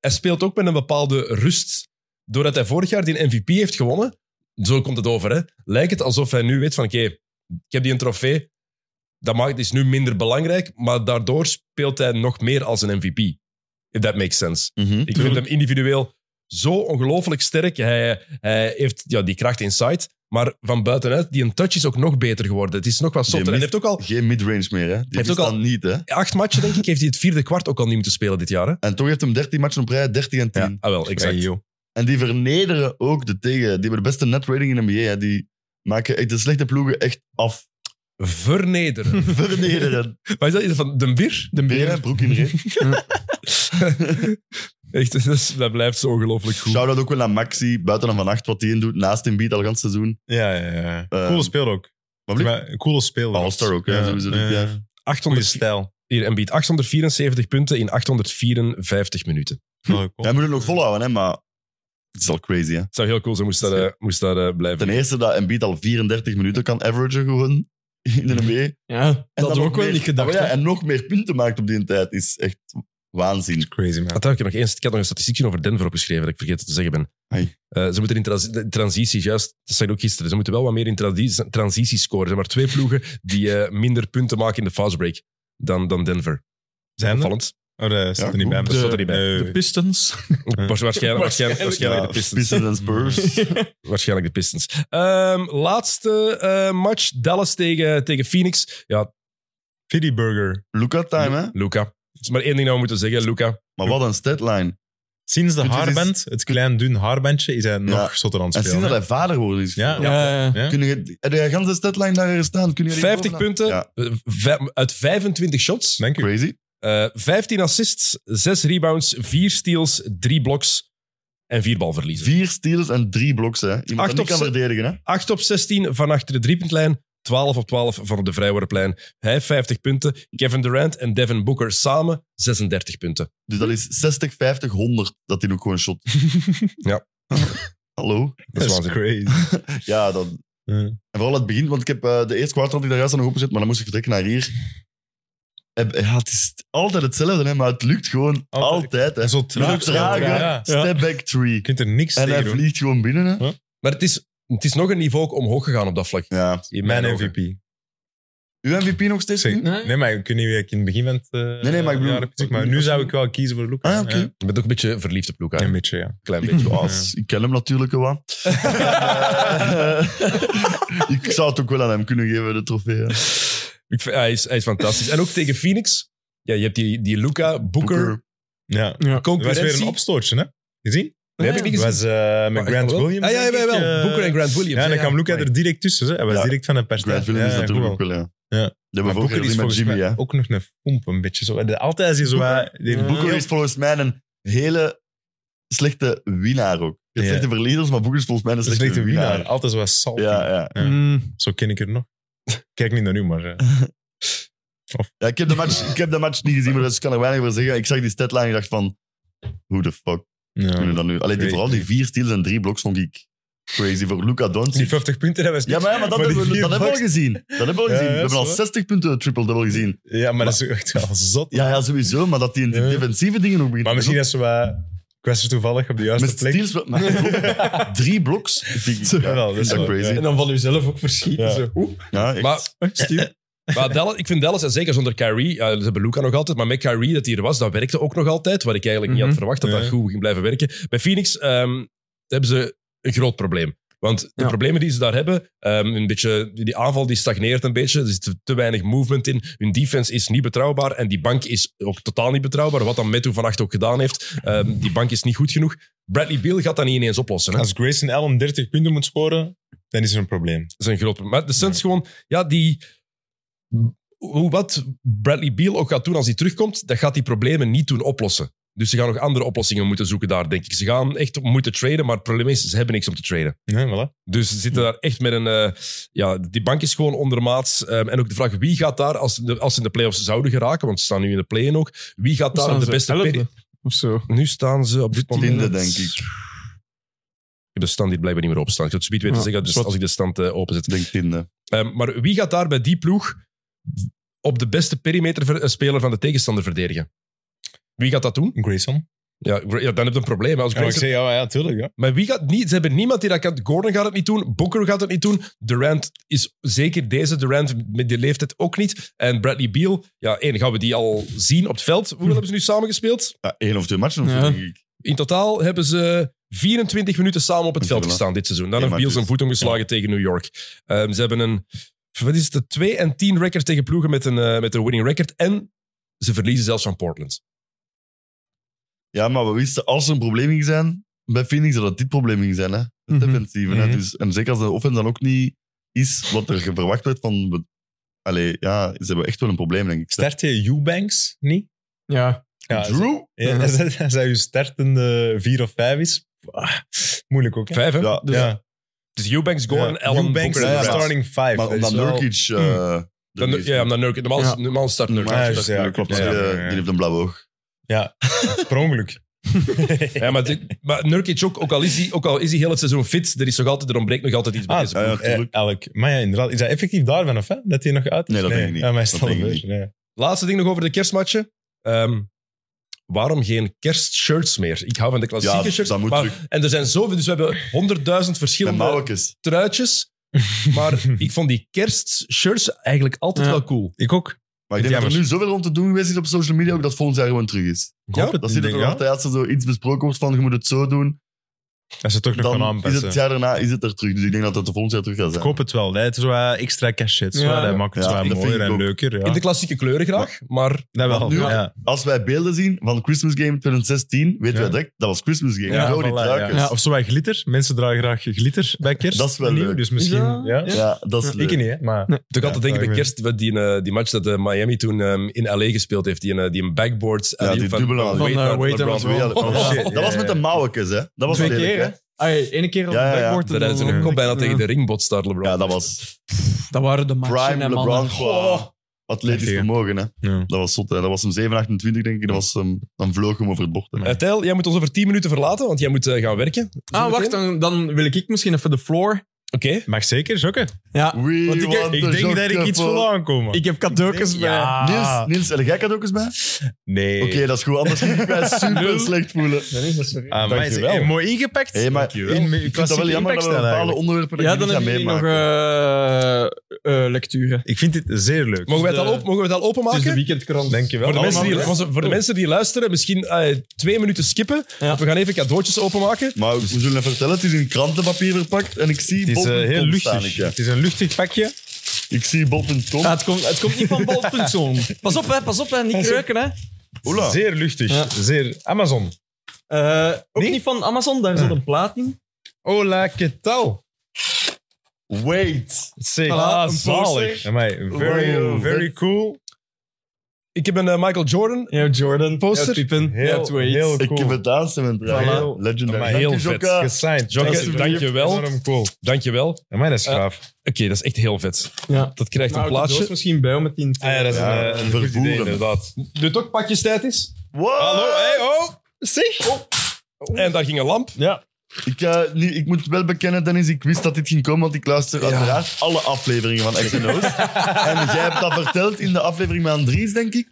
A: hij speelt ook met een bepaalde rust. Doordat hij vorig jaar die MVP heeft gewonnen, zo komt het over, hè, lijkt het alsof hij nu weet van oké, ik heb die een trofee, dat maakt, is nu minder belangrijk, maar daardoor speelt hij nog meer als een MVP. If that makes sense.
C: Mhm.
A: Ik vind hem individueel zo ongelooflijk sterk. Hij, hij heeft ja, die kracht inside, maar van buitenuit, die een touch is ook nog beter geworden. Het is nog wat softer. En Hij
C: mist-
A: heeft ook al
C: Geen midrange meer, hè. Die
A: heeft ook
C: is dan
A: al-
C: niet, hè.
A: acht matchen, denk ik, heeft hij het vierde kwart ook al niet moeten spelen dit jaar. Hè?
C: En toch heeft hem 13 matchen op rij, 13 en 10.
A: Ja, ah, wel, exact.
D: Ja, joh.
C: En die vernederen ook de tegen. Die hebben de beste net rating in de NBA, hè. Die maken echt de slechte ploegen echt af.
A: [laughs] Vernederen.
C: Vernederen.
A: Wat is dat? Is dat van Den Bier? [laughs]
B: De
C: Weer
B: beer.
C: een broek in de reet.
A: Echt, dat, is- dat blijft zo ongelooflijk goed.
C: Shout-out ook wel naar Maxi, buiten dan vannacht, wat hij in doet, naast Embiid al het seizoen.
D: Ja, ja, ja.
C: Eh,
D: coole speel ook.
C: Wat bleek?
D: Maar een coole speel.
C: All-star ook, hè, sowieso, dit jaar.
D: Goeie
A: 800,
C: [laughs]
D: stijl.
A: hier, Embiid, 874 punten in 854 minuten.
D: Oh, cool.
C: Hij moet het nog volhouden, hè, maar het is al crazy. Hè.
A: Het zou heel cool zijn, moest dat, eh, moest dat eh, blijven.
C: Ten eerste dat Embiid al 34 minuten kan averagen gewoon in de NBA. En
B: Ja, dat hadden we
C: nog
B: ook wel
C: meer-
B: niet gedacht.
C: Oh ja,
B: hè.
C: en nog meer punten maakt op die tijd is echt waanzin.
D: Crazy, man.
A: Wat heb Ah, ik, nog eens, ik had nog een statistiekje over Denver opgeschreven dat ik vergeten te zeggen ben.
C: Hey.
A: Eh, ze moeten in transi- de transitie, juist, dat zei ik ook gisteren, ze moeten wel wat meer in transi- transitie scoren. Er zijn maar twee ploegen die eh, minder punten maken in de fastbreak dan, dan Denver.
D: Zijn er?
A: Opvallend.
D: Oh, dat staat
C: Ja,
D: er
C: goed.
D: niet bij.
A: Dat
D: maar staat
A: staat er niet bij.
D: Nee.
B: De Pistons.
A: Waarsch- Waarschijnlijk, [laughs] waarschijnlijk, waarschijnlijk
C: Ja,
A: de Pistons.
C: Pistons en Spurs.
A: Waarschijnlijk de Pistons. Ehm, laatste eh, match, Dallas tegen, tegen Phoenix. Ja,
D: Fiddy Burger.
C: Luca time, hè?
A: Luca. Er is maar één ding dat we moeten zeggen, Luca.
C: Maar wat een statline.
D: Sinds de
C: Puntjes is-
D: haarband, het klein dun haarbandje, is hij nog zotter aan het
C: En sinds dat
D: spelen.
C: hij vader wordt is.
D: Ja.
B: Ja, ja.
D: Ja.
C: Kun je, heb jij gans de statline daar gestaan? Kun je die
A: 50
C: bovenaan-
A: punten
C: Ja,
A: eh, vij- uit 25 shots.
D: Dank u.
C: crazy.
A: Eh, 15 assists, 6 rebounds, 4 steals, 3 bloks en 4 balverliezen.
C: Vier steals en drie bloks, hè. Iemand
A: Acht
C: dat niet
A: op
C: kan
A: ze-
C: verdedigen, hè.
A: 8 op 16 van achter de driepuntlijn. 12 op 12 van de vrijwoordenplein. Hij heeft 50 punten. Kevin Durant en Devin Booker samen 36 punten.
C: Dus dat is 60, 50, 100 dat hij ook gewoon
D: [laughs]
C: shot.
A: Ja.
C: Hallo?
A: Dat is waanzinnig.
D: crazy.
C: Ja, dan. En vooral het begin, want ik heb eh, de eerste kwart had ik daar juist nog opgezet, maar dan moest ik vertrekken naar hier. En, eh, Ja, het is altijd hetzelfde, hè, maar het lukt gewoon
D: Altijd.
C: altijd. hè.
D: En zo
C: Traag,
D: traag. zo traag,
C: hè.
D: ja. Je
C: Step back three.
D: kunt er niks
C: En hij
D: tegen doen.
C: vliegt gewoon binnen. Hè.
A: Maar het is, het is nog een niveau ook omhoog gegaan op dat vlak.
C: Ja.
A: In
D: Mijn
A: ogen.
D: MVP.
C: Uw MVP nog steeds?
D: Zeg,
C: niet?
B: Nee.
D: nee, maar ik weet niet wie ik in het begin van het eh,
C: nee, maar ik
D: jaar
C: bedoel-
D: heb gezegd, maar nu zou ik wel kiezen voor Luca.
C: Ah, ja, oké.
A: Ik ben ook een beetje verliefd op Luca.
D: Een beetje, ja.
A: klein
C: Ik, ja, als- ik ken hem natuurlijk wel
D: [laughs]
C: wat. Eh, [laughs] ik zou het ook wel aan hem kunnen geven, de trofee. hè.
A: Ik vind- hij, is, hij is fantastisch. En ook tegen Phoenix. Ja, je hebt die, die Luca, Booker,
C: Booker.
D: ja.
B: Ja.
D: Het was
A: concurrentie.
D: weer een opstootje, hè? Gezien?
A: Nee, heb ik niet
D: Het
A: gezien.
D: was eh,
A: Maar
D: met
A: ik
D: Grant
A: wel.
D: Williams.
A: Ah, ja,
D: denk
A: ja,
D: ik,
A: wel.
D: eh,
A: Booker en Grant Williams.
D: Ja, en dan
A: Ja,
D: kwam Luca
A: amai.
D: er direct tussen. Hè? Hij was
C: Ja.
D: direct van de pers.
C: Grant Williams
D: Ja, ja,
C: natuurlijk ook
D: goed wel.
C: wel, dus ja.
D: Ja.
C: Dat hebben
D: Maar
C: we vorige
D: Booker
C: keer
D: is
C: gezien met
D: volgens
C: Jimmy,
D: mij
C: hè.
D: ook nog een pomp, een beetje. Zo. De- Altijd is hij zo...
C: Booker-
D: eh, die-
B: Ja.
C: Booker is volgens mij een hele slechte winnaar ook. Je hebt
D: Ja.
C: slechte verliezers, maar Booker is volgens mij een
D: Een
C: slechte,
D: slechte
C: winnaar.
D: winnaar. Altijd zo wat salty.
C: Ja, ja.
D: Ja.
B: Mm.
D: Zo ken ik er nog. Kijk niet naar nu, maar... eh,
C: ja ik, heb de match, ik heb de match niet gezien, maar dus ik kan er weinig over zeggen. Ik zag die statline en ik dacht van... Who the fuck Kunnen
D: Ja.
C: dan nu, allee, die,
D: Weet
C: vooral die vier steals en drie bloks vond ik crazy voor Luca
D: Die
C: Doncic.
D: 50 punten hebben ze
C: Ja, maar, ja, maar dat,
D: die
C: hebben, we,
D: vier
C: dat hebben we al
D: blocks-
C: gezien. Dat hebben we al
D: Ja,
C: gezien.
D: ja,
C: we hebben al
D: zo.
C: 60 punten triple-double gezien.
D: Ja, maar dat is echt wel zot.
C: Ja, ja, sowieso. Maar dat die in de
D: Ja.
C: defensieve dingen ook begint.
D: Maar
C: te
D: misschien
C: doen.
D: dat ze wel kwestie toevallig op de juiste
C: met
D: plek.
C: steals... wel- Maar, klopt. drie bloks. die- ja,
D: wel, dat is
C: dat
D: wel,
C: crazy.
D: ja.
B: En dan van uzelf ook verschieten.
D: Ja. Eh,
B: Zo. Oeh,
C: Ja, echt.
A: Maar,
B: Steve.
A: maar Dallas, ik vind Dallas, en zeker zonder Kyrie, ja, ze hebben Luca nog altijd, maar met Kyrie dat hij er was, dat werkte ook nog altijd. Wat ik eigenlijk niet
B: Mhm.
A: had verwacht, dat dat
D: Ja.
A: goed ging blijven werken. Bij Phoenix ehm, hebben ze een groot probleem. Want de
B: Ja.
A: problemen die ze daar hebben, ehm, een beetje, die aanval die stagneert een beetje, er zit te, te weinig movement in, hun defense is niet betrouwbaar en die bank is ook totaal niet betrouwbaar, wat dan Metu vannacht ook gedaan heeft. Ehm, die bank is niet goed genoeg. Bradley Beal gaat dat niet ineens oplossen. Hè?
D: Als Grayson Allen 30 punten moet scoren, dan is er een probleem.
A: Dat is een groot probleem. Maar de Suns gewoon, ja, die. Hoe wat Bradley Beal ook gaat doen als hij terugkomt, dat gaat die problemen niet doen oplossen. Dus ze gaan nog andere oplossingen moeten zoeken daar, denk ik. Ze gaan echt moeten traden, maar het probleem is, ze hebben niks om te traden.
D: Ja, voilà.
A: Dus ze zitten daar echt met een... eh, ja, die bank is gewoon ondermaats. Ehm, en ook de vraag, wie gaat daar, als, de- als ze in de playoffs zouden geraken, want ze staan nu in de play-in ook, wie gaat daar op de beste... peri-
B: Of zo.
A: Nu staan ze op dit moment...
C: Tiende, denk ik.
A: Ik heb de stand die blijkbaar niet meer opstaan. Ik zou het zoiets weten
B: Ja,
A: zeggen, dus
B: zwart.
A: als ik de stand eh, openzet.
C: Ik denk tiende.
A: Ehm, maar wie gaat daar bij die ploeg op de beste perimeterspeler van de tegenstander verdedigen? Wie gaat dat doen?
D: Grayson.
A: Ja, Gra- ja dan heb je een probleem. hè, Als
D: Ja, ik
A: Grayson-
D: zei, ja, ja, tuurlijk. Ja.
A: Maar wie gaat niet? Ze hebben niemand die dat kan. Gordon gaat het niet doen. Booker gaat het niet doen. Durant is zeker deze Durant met die leeftijd ook niet. En Bradley Beal, ja, één, gaan we die al zien op het veld. Hoeveel hebben ze nu samengespeeld?
C: Ja, één of twee matchen of zo,
B: Ja.
C: denk ik.
A: In totaal hebben ze 24 minuten samen op het
C: Ja,
A: veld
C: voilà.
A: gestaan dit seizoen. Dan
C: Ja,
A: heeft
C: maar
A: Beal
C: het
A: zijn
C: is-
A: voet omgeslagen tegen New York. Ehm, ze hebben een wat is het, een 2 en 10 record tegen ploegen met een, eh, met een winning record. En ze verliezen zelfs van Portland.
C: Ja, maar we wisten als er een probleem ging zijn bij Phoenix, dat het dit probleem ging zijn. Hè? Het
B: Mhm.
C: defensieve. Hè?
D: Mhm.
C: Dus, en zeker als de offense dan ook niet is wat er verwacht werd van... we- Allee, ja, ze hebben echt wel een probleem, denk ik.
D: Start je Eubanks niet?
B: Ja.
D: Ja, als-
C: Drew?
D: ja, [laughs] als, hij- als hij je startende 4 of 5 is, ah, moeilijk ook. Hè?
A: Vijf, hè?
C: Ja,
B: Dus-
D: ja.
A: Dus Eubanks, Gordon,
D: Ja.
A: Allen,
D: Eubanks
A: Booker
C: ja,
A: en
D: is
C: ja.
A: Durant.
D: starting 5.
C: Maar omdat Nurkic... eh,
A: Dan,
C: er is.
A: ja, dan Nurkic. Normaal, is-
B: Ja.
A: normaal start Nurkic.
C: Ja,
D: ja,
C: dat
D: ja,
C: klopt.
D: ja,
C: die,
D: ja,
C: eh,
D: ja.
C: die heeft een blauw oog.
D: per [laughs] ongeluk.
A: Ja, maar, dit- maar Nurkic ook, ook al, is hij, ook al is hij heel het seizoen fit, er, is nog altijd, er ontbreekt nog altijd iets bij
D: Ah,
A: deze
C: ja,
A: ploeg.
C: ja.
D: Eh, elk. Maar ja, inderdaad. Is dat effectief daarvan of hè? dat hij nog uit is?
C: Nee, dat denk ik niet.
D: Ja, maar hij
C: Dat
D: is al
C: denk ik
D: weer,
C: niet.
D: nee.
A: Laatste ding nog over de kerstmatchen. Ehm, waarom geen kerstshirts meer? Ik hou van de klassieke
C: Ja,
A: shirts.
C: dat moet
A: maar-
C: terug.
A: En er zijn zoveel, dus we hebben honderdduizend
C: Met
A: verschillende
C: mouwekes.
A: truitjes. Maar
B: [laughs]
A: ik vond die kerstshirts eigenlijk altijd
B: Ja.
A: wel cool.
D: Ik ook.
C: Maar ik denk dat er
D: Jammer.
C: nu zoveel rond te doen geweest is op social media, ook dat het volgend jaar gewoon terug is.
D: Ik
A: Ja,
D: hoop het.
C: Dat zit er
D: Ik
C: nog
D: denk, ja,
C: altijd, als er zoiets besproken wordt van je moet het zo doen,
D: Dat ze toch nog gaan
C: dan is
D: aanpassen.
C: het jaar daarna is het er terug. Dus ik denk dat dat de volgend jaar terug gaat
D: Ik
C: zijn.
D: hoop het wel. hè. Het is wel eh, extra cachet. zo.
B: Ja.
D: Dat maakt het
C: Ja,
D: wel
C: dat vind
D: mooier
C: ik
D: en
C: ook.
D: leuker. Ja.
A: In de klassieke kleuren graag, maar
D: dat wel.
C: Want nu-
D: ja.
C: Als wij beelden zien van Christmas Game 2016, weten
D: Ja.
C: wij direct, dat was Christmas Game.
D: Ja,
C: Zo die
D: voilà,
C: truikens.
D: ja. Of zo bij glitter. Mensen dragen graag glitter bij kerst.
C: Dat is wel
D: Nieuw,
C: leuk.
D: Dus misschien...
B: Ja.
D: Ja.
B: Ja.
C: Ja, dat is leuk.
D: Ik niet, hè, maar...
A: toch
D: Ja,
A: altijd denk ik bij
D: ik
A: kerst, wat die, eh, die match dat eh, Miami toen ehm, in L.A. gespeeld heeft, die, een, eh, die een backboard
C: Ja, die dubbele alley-oop.
B: Van, eh, Wade
A: LeBron.
B: was wel-
C: Twee-
D: Oh,
C: dat
D: shit,
C: was-
D: ja,
C: dat was
D: ja,
C: met
D: ja.
C: de mouwekes, hè. Dat was
B: Twee
C: lelijk,
B: keer,
C: hè.
B: hè? Ah, ja, Eén keer op
C: Ja, ja,
B: de
C: ja.
B: backboard. en
A: Daar is
B: dan-
A: een ook bijna
B: Ja.
A: tegen de ringbotst daar, LeBron.
C: Ja, dat was
B: Dat waren de matchen, Oh.
C: prime
B: hè, mannen.
C: LeBron qua atletisch
D: Tegen.
C: vermogen, hè.
D: Ja.
C: Dat was zot, hè. Dat was hem 7,28, denk ik. Dat was, ehm, hem- dan vloog hem over het bocht. hè.
A: Eh, Tijl, jij moet ons over 10 minuten verlaten, want jij moet eh, gaan werken.
B: Ah,
A: Zometeen.
B: wacht, eh. dan, dan wil ik misschien even de floor.
A: Oké.
D: Mag zeker, Jokke.
B: Ja,
C: We
B: want ik,
C: want
D: Ik
C: de
D: denk dat ik
C: Jokke
D: iets
C: voor-
D: wil aankomen.
B: ik heb cadeautjes bij.
D: Ah.
C: Niels, Niels, heb jij cadeautjes bij?
D: Nee.
C: Oké, dat is goed. Anders moet ik mij super slecht voelen.
B: Dat is dat sorry.
D: Ah, maar is
A: Dankjewel.
D: eh, mooi ingepakt.
C: Hey, maar
D: Dankjewel.
C: ik,
D: In-
C: ik vind het
D: klassieke
C: wel jammer dat we
D: impactstijl
C: bepaalde
D: eigenlijk.
C: onderwerpen
B: Ja,
C: dat ik
B: dan
C: niet ga
B: hebben jullie nog
C: meemaken.
B: eh, eh, lecturen.
D: Ik vind dit zeer leuk.
A: Mogen, wij het al
B: Dus de-
A: op, mogen we het al openmaken?
B: Het is de weekendkrant.
D: Dankjewel.
A: Voor de, mensen die,
D: Allemaal-
A: want voor de mensen die luisteren, misschien eh, twee minuten skippen.
B: Ja.
A: We gaan even cadeautjes openmaken.
C: Maar we zullen even vertellen, het is in krantenpapier verpakt en ik zie
D: Het is eh,
C: bol.com
D: heel
C: staan. Ik,
D: luchtig.
C: ja.
D: Het is een luchtig pakje.
C: ik zie bol.com.
B: Ah, het, komt, het komt niet van bol.com. Pas op, hè, pas op, hè, niet kreuken. Hè.
C: Oula.
D: Zeer luchtig.
B: Ja.
D: Zeer Amazon.
B: Eh, ook
D: Nee?
B: niet van Amazon, daar zit een plaat in.
D: Hola, que tal?
C: Wait.
D: Zeg,
B: Ah,
D: ah,
B: een
D: zalig.
B: poster.
D: Amai, very,
C: Wow,
D: very
C: vet.
D: cool.
A: Ik heb een eh, Michael Jordan.
B: Ja, Jordan.
A: Poster.
B: Ja, Pippen.
D: Heel-
B: Ja, Wade.
D: heel-
C: Ik
D: Cool.
C: heb het aan, Cement.
D: Voilà.
C: Legendary.
D: Amai,
A: heel
C: Dank je,
A: vet.
C: Jokka.
D: Gesigned.
A: Jokke,
D: Alsjeblieft.
A: dankjewel.
D: Enorm cool.
A: Dankjewel.
D: Amai, dat is
A: Ja.
D: gaaf.
A: Oké, dat is echt heel vet.
B: Ja.
A: Dat krijgt
B: Nou,
A: een
B: ik heb
A: plaatsje.
B: doos misschien bij om het in te...
D: Ah, ja, dat is
C: Ja,
D: een, eh, een goed
C: vervoeren.
D: idee, inderdaad.
A: Doe het ook pakjes tijd is.
C: Wow.
D: Hallo, hey, oh.
A: Zeg. En daar ging een lamp.
E: Ja.
C: Ik, eh, nu, ik moet wel bekennen, Dennis, ik wist dat dit ging komen, want ik luister uiteraard alle afleveringen van X O's.
D: [laughs]
C: en jij hebt dat verteld in de aflevering met Andries, denk ik.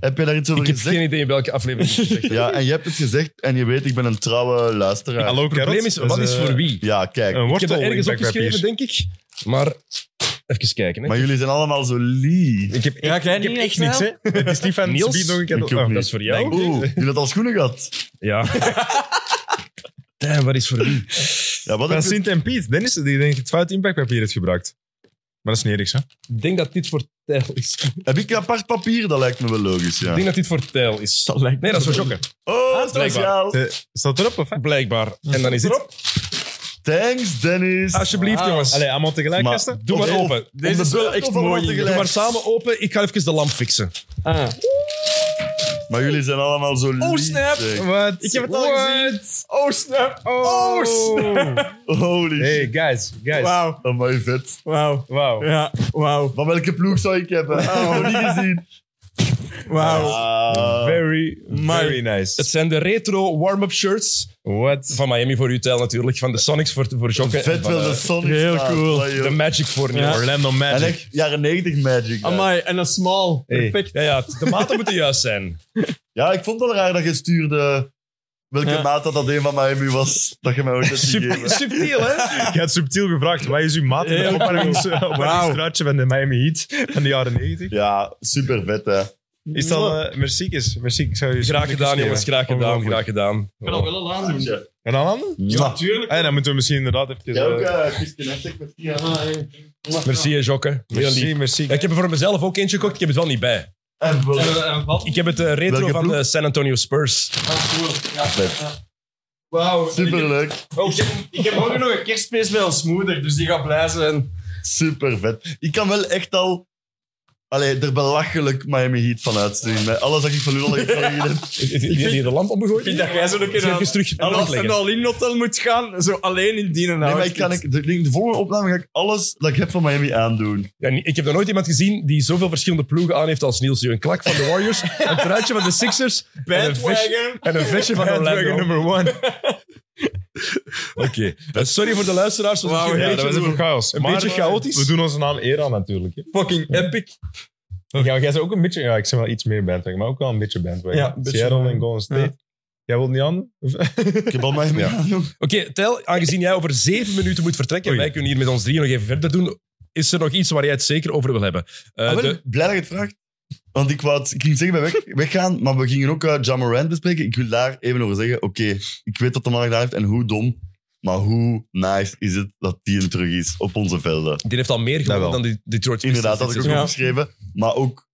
C: Heb je daar iets over
A: Ik heb
C: gezegd?
A: geen idee in welke aflevering het
C: [laughs]
A: gezegd.
C: Ja, en je hebt het gezegd en je weet, ik ben een trouwe luisteraar.
D: Hallo, Oh.
A: Het probleem is, wat is voor wie?
C: Ja, kijk.
D: eh, Een
A: Ik heb
D: wortel
A: dat ergens
D: in bakpapier.
A: opgeschreven, denk ik. Maar even kijken. Hè.
C: Maar jullie zijn allemaal zo lief.
D: Ik heb echt,
B: Ja, jij
D: ik heb
B: niet,
D: echt
B: Axel?
D: niks, hè. Het is [laughs] niet van...
A: Niels?
D: Niels? nog een keer.
C: Ik ook
D: Oh,
C: niet.
D: dat is voor jou.
C: Oeh, jullie hebben al schoenen gehad.
A: Ja. Damn, wat is voor wie?
C: Ja, wat
D: Van
C: heb je-
D: Sint en Piet. Dennis, die denkt het fout inpakpapier heeft gebruikt. Maar dat is niet erg, hè.
A: Ik denk dat dit voor Tijl is.
C: heb ik apart papier? Dat lijkt me wel logisch,
A: Ik
C: ja.
A: denk dat dit voor Tijl is.
B: Dat lijkt
A: Nee, dat is voor Jokke.
C: Oh, speciaal.
D: Eh, Staat erop, of hè?
A: Blijkbaar. En dan is het...
C: Thanks, Dennis.
A: Alsjeblieft, jongens.
D: Allee, allemaal tegelijk,
C: Maar-
D: gasten?
A: Doe maar
C: Of-
A: open.
B: Deze is wel echt
C: Of allemaal
B: mooi.
A: Doe
C: tegelijk.
A: maar samen open. Ik ga even de lamp fixen.
B: Ah.
C: Maar jullie zijn allemaal zo lief.
B: Oh, snap.
C: zeg.
D: Wat? Ik
B: heb het al
D: gezien.
B: Oh, snap.
D: Oh, [laughs] snap.
C: Holy
D: Hey,
C: shit.
D: guys. Guys.
B: Wauw.
C: Amai, vet.
B: Wauw.
D: Wauw.
B: Ja, wauw.
C: Van welke ploeg zou ik hebben? Oh, niet gezien.
B: Wauw.
C: Ah.
D: Very,
B: Amai.
D: very
A: Het
D: nice.
A: zijn de retro warm-up shirts.
D: What?
A: Van Miami voor Utel natuurlijk. Van de Sonics voor, voor Jokke. en
C: Vet
A: van,
C: wel
A: eh,
C: de zon
B: heel cool.
A: de Magic voor Niels.
D: Orlando
C: En
D: Magic.
C: echt jaren 90 magic. ja.
B: Amai, en een small.
D: Hey.
B: Perfect.
A: Ja, ja, de maten moeten juist zijn.
C: Ja, ik vond het wel raar dat je stuurde welke
B: Ja.
C: maat dat dat een van Miami was. Dat je mij [laughs] ooit hebt gegeven.
A: Subtiel, hè?
D: Je had subtiel gevraagd, wat is uw maat in
B: Heel
D: het opwarmings- opwarmingsstraatje van de Miami Heat van de jaren 90?
C: Ja, super vet, hè.
D: Is dat... eh, merci, is. Merci, ik zou je...
A: Graag gedaan, jongens. Graag gedaan. Graag
D: Ongelooflijk.
A: gedaan.
B: Ik kan dat wel al aandoen.
D: En dan aan?
C: Mwah.
B: Tuurlijk.
D: Ah, dan moeten we misschien inderdaad even...
C: Jij ook,
D: eh,
C: eh, Christian, hè? Zeg met die, hè.
A: Merci, hè, Jokke. Heel lief.
D: merci, merci.
A: Ja, ik heb er voor mezelf ook eentje gekocht. Ik heb het wel niet bij.
C: En voilà.
A: Ik heb het eh, retro
C: Welke
A: van
C: ploeg?
A: de San Antonio Spurs.
B: Wauw. oh,
C: Superleuk.
B: Ik heb, ik heb ook nog een kerstfeest bij ons moeder, dus die gaat blij zijn.
C: Super vet. Ik kan wel echt al... Allee, er belachelijk Miami Heat van uitsturen. Met alles wat ik van u al gekregen [laughs] heb.
A: Die, die, die de lamp omgegooid?
B: Ik vind dat jij zo een keer
A: Even
B: aan-
A: terug
B: en
A: aan het
B: als
A: leggen.
B: een all-in hotel moet gaan, zo alleen in die
C: Nee,
B: en
C: maar
B: outfit.
C: ik kan, ik, de, de volgende opname ga ik alles dat ik heb van Miami aandoen.
A: Ja, nie- ik heb nog nooit iemand gezien die zoveel verschillende ploegen aan heeft als Niels. Een klak van de Warriors, een truitje van de Sixers en een, vest-
B: Bandwagon.
A: en een vestje van
D: Bandwagon
A: Orlando.
D: number one.
A: Oké. Eh, Sorry voor de luisteraars. was
B: Wauw,
A: misschien een
D: Ja,
A: beetje
D: dat was even
A: moeilijk.
D: chaos.
A: Een beetje
D: eh,
A: chaotisch.
D: We doen onze naam eer aan natuurlijk. hè.
B: Fucking epic.
D: Ja, maar jij zei ook een beetje... Ja, ik zei wel iets meer bandwagon, maar ook wel een beetje bandwagon.
B: Ja, een beetje,
D: Seattle
B: eh,
D: en Golden State.
B: ja.
D: Jij wilt niet aan?
C: Ik heb al Miami
A: Ja.
C: aan, jong.
A: Oké, Tel, aangezien jij over zeven minuten moet vertrekken, en
D: Oei.
A: wij kunnen hier met ons drieën nog even verder doen, is er nog iets waar jij het zeker over wil hebben? Eh,
C: Ah, wel,
A: de,
C: Blij dat je het vraagt. Want ik, wou het- ik ging zeggen bij weg, [laughs] weggaan, maar we gingen ook uh, John Morant bespreken. Ik wil daar even over zeggen. Oké, ik weet dat de man gedaan heeft en hoe dom. Maar hoe nice is het dat die hem terug is op onze velden.
A: die heeft al meer gewonnen
D: wel.
A: dan de Detroit Pistons.
C: Inderdaad, dat had ik ook
B: Ja.
C: opgeschreven. Maar ook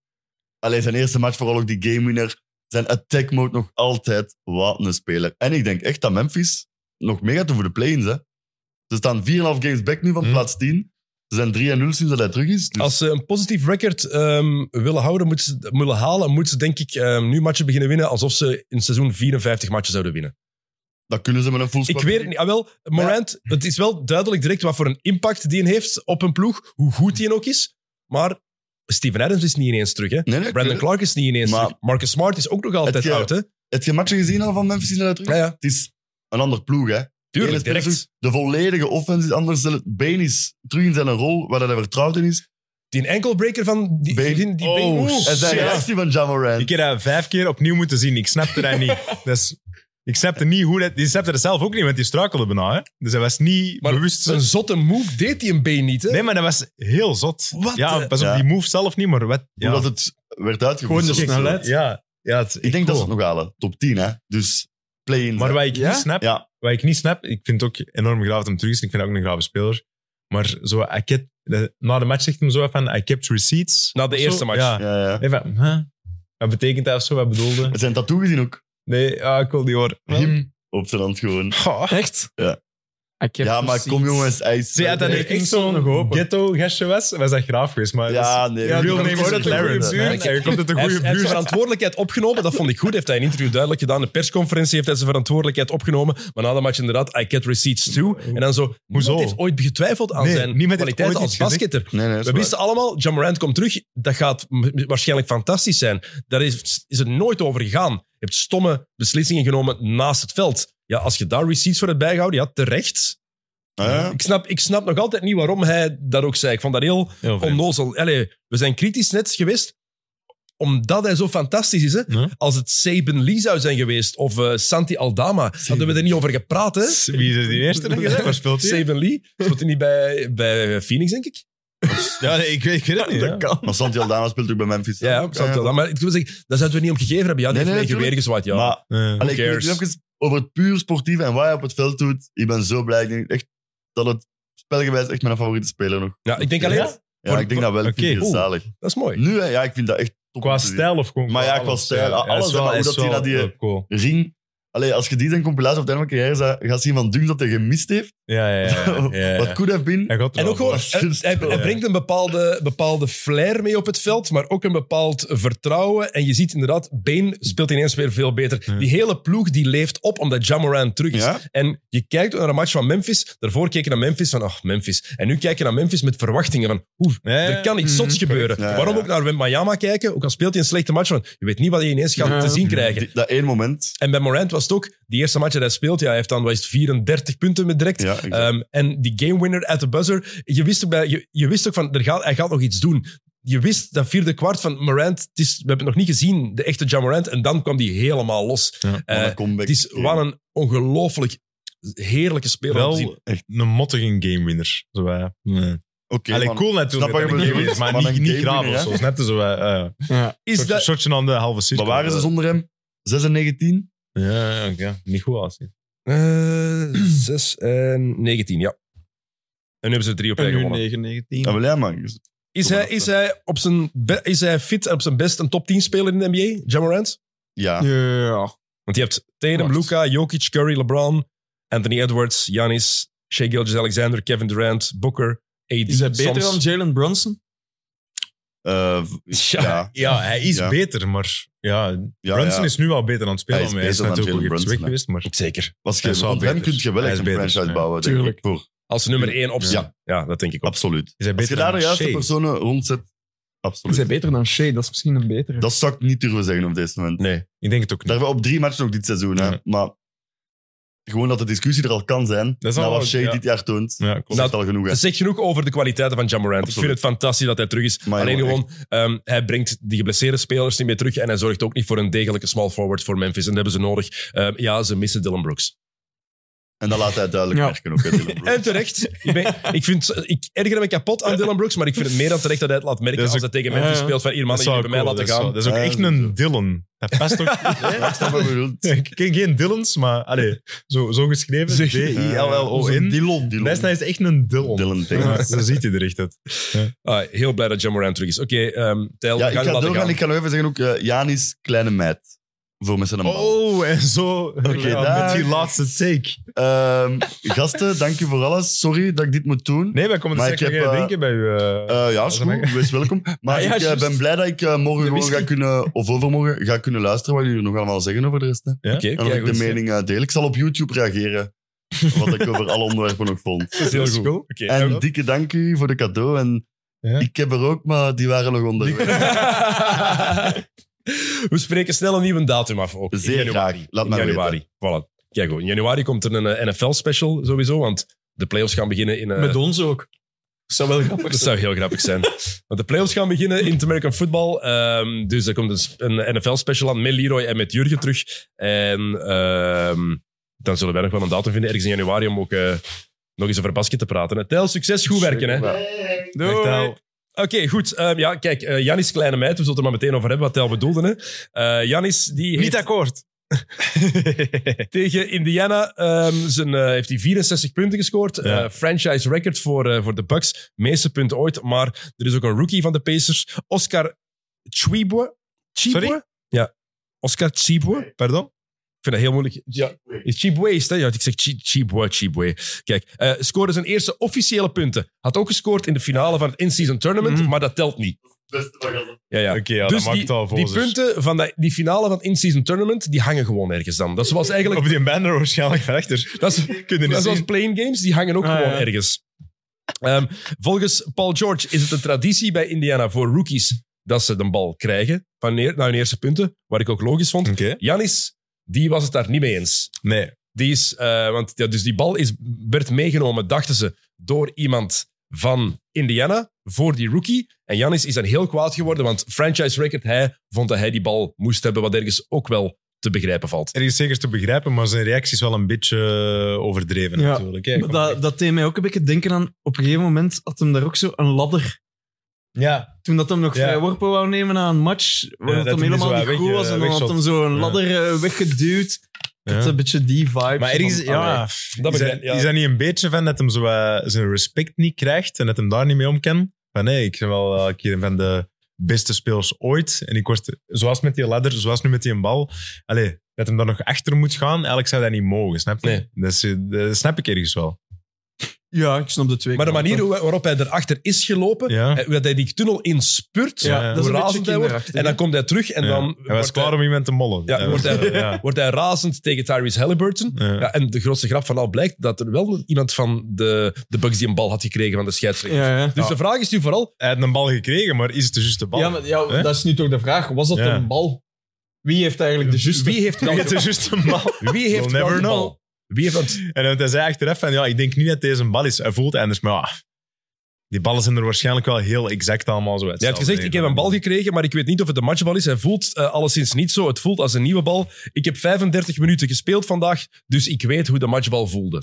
C: alleen zijn eerste match, vooral ook die game winner. Zijn attack mode nog altijd. Wat een speler. En ik denk echt dat Memphis nog mee gaat doen voor de play-ins. Hè. Ze staan 4,5 games back nu van
D: Hmm.
C: plaats 10. Ze zijn 3-0 sinds dat hij terug is. Dus
A: Mhm. Als ze een positief record ehm, willen houden, moeten ze, willen halen, moeten ze denk ik ehm, nu matchen beginnen winnen, alsof ze in het seizoen 54 matchen zouden winnen.
C: dat kunnen ze met een full
A: Ik
D: Dus
C: squad.
A: weet het niet. Ah, wel, Morant, het is wel duidelijk direct wat voor een impact die hij heeft op een ploeg, hoe goed die ook is. Maar Steven Adams is niet ineens terug, hè?
C: Nee, nee, ik weet
A: Brandon
C: het.
A: Clark is niet ineens
C: Maar-
A: terug. Marcus Smart is ook nog altijd
C: Het ge-
A: oud, hè?
C: Heb je matchen gezien al van Memphis sinds dat hij terug is?
A: Ja, ja.
C: Het is een ander ploeg, hè. Ene
A: Tuurlijk,
C: speler
A: direct.
C: terug, De volledige offense is anders. dan het- Bane is terug in zijn rol, waar hij vertrouwd in is.
A: Die enkelbreaker van... Die,
C: Bane.
A: die, die- die
D: Oh,
A: Bane- Oeh.
D: shit.
C: En zijn
D: Ja.
C: reactie van Jamoran.
D: Ik heb dat vijf keer opnieuw moeten zien. Ik snapte dat niet. Dus ik snapte niet hoe dat... Die snapte dat zelf ook niet, want die struikelde bijna. Hè? Dus hij was niet
A: Maar
D: bewust...
A: Zo'n zotte move deed hij een been niet, hè?
D: Nee, maar dat was heel zot.
A: Wat
D: Ja,
A: de-
D: pas op,
C: Ja.
D: die move zelf niet, maar wat... Ja,
C: Omdat het werd
B: Gewoon
C: uitgevoerd.
B: de snelheid. het-
D: ja, ja het is
C: Ik
D: echt
C: denk dat ze
D: cool.
C: het nog halen. Top 10, hè. Dus play-in.
D: Maar wat ik,
B: Ja?
D: niet snap,
C: Ja.
D: wat ik niet snap, ik vind het ook enorm graaf dat hem terug is. en Ik vind dat ook een grave speler. Maar zo, I kept, de- na de match zegt hem zo van, I kept receipts.
A: Na de
D: Of
A: eerste
D: zo.
A: match.
D: Ja.
C: Ja, ja.
D: Even, huh? Wat betekent dat of zo? Wat bedoelde?
C: Zijn tattoo gezien ook.
D: Nee, ah, ik wil die hoor.
C: Hem op zijn hand gewoon.
D: Goh.
B: Echt?
C: Ja.
B: Ik heb
C: ja, maar
B: precies-
C: kom jongens. Hij is...
D: Zie je dat
B: Nee,
D: hij
B: ik
D: echt
B: stond nog
D: zo'n
B: open.
D: ghetto-gastje was? Was dat graaf geweest, maar...
C: Ja, nee.
B: Ja,
D: dat is- real
B: die komt
D: name
B: uit
D: is
B: een
D: het
B: goede
D: Clarence.
B: buurt.
D: hè. Hij komt uit een
A: Hij heeft,
D: goede
A: hij heeft
D: buurt.
A: verantwoordelijkheid opgenomen, dat vond ik goed. Heeft hij in een interview duidelijk gedaan. De persconferentie heeft hij zijn verantwoordelijkheid opgenomen. Maar na de match inderdaad, I get receipts too. En dan zo,
D: Hoezo?
A: niemand heeft ooit getwijfeld aan
D: Nee,
A: zijn
D: niemand heeft
A: kwaliteiten
D: ooit
A: als
D: iets gezegd.
A: basketter.
C: Nee, nee, dat is
A: We
C: waar.
A: wisten allemaal, John Morant komt terug. Dat gaat m- waarschijnlijk fantastisch zijn. Daar is, is er nooit over gegaan. Je hebt stomme beslissingen genomen naast het veld. Ja, als je daar receipts voor hebt bijgehouden, ja, terecht.
C: Ja,
A: Ik snap, ik snap nog altijd niet waarom hij dat ook zei. Ik vond dat heel
D: Heel vreemd.
A: onnozel. Allee, we zijn kritisch net geweest, omdat hij zo fantastisch is. Hè?
D: Ja.
A: Als het Saban Lee zou zijn geweest, of eh, Santi Aldama, hadden we er niet over gepraat, hè?
D: Wie is die eerste dat je zei? Waar speelt hij?
A: Saban Lee. Speelt hij niet bij, bij eh, Phoenix, denk ik?
D: Ja, nee, ik, weet, ik weet het niet. ja.
C: Maar Santi Aldana speelt ook bij Memphis.
A: Ja, ja, Santi Aldama. Maar ik wil zeggen, daar zouden we niet om gegeven hebben. Ja, die
C: Nee,
A: heeft
C: nee,
A: mijn geweer gezwaaid. Ja.
C: Maar
D: Ja.
C: Allee, ik wil het
A: cares?
C: even over het puur sportieve en wat hij op het veld doet. Ik ben zo blij. Ik denk echt dat het spelgewijs echt mijn favoriete speler nog.
A: ja, ik, denk alleen...
D: Ja?
C: Ja,
A: Voor-
C: ik denk dat wel. Ik vind
D: oké.
C: het zalig.
A: Dat is mooi.
C: Nu, hè, ja, ik vind dat echt top.
D: Qua
C: om te zien.
D: stijl of gewoon
C: Maar ja,
D: alles?
C: qua stijl,
D: Ja,
C: alles,
D: is wel-
C: maar hoe
D: is
C: dat hij
D: wel
C: dat die-
D: heel cool.
C: Ring. Allee, als je die zijn compilatie op het einde van mijn carrière zou- gaat zien van Dung dat hij gemist heeft.
D: Ja, ja, ja. ja, ja, ja.
C: Wat could have been.
D: Hij gaat er
A: En
D: wel
A: ook gewoon,
D: voor.
A: hij, hij- hij brengt een bepaalde, bepaalde flair mee op het veld, maar ook een bepaald vertrouwen. En je ziet inderdaad, Bane speelt ineens weer veel beter.
D: Ja.
A: Die hele ploeg die leeft op omdat Jamoran terug is.
C: Ja?
A: En je kijkt naar een match van Memphis. Daarvoor keek je naar Memphis van, ach, Memphis. En nu kijk je naar Memphis met verwachtingen van, oeh,
D: Ja, Mhm. ja.
A: er kan iets zots gebeuren.
C: Ja, ja.
A: Waarom ook naar Wembanyama kijken? Ook al speelt hij een slechte match, van, je weet niet wat je ineens gaat
B: Ja.
A: te zien krijgen.
C: Die- dat één moment.
A: En bij Morant was het ook, die eerste match dat hij speelt, ja, hij heeft dan wat is het, 34 punten met direct.
C: Ja, exact.
A: Ehm, en die game winner at the buzzer, je wist ook, bij, je, je wist ook van, er gaat, hij gaat nog iets doen. Je wist dat vierde kwart van Morant, het is, we hebben het nog niet gezien, de echte Ja Morant, en dan kwam die helemaal los.
D: Ja,
A: Eh,
C: Wat een comeback.
A: het is wat een ongelooflijk heerlijke speler om te zien.
D: wel
C: Echt.
D: een mottige gamewinner. Zo, ja. nee.
C: Oké,
D: Allee,
C: man.
D: cool natuurlijk,
C: Snap wat
D: dat
C: je
D: een
C: bedoelt,
D: gamewinner, maar,
C: maar
D: niet,
C: een
D: niet
C: gamewinner,
D: graven of
C: hè?
D: zo. Het is Net zo, eh, eh,
A: Is
D: shotje-
A: dat,
D: shotje aan de halve cirkel.
C: Maar waren ze zonder hem? 6 en 19?
D: Ja, ja, ja. niet goed als.
A: [clears throat] eh 6 en 19, ja. En nu hebben ze er drie op rij
B: nu
A: gewonnen.
B: 9, 19.
C: Ja, wel ja, man. Dus-
A: Is hij, is, hij op zijn be- is hij fit en op zijn best een top 10 speler in de NBA, Ja Morant?
C: Ja.
B: Ja.
A: Want je hebt Tatum,
B: Wacht.
A: Luca, Jokic, Curry, LeBron, Anthony Edwards, Giannis, Shea Gilgeous-Alexander, Kevin Durant, Booker, AD.
B: Is hij beter
A: soms.
B: dan Jalen Brunson?
C: Eh, v-
A: Ja.
C: ja.
D: Ja, hij is
C: Ja.
D: beter, maar ja,
C: Ja,
D: Brunson
C: ja.
D: is nu wel beter aan het spelen.
C: Hij is
D: maar Hij is,
C: beter dan
D: natuurlijk ook
C: Jalen
D: even weg
C: Brunson,
D: geweest, maar
A: Zeker.
C: Was
D: Hij
C: je,
D: is wel
C: want hem
D: beter.
C: kun je wel
D: Hij
C: echt
D: is
C: een
D: beter,
C: franchise
D: ja.
C: bouwen. Denk ik.
B: Tuurlijk.
C: Voor,
A: Als nummer één optie. Ja. dat denk ik ook.
C: absoluut.
D: is hij
C: Als je
D: beter
C: daar de
D: dan
C: juiste
D: Shea?
C: personen rondzet,
B: Is
C: absoluut.
B: hij beter dan Shea? Dat is misschien een betere.
C: Dat zou ik niet durven zeggen op deze moment.
A: Nee.
D: Ik denk het ook niet.
C: Daar we op drie matchen nog dit seizoen, hè.
D: Ja.
C: Maar gewoon dat de discussie er al kan zijn.
D: Dat is
C: na
D: al-
C: wat Shea
D: ja.
C: dit jaar toont.
D: Ja, klopt.
C: Dat is al genoeg, hè.
A: Dat zegt genoeg over de kwaliteiten van Jamorant. Ik
C: Absoluut.
A: vind het fantastisch dat hij terug is.
C: Maar
A: Alleen
C: jongen,
A: gewoon, ehm, hij brengt die geblesseerde spelers niet meer terug en hij zorgt ook niet voor een degelijke small forward voor Memphis. En dat hebben ze nodig. Ehm, ja, ze missen Dylan Brooks.
C: En dat laat hij duidelijk
B: Ja.
C: merken ook, hè, Dylan
D: [laughs]
C: Brooks.
A: En terecht. ik,
B: [laughs]
A: ben, ik, vind, ik erger me kapot aan Dylan Brooks, maar ik vind het meer dan terecht dat hij het laat merken
D: Dat is
A: als hij
D: ook-
A: tegen Memphis
B: Ja, ja.
A: speelt. Van, hier man,
D: zou
A: jullie bij mij
D: cool,
A: laten
D: dat is
A: gaan.
D: wel- Dat is ook
C: Ja,
D: echt
C: dat is
D: een Dylan. Dat
C: [laughs]
D: past ook
C: Ja, ik snap wat je bedoelt.
D: Ik ken geen Dylans, maar allee, zo, zo geschreven.
C: Zo'n
D: D-I-L-L-O-N.
C: Dylan. Dylan.
D: Lesna is echt een Dylan.
C: Dylan
D: Ja,
C: Taylor.
D: zo ziet hij er echt uit.
A: Ah, heel blij dat John Moran terug is. Oké, ehm Tijl,
C: Ja,
A: we
C: ik
A: gaan je
C: ga
A: laten
C: doorgaan.
A: gaan.
C: Ik ga nog even zeggen ook, eh, Janis, kleine meid. Voor met zijn man.
D: Oh, en zo. ja,
C: daar.
D: met die laatste take.
C: Ehm, gasten, dank je voor alles. Sorry dat ik dit moet doen.
D: Nee, wij komen
C: Maar
D: dus er
C: ik
D: straks
C: heb,
D: nog
C: eh,
D: drinken bij u. eh.
C: Eh, ja, is
D: Dat is
C: goed. Wees
A: [laughs]
C: welkom. Maar
A: Ah, ja,
C: ik eh,
A: juist.
C: ben blij dat ik eh, morgen
A: De
C: gewoon ga
A: whisky.
C: kunnen, of overmorgen, ga kunnen luisteren wat jullie nog allemaal zeggen over de rest. Hè.
D: Ja?
A: Oké,
C: En of
A: kijk,
C: ik de
A: goed.
C: mening eh, deel. Ik zal op YouTube reageren. Wat
A: [laughs]
C: ik over alle onderwerpen nog vond.
A: Dat is heel
D: Dat is
A: goed. [laughs]
D: cool.
A: Oké,
C: En
A: ja.
C: dikke dank u voor de cadeau. En
D: Ja.
C: ik heb er ook, maar die waren nog onderweg.
A: We spreken snel een nieuwe datum af. Ook. In
C: Zeer
A: januari.
C: graag. Laat
A: In
C: mij weten.
A: januari. Voilà. Kijk, goed. In januari komt er een eh, NFL-special sowieso, want de playoffs gaan beginnen in... eh,
B: Met ons ook. Zou wel grappig
A: dat zou heel grappig zijn. Want de playoffs gaan beginnen in het American Football. Ehm, dus er komt een, sp- een NFL-special aan met Leroy en met Jurgen terug. En ehm, dan zullen wij nog wel een datum vinden, ergens in januari, om ook eh, nog eens over basket te praten. hè. Tijl, succes, goed werken. Hè.
B: Doei.
D: Dag, Tijl.
A: Oké, goed. Ehm, ja, kijk, eh Janis Kleine Meid, we zullen het er maar meteen over hebben wat Tel bedoelde. Hè. Eh, Janis, die heeft
D: Niet akkoord. [laughs]
A: tegen Indiana ehm, zijn, eh, heeft hij 64 punten gescoord.
D: Ja.
A: Eh, franchise record voor, eh, voor de Bucks. Meeste punten ooit. Maar er is ook een rookie van de Pacers, Oscar Chibwe.
D: Sorry?
A: Ja. Oscar Chibwe.
D: Pardon?
A: Ik vind dat heel moeilijk. Ja. Is Chibwe is het, hè? Ja, ik zeg Chi- Chibwe, Chibwe. Kijk, eh scoorde zijn eerste officiële punten. Had ook gescoord in de finale van het in-season tournament,
D: Mhm.
A: maar dat telt niet.
C: [laughs] Beste van alles.
A: Ja, ja.
D: Oké, ja,
A: dus
D: dat maakt
A: die,
D: het al voor
A: die
D: ons.
A: punten van die, die finale van het in-season tournament, die hangen gewoon ergens dan. Dat is zoals eigenlijk...
D: Op die banner waarschijnlijk van achter.
A: [laughs] Dat is,
D: [laughs] Kunnen
A: dat
D: niet
A: is zoals
D: zien.
A: playing games, die hangen ook
B: Ah,
A: gewoon
B: ja.
A: ergens. Ehm, volgens Paul George is het een traditie bij Indiana voor rookies dat ze de bal krijgen van neer, naar hun eerste punten, wat ik ook logisch vond.
D: Oké.
A: Janis, die was het daar niet mee eens.
D: Nee.
A: Die is, eh, want ja, dus die bal is, werd meegenomen, dachten ze, door iemand van Indiana voor die rookie. En Janis is dan heel kwaad geworden, want franchise record, hij vond dat hij die bal moest hebben, wat ergens ook wel te begrijpen valt.
D: Er is zeker te begrijpen, maar zijn reactie is wel een beetje eh, overdreven
B: Ja.
D: natuurlijk. hè. Ik
B: Maar
D: vond het
B: dat,
D: echt-
B: dat deed mij ook een beetje denken aan... Op een gegeven moment had hem daar ook zo een ladder...
D: ja,
B: Toen dat hem nog
D: Ja.
B: vrijworpen wou nemen na een match, waar
D: Ja,
B: het
D: dat
B: hem
D: hij
B: helemaal
D: die
B: niet
D: zo
B: goed
D: weg,
B: was.
D: eh,
B: En dan had
D: wegshot.
B: hem zo een
D: Ja.
B: ladder eh, weggeduwd. Dat is
D: Ja.
B: een beetje die vibe.
D: Maar er is,
B: van,
D: ja,
B: allee.
D: is,
A: Dat
D: dat,
A: begrijp- ja.
D: is dat niet een beetje van dat hem zo, eh, zijn respect niet krijgt en dat hem daar niet mee om kan? Van nee, ik ben wel elke keer een van de beste spelers ooit. En ik word, zoals met die ladder, zoals nu met die bal. Allee, dat hem daar nog achter moet gaan, eigenlijk zou dat niet mogen, snap je?
A: Nee.
D: Dat, is, eh, dat snap ik ergens wel.
B: ja, ik snap de twee
A: Maar de
B: kanten.
A: manier hoe- waarop hij erachter is gelopen,
D: Ja.
A: eh, hoe dat hij die tunnel inspurt,
B: Ja,
D: Ja,
B: dat is
A: hoe
B: een beetje
A: razend hij wordt.
B: kinderachtig.
A: En dan komt hij terug en
D: Ja.
A: dan
D: hij was
A: wordt,
D: klaar
A: hij,
D: om iemand te mollen.
A: Ja,
D: Dat
A: wordt
D: was,
A: hij-
D: eh, [laughs] ja.
A: wordt hij razend tegen Tyrese Halliburton.
D: Ja.
A: Ja, en de grootste grap van al blijkt dat er wel iemand van de, de Bucks die een bal had gekregen van de scheidsrechter.
B: Ja, ja.
A: Dus
D: Ja.
A: de vraag is nu vooral,
D: Hij had een bal gekregen, maar is het de juiste bal?
B: Ja, maar ja,
D: Hè?
B: dat is nu toch de vraag. Was dat
D: Ja.
B: een bal? Wie heeft eigenlijk de juiste...
A: wie heeft
D: Is
A: wel
D: het de
A: de,
D: juiste bal?
A: wie heeft
D: We'll
A: wel
D: never
A: de
D: know.
A: bal? Wie heeft dat?
D: En want hij zei achteraf van, ja, ik denk niet dat deze een bal is. Hij voelt anders, maar ja, die ballen zijn er waarschijnlijk wel heel exact allemaal zo uit.
A: Jij hebt gezegd, ik heb een bal gekregen, maar ik weet niet of het een matchbal is. Hij voelt eh, alleszins niet zo. Het voelt als een nieuwe bal. Ik heb 35 minuten gespeeld vandaag, dus ik weet hoe de matchbal voelde.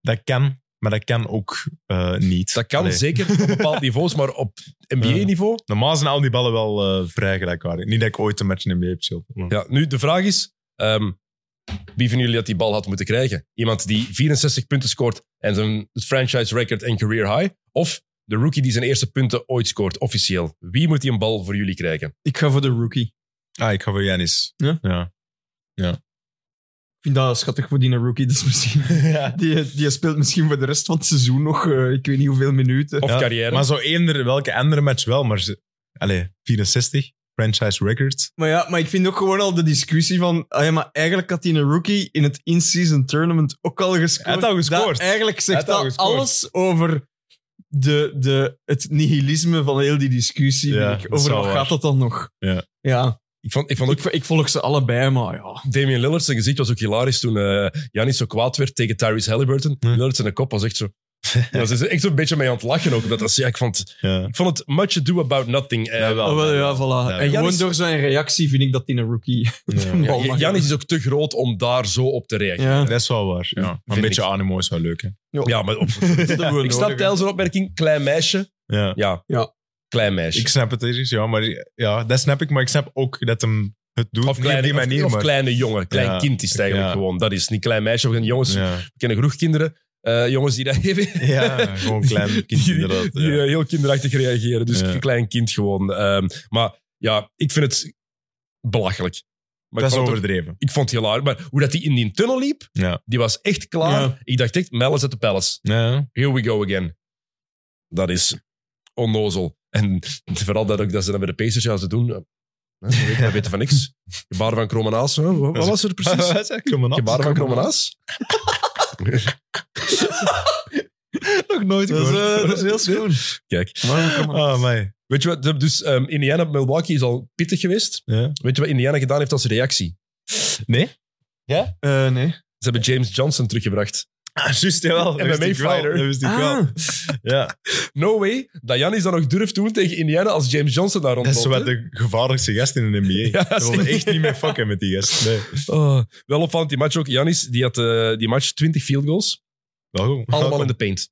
D: Dat kan, maar dat kan ook eh, niet.
A: Dat kan
D: Allee,
A: zeker op
D: [laughs]
A: bepaald niveaus, maar op NBA-niveau.
D: Normaal zijn al die ballen wel eh, vrij gelijkwaardig. Niet dat ik ooit een match in de NBA heb gespeeld. maar-
A: Ja, nu, de vraag is, ehm, wie van jullie had die bal had moeten krijgen? Iemand die 64 punten scoort en zijn franchise record en career high? Of de rookie die zijn eerste punten ooit scoort, officieel? Wie moet die een bal voor jullie krijgen?
B: Ik ga voor de rookie.
D: Ah, ik ga voor Janis.
B: Ja?
D: Ja.
B: Ik vind dat schattig voor die rookie. Dus misschien,
D: [laughs]
B: die, die speelt misschien voor de rest van het seizoen nog, eh, ik weet niet hoeveel minuten.
A: Of
D: Ja,
A: carrière?
D: Maar zo eender welke andere match wel, maar... ze- Allee, 64, franchise record.
B: Maar ja, maar ik vind ook gewoon al de discussie van... Ah ja, maar eigenlijk had hij een rookie in het in-season tournament ook al gescoord.
D: Hij had al gescoord.
B: Dat- eigenlijk zegt
D: Hij had al
B: dat
D: gescoord.
B: alles over de, de, het nihilisme van heel die discussie.
D: Ja,
B: vind ik.
D: dat is
B: Over
D: wel
B: wat
D: waar.
B: gaat dat dan nog?
D: Ja.
B: ja.
A: ik, vond, ik vond ook
B: Ik, ik volg ze allebei, maar ja.
A: Damian Lillard zijn gezicht was ook hilarisch toen Janis zo kwaad werd tegen Tyrese Halliburton.
D: Ja.
A: Lillard zijn kop was echt
D: [laughs]
A: zo... Ja, ze is er echt zo'n beetje mee aan het lachen ook. Omdat dat, ja, ik, vond,
D: Ja.
A: ik vond het much ado about nothing. eh,
D: Ja, wel.
B: Ah, wel, ja, voilà.
D: Ja,
B: en
A: Giannis-
B: gewoon door zijn reactie vind ik dat hij een
D: [laughs]
B: rookie
D: Ja.
B: een
A: Ja,
B: bal mag
A: Janis
B: hebben.
A: is ook te groot om daar zo op te reageren.
B: Ja.
D: Dat is wel waar. Ja. Maar
A: Vind
D: een
A: ik.
D: beetje animo is wel leuk, hè.
A: Ja, maar op,
B: Dat
D: [laughs]
B: doen we
A: ik
B: nodig,
A: snap
B: hè.
A: Tijl zijn opmerking. Klein meisje.
D: Ja.
A: Ja.
B: Ja.
A: Klein meisje.
D: Ik snap het ergens, ja, maar ja, dat snap ik. Maar ik snap ook dat hem het doet
A: of,
D: niet op
A: kleine,
D: die manier.
A: of,
D: maar,
A: kleine jongen. Klein
D: Ja.
A: kind is het eigenlijk
D: Ja.
A: gewoon. Dat is niet klein meisje. We jongens,
D: ja.
A: we kennen genoeg kinderen. eh, jongens die dat [laughs] even...
D: ja, gewoon [laughs] klein kind
A: die,
D: inderdaad.
A: die,
D: ja.
A: eh, heel kinderachtig reageren. Dus
D: Ja.
A: een klein kind gewoon. Ehm, maar ja, ik vind het belachelijk. Maar
D: dat
A: ik
D: is
A: vond het ook-
D: overdreven.
A: ik vond het heel hard. Maar hoe dat hij in die tunnel liep,
D: Ja.
A: die was echt klaar.
B: Ja.
A: Ik dacht echt, Mel is at the palace.
D: [laughs] Ja.
A: Here we go again. Dat is onnozel. En [laughs] vooral dat ook dat ze dat bij de Pacers gaan ze doen. eh, Ze weten, we weten van niks. Gebaren van Kromenaas. hè? Wat, wat was er
D: [laughs]
A: precies?
D: Wat zei ik? Kromenaas?
A: Gebaren van Kromenaas?
D: [laughs] Nog nooit
B: Dat is,
D: gehoord.
B: eh, dat is heel schoon.
A: Kijk.
D: Ah, mij.
A: Weet je wat? de- Dus ehm, Indiana, Milwaukee is al pittig geweest.
D: Ja.
A: Weet je wat Indiana gedaan heeft als reactie?
D: Nee?
B: Eh, nee.
A: Ze hebben James Johnson teruggebracht.
D: Ah, juist, jawel.
A: En
D: Dat
A: bij
D: wist ik wel.
A: Mayfighter.
D: Dat wist ik wel.
B: Ah.
D: Ja.
A: No way dat Janis dat nog durft doen tegen Indiana als James Johnson daar
D: Dat is
A: rondloopt.
D: zo
A: hè?
D: wat de gevaarlijkste gast in de NBA.
A: Ja,
D: Ja, wilde
A: zeker.
D: echt niet meer fucken met die gast. Nee.
A: Oh, wel opvallend, die match ook. Janis, die had eh, die match 20 field goals.
D: Wel goed. [laughs]
A: Allemaal in de paint.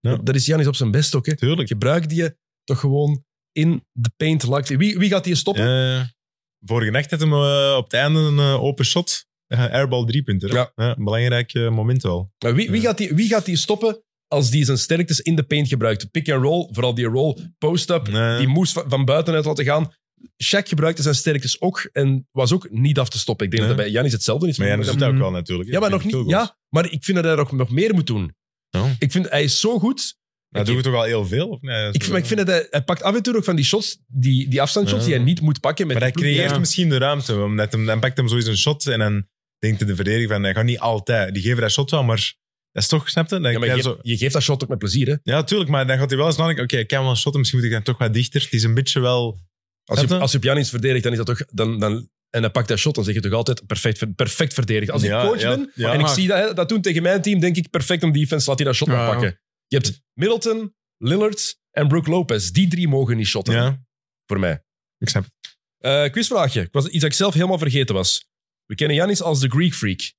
D: Ja.
A: Dat- Dat is Janis op zijn best ook. Hè.
D: Tuurlijk.
A: Gebruik die je toch gewoon in de paint. Laat die- Wie, wie gaat die stoppen?
D: Eh, vorige nacht had hem eh, op het einde een eh, open shot. Eh, airball driepunter.
A: Ja.
D: Ja. een belangrijk eh, moment wel.
A: Maar Wie, wie,
D: Ja.
A: gaat die, wie gaat die stoppen als die zijn sterktes in de paint gebruikt? Pick and roll, vooral die roll, post-up.
D: Nee.
A: Die moest van, van buitenuit laten gaan. Shaq gebruikte zijn sterktes ook en was ook niet af te stoppen. Ik denk
D: Nee.
A: dat bij Janis hetzelfde is.
D: Maar ja, dat doet
B: dat-
D: hij ook
B: Mm.
D: wel natuurlijk.
A: ja, maar nog niet. Ja, maar ik vind dat hij nog, nog meer moet doen.
D: Ja.
A: Ik vind, hij is zo goed.
D: Dat doet toch al heel veel? Of nee,
A: Ik, maar ik vind dat hij, hij pakt af en toe ook van die shots, die, die afstandsshots,
D: Ja.
A: die hij niet moet pakken. Met
D: maar hij
A: de ploeg.
D: creëert
B: Ja.
D: misschien de ruimte. Omdat hem, dan pakt hem sowieso een shot en dan denkt de verdediger van, hij gaat niet altijd. Die geven dat shot wel, maar dat is toch, snap je? Dan
A: Ja, maar
D: krijg
A: je,
D: je
A: geeft,
D: zo-
A: je geeft dat shot ook met plezier. Hè?
D: ja, tuurlijk, maar dan gaat hij wel eens nadenken, oké, ik kan wel een shot, misschien moet ik dan toch wat dichter. Het is een beetje wel...
A: Als,
D: Snap
A: je,
D: je?
A: als je op Janis verdedigt, dan, is dat toch, dan, dan en hij pakt dat shot, dan zeg je toch altijd perfect, perfect verdedigd. Als
D: Ja,
A: ik coach
D: ja,
A: ben
D: ja.
A: en ik
B: Maar-
A: zie dat, hè, dat doen tegen mijn team, denk ik perfect om defense, laat hij dat shot
B: Ja,
A: maar pakken. Je hebt Middleton, Lillard en Brook Lopez. Die drie mogen niet shotten,
D: Ja,
A: voor mij.
D: ik snap het.
A: Eh, quizvraagje. Ik was iets dat ik zelf helemaal vergeten was. We kennen Janis als de Greek Freak.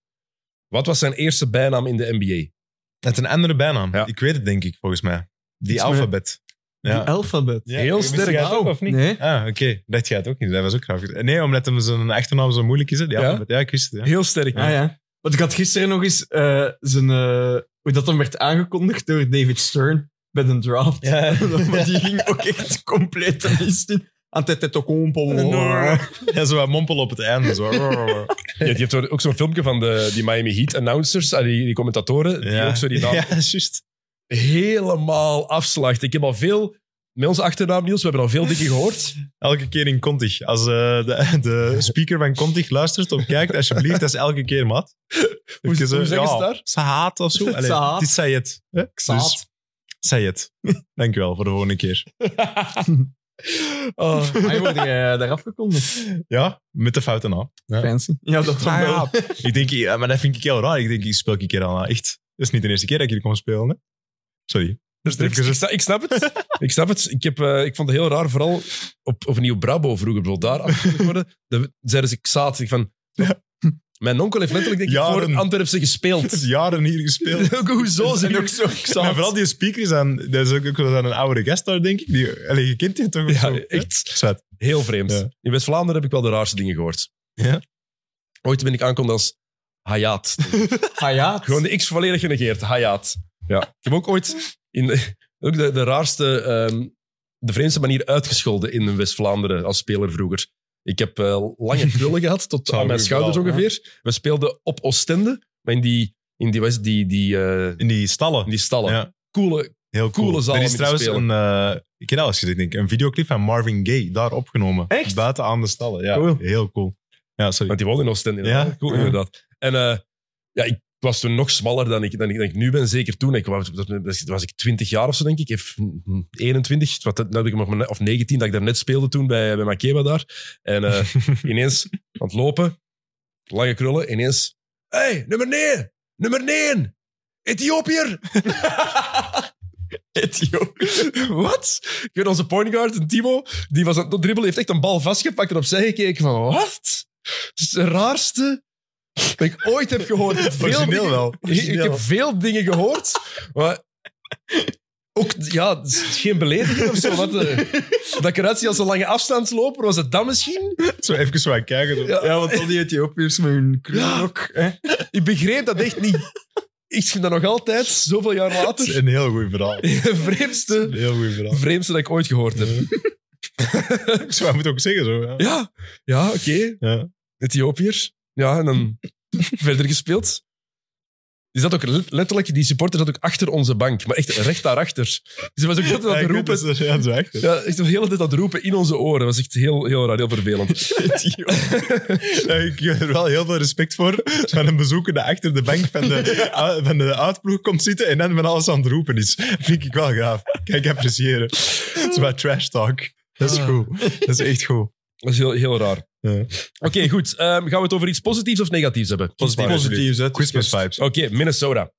A: Wat was zijn eerste bijnaam in de NBA?
D: Het is een andere bijnaam.
A: Ja.
D: Ik weet het, denk ik, volgens mij. Die
B: Iets met-
D: alfabet.
B: Die alfabet.
D: Ja,
A: Heel
D: wist
A: sterk.
D: jij het ook,
A: Wauw.
D: of niet?
B: Nee.
D: Ah, oké. Dat gaat ook niet. Dat was ook grappig. Nee, omdat hem zijn achternaam zo moeilijk is. Hè? Die
A: Ja?
D: alfabet. ja, ik wist het. Ja.
A: Heel sterk.
B: Ah, ja. Want ik had gisteren nog eens eh, zijn, eh, hoe dat dan werd aangekondigd door David Stern bij de draft. [laughs]
D: Ja.
B: Want die ging ook echt compleet de mist in. Antetokounmpo.
D: Ja. Ja, zo wat mompel op het einde. Zo.
A: Je, je hebt ook zo'n filmpje van de, die Miami Heat announcers, ah, die, die commentatoren, [laughs] die ook zo die naam
D: [laughs] Ja, juist.
A: helemaal afslachten. Ik heb al veel, met onze achternaam Niels, we hebben al veel dingen
D: [laughs]
A: gehoord.
D: Elke keer in Contig. Als eh, de, de speaker van Contig luistert of kijkt, alsjeblieft, dat is elke keer mat.
A: [laughs] Hoe-
D: Even,
A: hoe
D: eh,
A: zeggen ze daar?
D: Sahaat
A: [laughs]
D: of zo. Allee,
B: Sahaat.
D: het is Sayed. hè? Dus,
B: Saad.
D: Sayed. [laughs] Dankjewel voor de volgende keer.
A: Oh.
B: Ah, Hij wordt eh, daar afgekondigd.
D: Ja, met de fouten al.
B: Fancy. Ja, dat
D: Ah,
B: wel.
D: ja. ik denk, ja, maar dat vind ik heel raar. Ik denk, ik speel een keer al. Echt, dat is niet de eerste keer dat ik hier kom spelen. Hè? Sorry.
A: Dus ik, ik, sta- ik snap
D: [laughs]
A: het. ik snap het. Ik, heb, eh, ik vond het heel raar, vooral op, op Nieuw Brabo vroeger, bijvoorbeeld daar afgekondigd worden. [laughs] Dan zeiden ze, ik zat, ik van... [laughs] Mijn onkel heeft letterlijk denk ik, voor
D: Jaren.
A: het Antwerpse
D: Het is
A: gespeeld.
D: [laughs] jaren hier
A: [laughs]
D: gespeeld.
A: Ook Hoezo? Ze
D: En
A: ook
D: ook
A: zo
D: Maar vooral die speaker is aan, dat is ook, ook wel aan een oude gast daar, denk ik. Die, allee, je kent die toch? of
A: Ja,
D: zo, hè?
A: echt.
D: Zet.
A: Heel vreemd.
D: Ja.
A: In West-Vlaanderen heb ik wel de raarste dingen gehoord.
D: Ja?
A: Ooit ben ik aankomt als Hayat.
B: Hayat.
A: Gewoon de X volledig genegeerd. Hayat. Ja. Ik heb ook ooit in [laughs] de, ook de, de raarste, ehm, de vreemdste manier uitgescholden in West-Vlaanderen als speler vroeger. Ik heb eh, lange krullen
D: [laughs]
A: gehad, tot
D: Zou
A: aan mijn
D: ik
A: schouders
D: wel,
A: ongeveer. We speelden op Oostende, maar in die, in die, was die, die, eh,
D: In die stallen.
A: in die stallen.
D: Ja.
A: Coole.
D: Heel cool.
A: Coole zaal
D: er
A: om
D: is
A: te
D: trouwens
A: spelen.
D: een, eh, ik ken alles gezien, denk ik, een videoclip van Marvin Gaye daar opgenomen.
B: Echt?
D: Buiten aan de stallen, ja.
B: Cool.
D: Heel cool. Ja, sorry.
A: Want die woonde in Oostende. inderdaad.
D: Ja.
A: Cool,
D: Ja.
A: inderdaad. En eh, ja, ik was toen nog smaller dan ik, dan ik, dan ik nu ben, zeker toen. Ik was, dat- dat was ik 20 jaar of zo, denk ik. hm, Of 21, wat, dat- dat ik nog maar- of 19, dat ik daar net speelde toen bij, bij Makeba daar. En eh,
D: [laughs]
A: ineens aan het lopen, lange krullen, ineens... hey, nummer 9! Nummer 9! Ethiopiër! [laughs] Ethiopiër. Wat? Ik weet onze point guard, een Timo, die was aan het dribbelen, heeft echt een bal vastgepakt en opzij gekeken van, wat? Dat is de raarste dat ik ooit heb gehoord. Ik heb veel,
D: Origineel
A: dingen,
D: wel.
A: [laughs] ik, ik heb veel dingen gehoord, maar ook, ja, het is geen belediging of zo. Wat, eh, dat ik eruit zie als een lange afstandsloper, was het dat misschien?
D: Zo even zo aan kijken. zo.
B: Ja, want al die Ethiopiërs met hun krullen
A: Ja.
B: ook. Hè?
A: Ik begreep dat echt niet. Ik vind dat nog altijd, zoveel jaar
D: Het is
A: later,
D: een heel goed verhaal.
A: de [laughs] vreemdste,
D: Een heel goed
A: [laughs]
D: verhaal.
A: vreemdste dat ik ooit gehoord heb.
D: Zo, hij moet ook zeggen zo. Ja.
A: Ja, ja oké.
D: Ja.
A: Ethiopiërs. Ja, en dan [laughs] verder gespeeld. Die zat ook le- letterlijk, die supporter zat ook achter onze bank, maar echt recht daarachter. Dus hij was ook de hele tijd aan
D: Ja,
A: het
D: ik weet
A: roepen.
D: het, Ja, zo echt.
A: Ja, echt de hele tijd aan het roepen in onze oren. Dat was echt heel, heel raar, heel vervelend.
D: Ja, ik heb er wel heel veel respect voor. Van een bezoeker die achter de bank van
B: [laughs]
D: de, van de uitploeg komt zitten en dan van alles aan het roepen is. Vind ik wel gaaf. Kijk, appreciëren. Het is wat trash talk. Dat
B: Ah.
D: is goed. Dat is echt goed.
A: Dat is heel, heel raar.
D: Ja.
A: Oké, goed. Ehm, gaan we het over iets positiefs of negatiefs hebben?
D: Positief,
B: hè.
D: Christmas vibes.
A: Oké, Minnesota.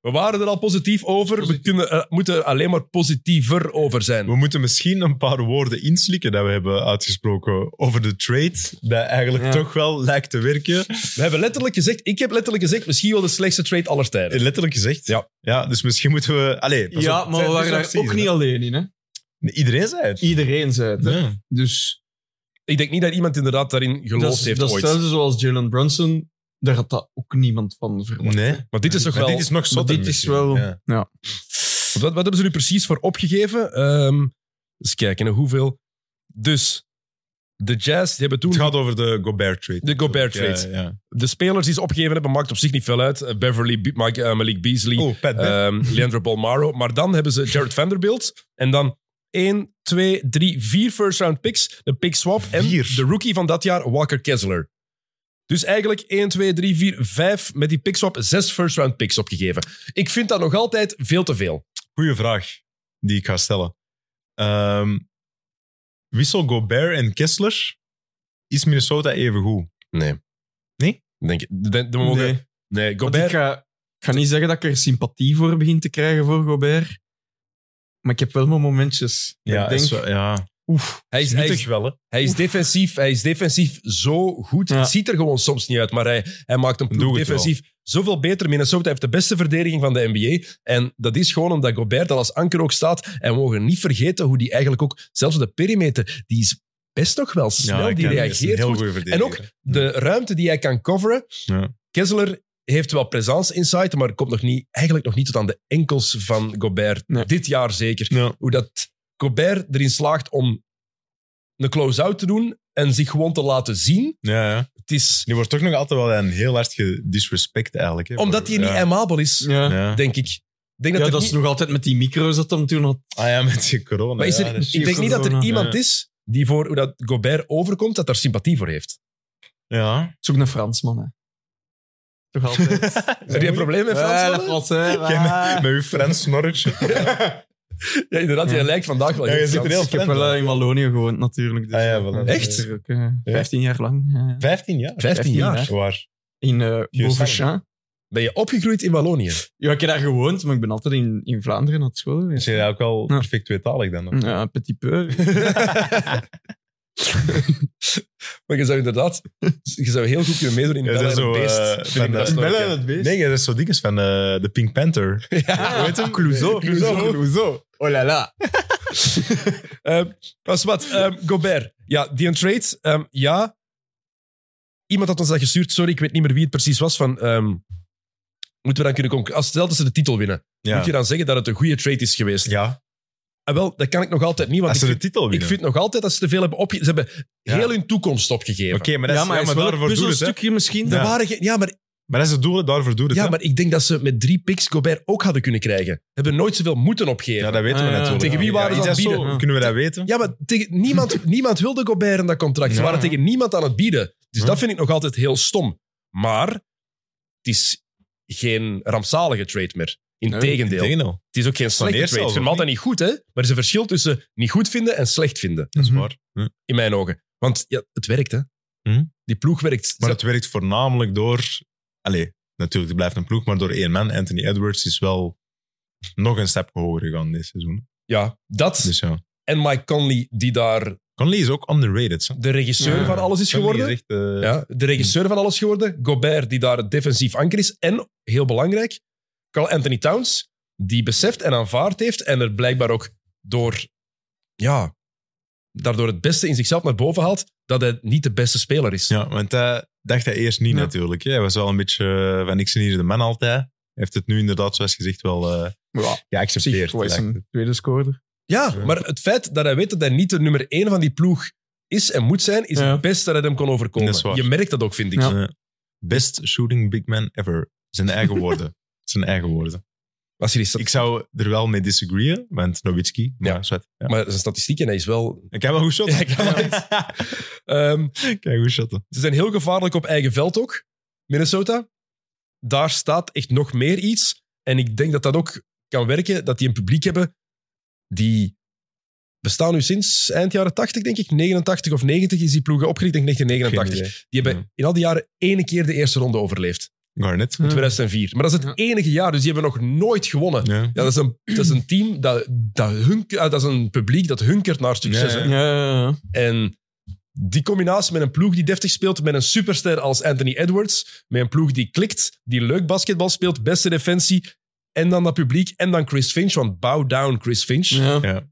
A: We waren er al positief over. We kunnen, eh, moeten er alleen maar positiever over zijn.
D: We moeten misschien een paar woorden inslikken dat we hebben uitgesproken over de trade. Dat eigenlijk
B: Ja.
D: toch wel lijkt te werken.
A: We hebben letterlijk gezegd, ik heb letterlijk gezegd, misschien wel de slechtste trade aller tijden.
D: Letterlijk gezegd.
A: Ja.
D: ja dus misschien moeten we... Allee, pas
B: Ja,
D: op,
B: maar we
D: het
B: waren
D: zijn
B: daar
D: dus nog
B: ook
D: season,
B: niet alleen in. Hè?
D: hè. Iedereen zei het.
B: Iedereen zei het. Hè?
D: Ja.
B: Dus
A: Ik denk niet dat iemand inderdaad daarin
B: dat
A: geloofd
B: is-
A: heeft
B: dat is
A: ooit.
B: hetzelfde zoals Jalen Brunson. Daar had dat ook niemand van verwacht.
D: Nee.
A: Maar dit is toch
D: Maar
A: wel...
D: dit is nog
B: Maar
D: zotter
B: dit is
D: misschien.
B: wel...
D: Ja.
B: Ja.
A: Wat, wat hebben ze nu precies voor opgegeven? Ehm eens kijken, hè, hoeveel... Dus, de Jazz, die hebben toen...
D: Het gaat over de Gobert trade.
A: De Gobert trade.
D: Ja, ja.
A: De spelers die ze opgegeven hebben, maakt op zich niet veel uit. Eh, Beverly, Be- Mike, eh, Malik Beasley,
D: Oh, Pat Bev.
A: ehm, Leandro Balmaro. Maar dan hebben ze Jared Vanderbilt. En dan 1, 2, 3, 4 first-round picks. De pick swap. En
D: Vier.
A: de rookie van dat jaar, Walker Kessler. Dus eigenlijk 1, 2, 3, 4, 5 met die pick swap, 6 first-round picks opgegeven. Ik vind dat nog altijd veel te veel.
D: Goeie vraag die ik ga stellen. Ehm, wissel Gobert en Kessler is Minnesota even goed.
A: Nee.
D: Nee?
A: Denk, de, de, we mogen-
B: Nee.
A: nee.
B: Want ik,
A: Gobert.
B: ga, ik ga niet zeggen dat ik er sympathie voor begin te krijgen voor Gobert. Maar ik heb wel mijn momentjes. Dat ik denk,
D: is wel- ja.
B: oef.
A: Hij is, hij,
D: Nuttig
A: is,
D: wel, hè.
A: hij is defensief, hij is defensief zo goed.
B: Ja.
A: Het ziet er gewoon soms niet uit, maar hij, hij maakt een
D: Doe
A: ploeg
D: het wel.
A: defensief zoveel beter. Minnesota heeft de beste verdediging van de NBA. En dat is gewoon omdat Gobert al als anker ook staat. En we mogen niet vergeten hoe die eigenlijk ook, zelfs op de perimeter, die is best nog wel snel,
D: ik
A: die
D: ken- is een
A: reageert
D: heel
A: goed.
D: goede
A: En
D: verdediger.
A: ook de ruimte die hij kan coveren.
D: Ja.
A: Kessler heeft wel presence insight, maar komt nog niet, eigenlijk nog niet tot aan de enkels van Gobert.
B: Nee.
A: Dit jaar zeker.
D: Ja.
A: Hoe dat Gobert erin slaagt om een close-out te doen en zich gewoon te laten zien.
D: Ja, ja.
A: Het is
D: Die wordt toch nog altijd wel een heel hard gedisrespect eigenlijk. Hè,
A: omdat hij
D: voor-
A: niet
D: ja.
A: amabel is,
B: Ja, ja,
D: Ja.
A: denk ik. Ik Denk dat
B: dat,
A: er
B: is
A: niet-
B: nog altijd met die micro's dat hem toen had.
D: Ah ja, met die corona.
A: maar is
D: ja,
A: er-
D: dat is-
A: ik denk niet dat er
B: corona,
A: iemand
D: ja.
A: is die voor hoe dat Gobert overkomt, dat daar sympathie voor heeft.
D: ja.
B: Zoek een Fransman, hè. Toch
D: [laughs]
B: altijd.
A: Heb je een probleem met Frans?
B: Ja, de
A: mannen?
B: Fransen,
A: Ah.
D: Jij
B: ja.
D: met, met uw Frans
A: [laughs]
D: snorretje.
A: ja, inderdaad, jij
B: Ja.
A: lijkt vandaag wel
D: Ja, je ziet er
A: Oh, Frans.
D: heel
B: Ik heb wel eh, in Wallonië gewoond, natuurlijk. Dus,
D: Ah ja,
B: eh,
D: voilà.
A: Echt?
B: eh, ook, eh, 15 jaar lang. ja.
D: 15 jaar.
A: 15 jaar.
D: Waar?
B: In eh
D: Hier
B: Beaufort.
A: Ben je opgegroeid in Wallonië?
B: Ja, ik heb daar gewoond, maar ik ben altijd in, in Vlaanderen aan school
D: Is
B: geweest.
D: hij ook wel
B: Ja.
D: perfect tweetalig dan?
A: Mm.
D: of?
B: Ja,
D: [laughs]
B: petit peu.
A: Maar je zou inderdaad je zou heel goed kunnen meedoen in
D: Jij
A: Bellen
D: bent
A: en
D: zo,
A: het Beest.
D: eh,
A: Vind
D: van
A: ik
D: de-
A: dat sterk,
B: Bellen
A: hè.
B: en het beest.
D: Nee, dat is zo dinges van eh, de Pink Panther.
B: Ah, Clouseau.
D: Eh, Clouseau.
B: Clouseau. Oh la la.
A: Ehm, was wat, ehm, Gobert. Ja, die een trade. ehm, ja. Iemand had ons dat gestuurd. Sorry, ik weet niet meer wie het precies was. Van, ehm, moeten we dan kunnen concluderen? Als stel dat ze de titel winnen,
D: Ja.
A: moet je dan zeggen dat het een goede trade is geweest?
D: ja.
A: En wel, dat kan ik nog altijd niet. Want
D: Als
A: ik
D: ze de
A: vind,
D: titel
A: ik
D: winnen.
A: vind nog altijd dat ze te veel hebben opgegeven. Ze hebben
D: Ja.
A: heel hun toekomst opgegeven.
D: Oké, maar, dat
B: Ja,
D: is-
B: maar hij
D: ja,
B: is
D: maar
B: wel dus
D: daarvoor
B: een
D: doet het. hè.
B: puzzelstukje misschien.
A: Er
D: Ja.
A: waren geen- ja, maar
D: Maar dat is het doel, daarvoor doet het.
A: Ja,
D: hè.
A: maar ik denk dat ze met drie picks Gobert ook hadden kunnen krijgen. Hebben nooit zoveel moeten opgeven.
D: ja, dat weten we
B: Ah, ja.
D: natuurlijk.
A: Tegen wie waren
D: ja,
A: ze
D: is
A: aan het
D: dat
B: bieden?
D: zo? Kunnen we dat weten?
A: Ja, maar tegen
D: [laughs]
A: niemand, niemand wilde Gobert in dat contract. Ze
D: Ja.
A: waren tegen niemand aan het bieden. Dus
D: Ja.
A: dat vind ik nog altijd heel stom. Maar het is geen rampzalige trade meer. Integendeel.
D: Tegendeel.
A: het is ook geen slechte
D: Wanneer
A: trade. Ik
D: zelfs,
A: vind hem
D: of
A: altijd niet goed, hè? Maar er is een verschil tussen niet goed vinden en slecht vinden,
D: Dat is waar. Hm.
A: in mijn ogen. Want ja, het werkt, hè?
D: Hm.
A: Die ploeg werkt.
D: Maar het werkt voornamelijk door... Allee, natuurlijk, het blijft een ploeg, maar door één man. Anthony Edwards is wel nog een stap hoger gegaan dit seizoen.
A: Ja, dat.
D: Dus ja.
A: En Mike Conley, die daar
D: Conley is ook underrated. hè.
A: de regisseur
B: Ja.
A: van alles is
D: Conley
A: geworden.
D: echt, eh,
A: Ja, de regisseur van alles geworden. Gobert, die daar het defensief anker is. En, heel belangrijk, Carl Anthony Towns, die beseft en aanvaard heeft en er blijkbaar ook door, ja, daardoor het beste in zichzelf naar boven haalt, dat hij niet de beste speler is.
D: Ja, want dat dacht hij eerst niet
B: Ja.
D: natuurlijk. hè. Hij was wel een beetje eh, van niks en hier de man altijd. Hij heeft het nu inderdaad, zoals gezegd, wel eh,
B: Ja, op zich,
D: geaccepteerd.
B: hij is
D: lijkt het.
B: een tweede scorer.
A: Ja, maar het feit dat hij weet dat hij niet de nummer één van die ploeg is en moet zijn, is
B: Ja.
A: het beste dat hij hem kon overkomen.
D: Dat is waar.
A: Je merkt dat ook, vind ik.
B: Ja.
D: Eh, Best shooting big man ever. Zijn eigen woorden. Zijn eigen woorden.
A: Als je die stat-
D: Ik zou er wel mee disagreeën, want Nowitzki. Maar,
A: Ja.
D: zwart, ja.
A: Maar zijn statistieken, hij is wel...
D: Ik heb wel goed shotten.
A: Ja, ik kan wel Ehm,
D: [laughs] Ik kan goed shotten.
A: Ze zijn heel gevaarlijk op eigen veld ook, Minnesota. Daar staat echt nog meer iets. En ik denk dat dat ook kan werken, dat die een publiek hebben die bestaan nu sinds eind jaren 80, denk ik. 89 of 90 is die ploegen opgericht, denk ik
D: Geen
A: 1989.
D: idee.
A: Die hebben in al die jaren ene keer de eerste ronde overleefd.
D: Garnet.
B: Ja.
A: 2004. Maar dat is het enige jaar, dus die hebben nog nooit gewonnen.
D: Ja.
A: Ja, dat, is een, dat is een team, dat, dat, hunk, ah, dat is een publiek dat hunkert naar succes.
D: Ja,
A: hè.
D: ja.
B: Ja, ja, ja.
A: En die combinatie met een ploeg die deftig speelt, met een superster als Anthony Edwards, met een ploeg die klikt, die leuk basketbal speelt, beste defensie, en dan dat publiek, en dan Chris Finch, want bow down Chris Finch.
B: Ja.
D: Ja.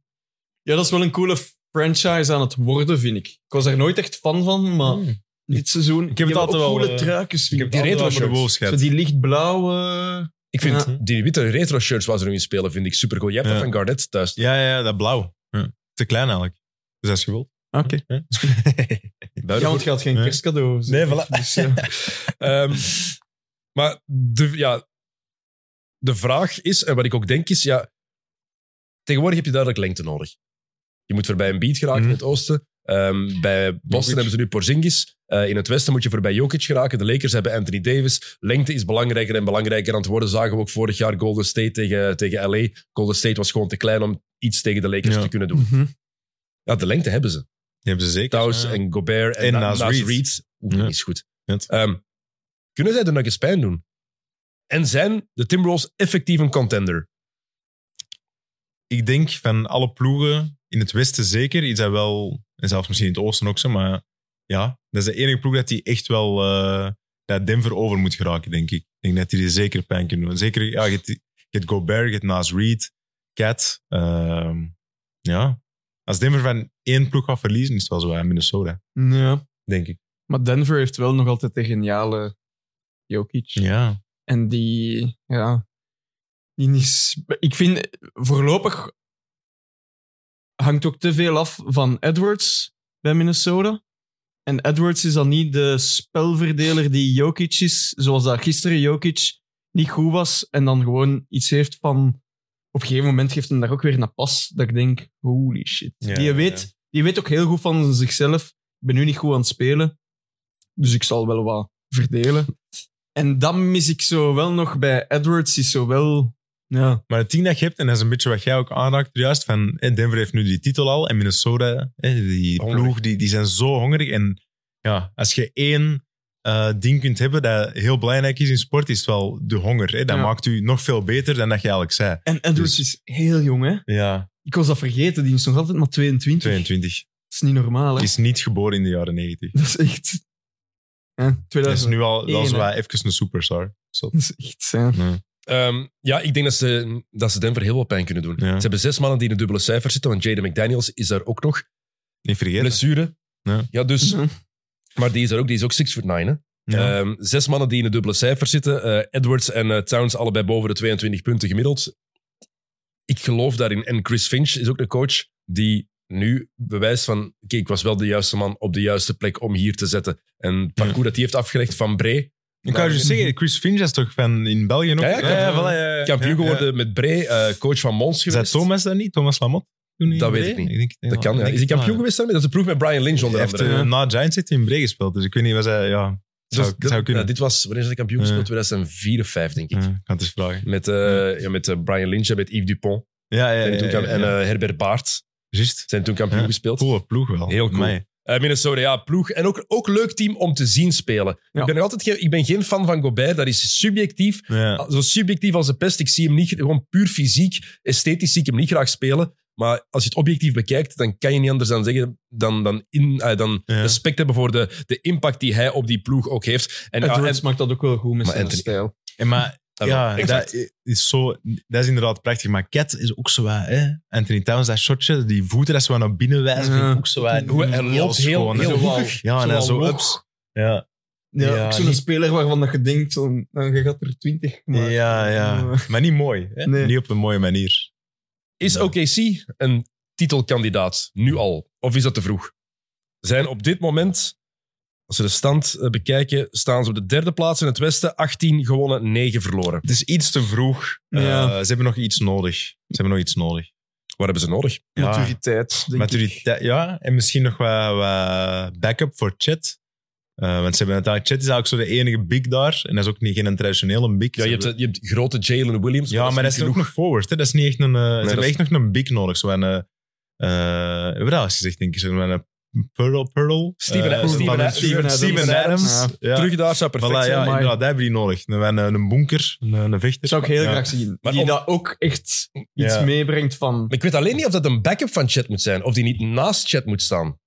B: Ja, dat is wel een coole franchise aan het worden, vind ik. Ik was er nooit echt fan van, maar
D: Hmm.
B: dit seizoen...
D: heb het altijd wel,
B: coole
D: eh,
B: truikjes, vind ik.
A: die retro
D: de
A: shirts.
D: wolves
B: Zo
D: gehad.
B: die lichtblauwe...
A: Ik vind
D: Ja.
A: die witte retro shirts waar ze nu in spelen, vind ik super cool. Jij hebt
D: Ja.
A: dat van Garnett thuis.
D: Ja, ja, ja, dat blauw. Ja. Te klein eigenlijk. Dus dat is geweld.
B: Ah, Oké.
D: Ja.
B: Ja, want je had geen
D: Ja.
B: kerstcadeau.
D: Nee, voilà.
B: Dus, ja.
D: eh,
A: [laughs] Ehm, maar de, ja, de vraag is, en wat ik ook denk is, ja, tegenwoordig heb je duidelijk lengte nodig. Je moet voorbij een beat geraken
D: Mhm.
A: in het oosten. Ehm, bij Boston
D: Jokic.
A: hebben ze nu Porzingis. Eh, in het westen moet je voorbij Jokic geraken. De Lakers hebben Anthony Davis. Lengte is belangrijker en belangrijker aan het worden. Zagen we ook vorig jaar Golden State tegen, tegen LA. Golden State was gewoon te klein om iets tegen de Lakers
D: Ja.
A: te kunnen doen.
B: Mhm.
A: Ja, de lengte hebben ze.
D: Die hebben ze zeker.
A: Taus
D: Ja.
A: en Gobert en,
D: En
A: Na-
D: Nas
A: Nas Reed.
D: Reed.
A: Oeh, die
D: Ja.
A: is goed.
D: Net.
A: Ehm, kunnen zij de Nuggets pijn doen? En zijn de Timberwolves effectief een contender?
D: ik denk van alle ploegen in het Westen zeker, is dat wel, en zelfs misschien in het Oosten ook zo, maar ja, dat is de enige ploeg dat die echt wel eh, dat Denver over moet geraken, denk ik. Ik denk dat die er zeker pijn kunnen doen. Zeker, ja, je hebt, je hebt Gobert, je hebt Nas Reed, Cat. ehm, ja, als Denver van één ploeg gaat verliezen, is het wel zo aan Minnesota,
B: Ja.
D: denk ik.
B: Maar Denver heeft wel nog altijd de geniale Jokic.
D: Ja.
B: En die, ja, die is. Ik vind voorlopig hangt ook te veel af van Edwards bij Minnesota. En Edwards is dan niet de spelverdeler die Jokic is, zoals dat gisteren Jokic niet goed was en dan gewoon iets heeft van. Op een gegeven moment geeft hem daar ook weer een pas dat ik denk: holy shit.
D: Ja,
B: die,
D: ja,
B: weet,
D: ja.
B: die weet ook heel goed van zichzelf. Ik ben nu niet goed aan het spelen, dus ik zal wel wat verdelen. En dan mis ik zo wel nog bij Edwards, is zo wel... Ja.
D: Maar het team dat je hebt, en dat is een beetje wat jij ook aanraakt juist, van eh, Denver heeft nu die titel al en Minnesota, eh, die
A: Hongerig.
D: ploeg, die, die zijn zo hongerig. En ja, als je één eh, ding kunt hebben dat heel belangrijk is in sport, is het wel de honger. Hè? Dat
B: Ja.
D: maakt u nog veel beter dan dat je eigenlijk zei.
B: En Edwards
D: Dus-
B: is heel jong, hè.
D: Ja,
B: Ik was dat vergeten, die is nog altijd maar 22.
D: 22.
B: Dat is niet normaal, hè.
D: Is niet geboren in de jaren 90.
B: Dat is echt... Ja,
D: Dat
B: 2000.
D: is nu al wel
B: Eén,
D: zo
B: hè.
D: wat even een superstar. Zo.
B: Dat is echt... Ja.
A: Ehm, ja, ik denk dat ze, dat ze Denver heel veel pijn kunnen doen.
D: Ja.
A: Ze hebben zes mannen die in de dubbele cijfers zitten, want Jaden McDaniels is daar ook nog.
D: Niet vergeten.
A: Blessure.
D: Ja.
A: Ja, dus...
B: Ja.
A: Maar die is er ook, die is ook 6 foot 9, hè?
D: Ja.
A: Ehm, zes mannen die in de dubbele cijfers zitten. Eh, Edwards en eh, Towns allebei boven de 22 punten gemiddeld. Ik geloof daarin. En Chris Finch is ook een coach die nu bewijst van... Kijk, ik was wel de juiste man op de juiste plek om hier te zetten. En het parcours dat hij heeft afgelegd van Bray.
D: ik wou je zeggen, Chris Finch is toch van in België ook?
A: Ja, ja, kampioen-
D: voilà, ja, ja.
A: Kampioen
D: Ja, ja.
A: geworden met Bray, eh, coach van Mons
D: Is dat
A: geweest.
D: Thomas dat niet? Thomas Lamot? Toen in
A: Dat weet
D: Bree?
A: ik niet.
D: denk- denk
A: Dat kan, ja.
D: ik
A: Is
D: denk
A: hij
D: het wel,
A: kampioen
D: ja.
A: geweest daarmee? Dat is een proef met Brian Lynch onder
D: Hij heeft
A: andere.
D: eh, na Giants heeft hij in Bree gespeeld, dus ik weet niet wat zij... Ja,
A: Dus
D: zou,
A: dat-
D: zou kunnen.
A: ja, dit was, wanneer is hij kampioen gespeeld?
D: Ja.
A: 2004 of 5, denk ik.
D: Ja, ik kan het eens vragen.
A: Met, eh, ja, met eh, Brian Lynch en met Yves Dupont.
D: Ja, Hmm. ja, ja.
A: en toen
D: ja,
A: kam-
D: ja.
A: en eh, Herbert Baart.
D: Juist.
A: Zijn toen kampioen
D: Ja.
A: gespeeld.
D: Coole ploeg wel.
A: Heel cool.
D: Amai.
A: Eh, Minnesota, ja, ploeg. En ook, ook leuk team om te zien spelen.
B: Ja.
A: Ik, ben nog altijd geen, ik ben geen fan van Gobert. Dat is subjectief.
D: Ja.
A: Zo subjectief als de pest. Ik zie hem niet, gewoon puur fysiek. Esthetisch zie ik hem niet graag spelen. Maar als je het objectief bekijkt, dan kan je niet anders dan zeggen dan, dan, in, eh, dan
D: Ja.
A: respect hebben voor de, de impact die hij op die ploeg ook heeft. En, ja,
B: Edwards
A: en-
B: maakt dat ook wel goed met
A: Maar
B: zijn
A: Anthony-
B: stijl.
D: En maar, ja,
A: exact.
D: dat is zo... Dat is inderdaad prachtig. Maar Cat is ook zo wat, hè. Anthony Towns, dat shotje, die voeten, dat ze wat naar binnen wijzen,
B: Ja.
D: vind ik ook zo wat...
A: Hoe hij loopt heel-
D: schoon, hè.
A: heel
B: wauw.
A: hoekig.
D: Ja, en dan
B: Zoal
D: zo
B: hoog.
D: ups. Ja.
B: Ja,
D: Ja,
B: ook zo'n
D: niet-
B: speler waarvan dat je denkt, zo, nou, je gaat er 20 maken.
D: ja, ja. Maar niet mooi, hè.
B: Nee.
D: Niet op een mooie manier.
A: Is OKC een titelkandidaat nu al? Of is dat te vroeg? Zijn op dit moment, als we de stand eh, bekijken, staan ze op de derde plaats in het Westen. 18 gewonnen, 9 verloren.
D: Het is iets te vroeg. Eh,
B: Ja.
D: ze hebben nog iets nodig. Ze hebben nog iets nodig.
A: Waar hebben ze nodig?
D: Ja.
B: Maturiteit, denk ik.
D: Maturiteit, ja. En misschien nog wat, wat backup voor Chet. Eh, want ze hebben uiteindelijk... Chet is eigenlijk zo de enige big daar. En dat is ook niet, geen traditionele big.
A: Ja, je, hebt, eh,
D: Ze
A: je hebt grote Jalen Williams.
D: hebben- ja, maar dat is
A: niet
D: ook nog forward. Hè. Dat is niet echt een... eh, ze
A: dat
D: hebben
A: is-
D: echt nog een big nodig. Zo'n... eh eh wat is gezegd, denk ik? Zo'n eh, Pearl, Pearl?
A: Steven-
D: Eh, van-
A: Steven-
D: van-
A: Steven
D: Steven
A: Adams.
D: Adams. Ja.
A: Terug daar zou perfect
D: Voilà,
A: zijn.
D: ja,
B: maar-
D: inderdaad, dat hebben die nodig. Een, een, een bunker, een, een vechter.
B: Dat zou ik heel
D: Ja.
B: graag zien.
A: Maar
B: die
A: om-
B: dat ook echt iets
D: Ja.
B: meebrengt van...
A: Maar ik weet alleen niet of dat een backup van Chat moet zijn. Of die niet naast Chat moet staan.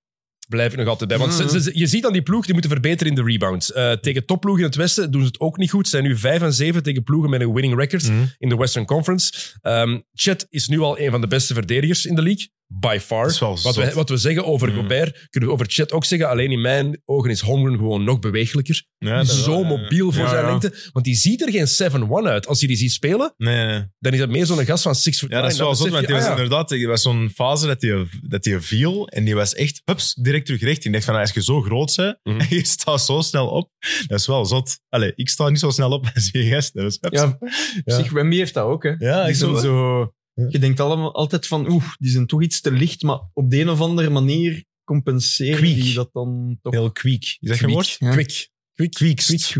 A: Blijf ik nog altijd bij. Want ze-
D: Hmm.
B: Mhm.
A: ze- ze- je ziet aan die ploeg, die moeten verbeteren in de rebounds. Eh, tegen topploegen in het Westen doen ze het ook niet goed. Zijn nu 5 en 7 tegen ploegen met een winning record.
D: Mhm.
A: in de Western Conference. Ehm Chet is nu al een van de beste verdedigers in de league. By far.
D: Dat is wel
A: wat, we,
D: zot.
A: wat we zeggen over
D: Mm.
A: Gobert, kunnen we over Chet ook zeggen. Alleen in mijn ogen is Holmgren gewoon nog bewegelijker.
D: Ja, dat
A: zo
D: wel, eh, ja.
A: mobiel voor
D: Ja,
A: zijn
D: ja.
A: lengte. Want die ziet er geen 7-1 uit. Als je die ziet spelen,
D: Nee, nee.
A: dan is dat meer zo'n gast van 6 foot
D: Ja, dat is
A: nine.
D: wel zot,
A: besef
D: want
A: je,
D: die was
A: ah, ja.
D: inderdaad die was zo'n fase dat hij dat die viel en die was echt hups, direct terug recht. Ik dacht van, "Ah, als je zo groot bent
A: Mhm.
D: en [laughs] je staat zo snel op, dat is wel zot. Allee, ik sta niet zo snel op [laughs] als je gast. Dat was hups.
B: Ja,
D: Ja.
B: Zich, Wemby heeft dat ook, hè.
D: Ja,
B: die
D: ik
B: zijn
D: zo.
B: zo...
D: Ja.
B: Je denkt allemaal altijd van, oeh, die zijn toch iets te licht, maar op de een of andere manier compenseren
D: Kwiek.
B: die dat dan toch.
D: Heel kwiek. Is dat geen
A: Kwiek.
D: woord?
B: Ja.
A: Quick.
D: Kwiekst.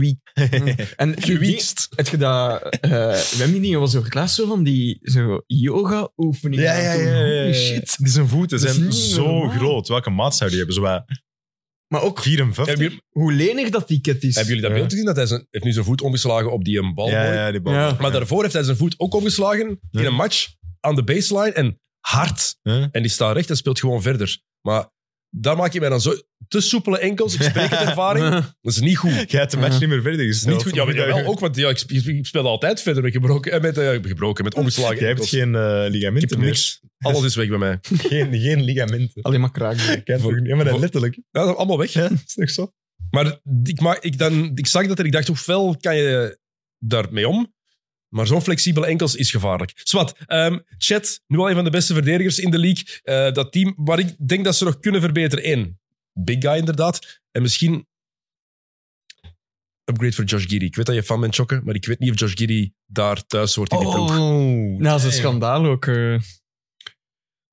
B: En
A: Gewiekst.
B: het je dat... eh Wemmeningen was over Klaas zo van die zo yoga-oefeningen.
D: Ja, ja, ja, ja, ja.
B: Holy shit.
D: Die zijn voeten
B: Dat is
D: zijn
B: niet
D: zo
B: normaal.
D: groot. Welke maat zou die hebben? Zo eh, bij
B: Maar ook
D: 54?
A: Hebben jullie,
B: hoe lenig dat die ket is.
A: hebben jullie dat
D: Ja.
A: beeld gezien? Dat hij zijn, heeft nu zijn voet omgeslagen op die een bal.
D: ja,
A: mooi.
D: ja, die bal.
B: Ja.
A: Maar daarvoor heeft hij zijn voet ook omgeslagen in
D: Ja.
A: een match aan de baseline en hard.
D: Huh?
A: En die staat recht en speelt gewoon verder. Maar daar maak je mij dan zo te soepele enkels. Ik spreek uit ervaring. Dat is niet goed. Dat
D: Jij hebt de match
B: Ja.
D: niet meer verder
A: is
D: gesteld.
A: niet goed. Ja, maar
D: [laughs]
A: jawel, ook, want ja, ik sp- ik speel altijd verder met gebroken, eh, met, eh, gebroken, met omgeslagen
D: Jij hebt
A: enkels.
D: geen eh,
A: ik
D: ligamenten
A: heb
D: meer.
A: niks. Alles is weg bij mij.
D: Geen, geen ligamenten.
B: Alleen maar kraak.
D: Ik ken het ook niet. Ja, maar dat
A: Voor-
D: letterlijk.
A: Ja, dat is allemaal weg.
D: Ja, dat is toch zo?
A: Maar ik, ma- ik, dan, ik zag dat en ik dacht, hoe fel kan je daarmee om? Maar zo'n flexibele enkels is gevaarlijk. Zwat, ehm Chet, nu al een van de beste verdedigers in de league. Eh, dat team waar ik denk dat ze nog kunnen verbeteren. Eén, big guy inderdaad. En misschien upgrade voor Josh Giri. Ik weet dat je fan bent, Chokken, maar ik weet niet of Josh Giri daar thuis hoort in
D: Oh.
A: die ploeg.
B: Nou, dat is een schandaal ook. eh.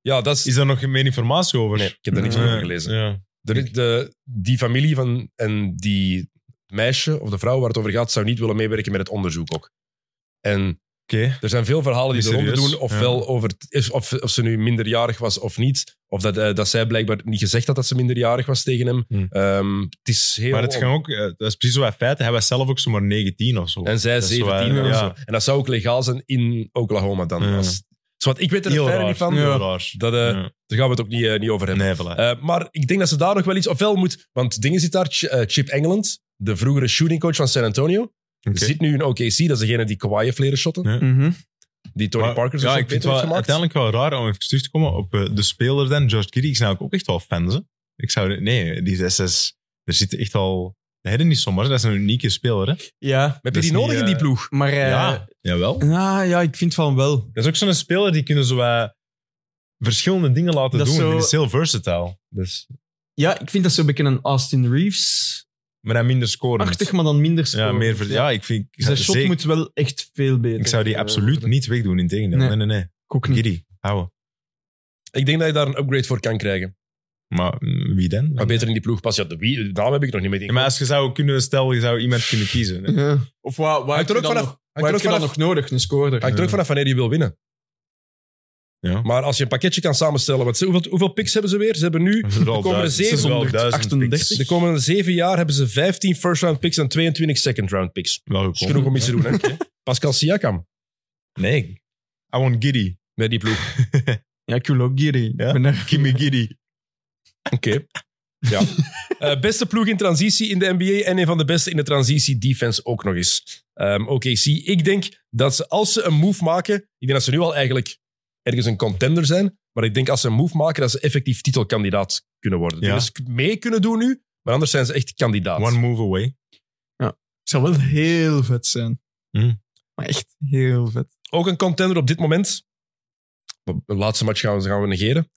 A: Ja, dat is...
D: Is daar nog meer informatie over?
A: Nee, ik heb daar niks
B: Nee.
A: over gelezen.
D: Ja.
A: De, de- die familie van, en die meisje of de vrouw waar het over gaat, zou niet willen meewerken met het onderzoek ook. En
D: Oké.
A: er zijn veel verhalen die ze
D: Mysterieus,
A: rond doen, ofwel
D: ja.
A: over het- is- of, of ze nu minderjarig was of niet, of dat, eh, dat zij blijkbaar niet gezegd had dat ze minderjarig was tegen hem.
D: Hm.
A: Ehm, het is heel...
D: Maar het gaan ook, eh, dat is precies zo bij feiten. Hij was zelf ook zomaar 19 of zo.
A: En zij
D: dat is
A: 17
D: waar,
A: of
D: ja.
A: zo. En dat zou ook legaal zijn in Oklahoma dan.
D: Ja.
A: Als, Zwart, ik weet er verder niet van.
D: Heel
B: Ja.
D: raar.
A: Dat, eh,
D: Ja.
A: Daar gaan we het ook niet, eh, niet over hebben.
D: Nee, voilà.
A: Eh, maar ik denk dat ze daar nog wel iets... Ofwel moet... Want dingen zit daar, Ch- eh, Chip Engeland, de vroegere shootingcoach van San Antonio,
D: Oké.
A: zit nu in OKC. Dat is degene die Kawhi heeft leren shotten.
D: Ja.
B: Mhm.
A: Die Tony
D: Maar-
A: Parker zo
D: ja,
A: ja,
D: ik vind
A: heeft
D: het wel
A: gemaakt.
D: uiteindelijk wel raar om even terug te komen op eh, de speler dan, George Giri. Ik snap ook echt wel fans. Hè? Ik zou, nee, die SS, er zitten echt al. Dat hebben niet zomaar, dat is een unieke speler. Hè?
B: Ja,
A: Maar heb je die
D: Dat is
A: nodig
D: niet,
A: in die
D: eh,
A: ploeg?
B: maar... eh,
D: ja, jawel.
B: Ah, ja, ik vind van wel.
D: Dat is ook zo'n speler die kunnen zo wat verschillende dingen laten
B: Dat is
D: doen.
B: zo-
D: Die is heel versatile. Dus,
B: Ja, ik vind dat zo'n beetje een Austin Reeves-achtig,
D: maar dan minder scoren.
B: maar dan minder scoren.
D: Ja, meer ver- ja, ik vind. Ik
B: Zijn
D: zou,
B: shot
D: zeker-
B: moet wel echt veel beter.
D: ik zou die
B: eh,
D: absoluut
B: worden.
D: niet wegdoen, in tegendeel.
B: Nee. Hm.
D: Nee, nee, nee.
B: Ik ook niet.
D: Giri, houden.
A: Ik denk dat je daar een upgrade voor kan krijgen.
D: Maar mm, wie dan?
A: Maar beter in die ploeg pas. Ja, de, wie, de naam heb ik nog niet
D: Ja,
A: meteen.
D: maar als je zou kunnen, stel je zou iemand kunnen kiezen.
B: [laughs]
D: hè.
B: Ja. Of waar, waar
A: Hangt er
B: heb je
A: ook vanaf-
B: dan nog,
A: hangt
B: waar
A: er
B: heb
A: ook
B: je dan
A: vanaf-
B: nog nodig? Een scorer.
A: Hangt er ook vanaf wanneer je wil winnen.
D: Ja.
A: Maar als je een pakketje kan samenstellen... Wat, ze- hoeveel, hoeveel picks hebben ze weer? Ze hebben nu...
D: Er zijn er al
A: Er komen
D: duizend. Er zijn er al
B: 738.
D: duizend
A: De
D: picks.
A: komende zeven jaar hebben ze 15 first-round picks en 22 second-round picks.
D: Wel
A: Dat is genoeg om iets te doen,
D: [laughs]
A: hè? Pascal Siakam,
D: Nee. I want Giddy.
A: met die ploeg.
B: Ja, ik wil ook Giri.
D: Ja?
B: Ik ben daar-
D: Gimme Giddy.
A: Oké.
D: [laughs]
A: Ja. Eh, beste ploeg in transitie in de NBA en een van de beste in de transitie defense ook nog eens. Ehm OKC, ik denk dat ze als ze een move maken, ik denk dat ze nu al eigenlijk ergens een contender zijn, maar ik denk als ze een move maken, dat ze effectief titelkandidaat kunnen worden.
D: Ja.
A: Dus mee kunnen doen nu, maar anders zijn ze echt kandidaat.
D: One move away.
B: Het zou wel heel vet zijn.
D: Hm.
B: Maar echt heel vet.
A: Ook een contender op dit moment. De laatste match gaan we, gaan we negeren.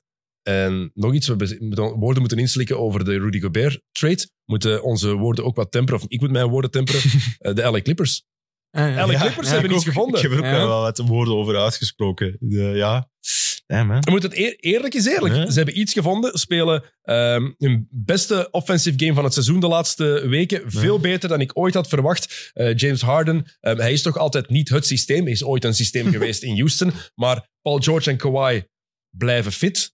A: En nog iets, we bez- moeten- woorden moeten inslikken over de Rudy Gobert-trade. Moeten onze woorden ook wat temperen, of ik moet mijn woorden temperen. Eh, de LA Clippers.
B: Ah, ja.
A: Elk- Alle Clippers hebben
D: ik
A: iets
D: ook.
A: gevonden.
D: Ik heb er ook
B: Ja.
D: wel wat woorden over uitgesproken. De, ja. Damn, man.
A: We moeten het eer- eerlijk is eerlijk.
D: Ja.
A: Ze hebben iets gevonden. Spelen ehm, hun beste offensive game van het seizoen de laatste weken. Veel beter dan ik ooit had verwacht. Eh, James Harden, ehm, hij is toch altijd niet het systeem. Hij is ooit een systeem
B: [laughs]
A: geweest in Houston. Maar Paul George en Kawhi blijven fit.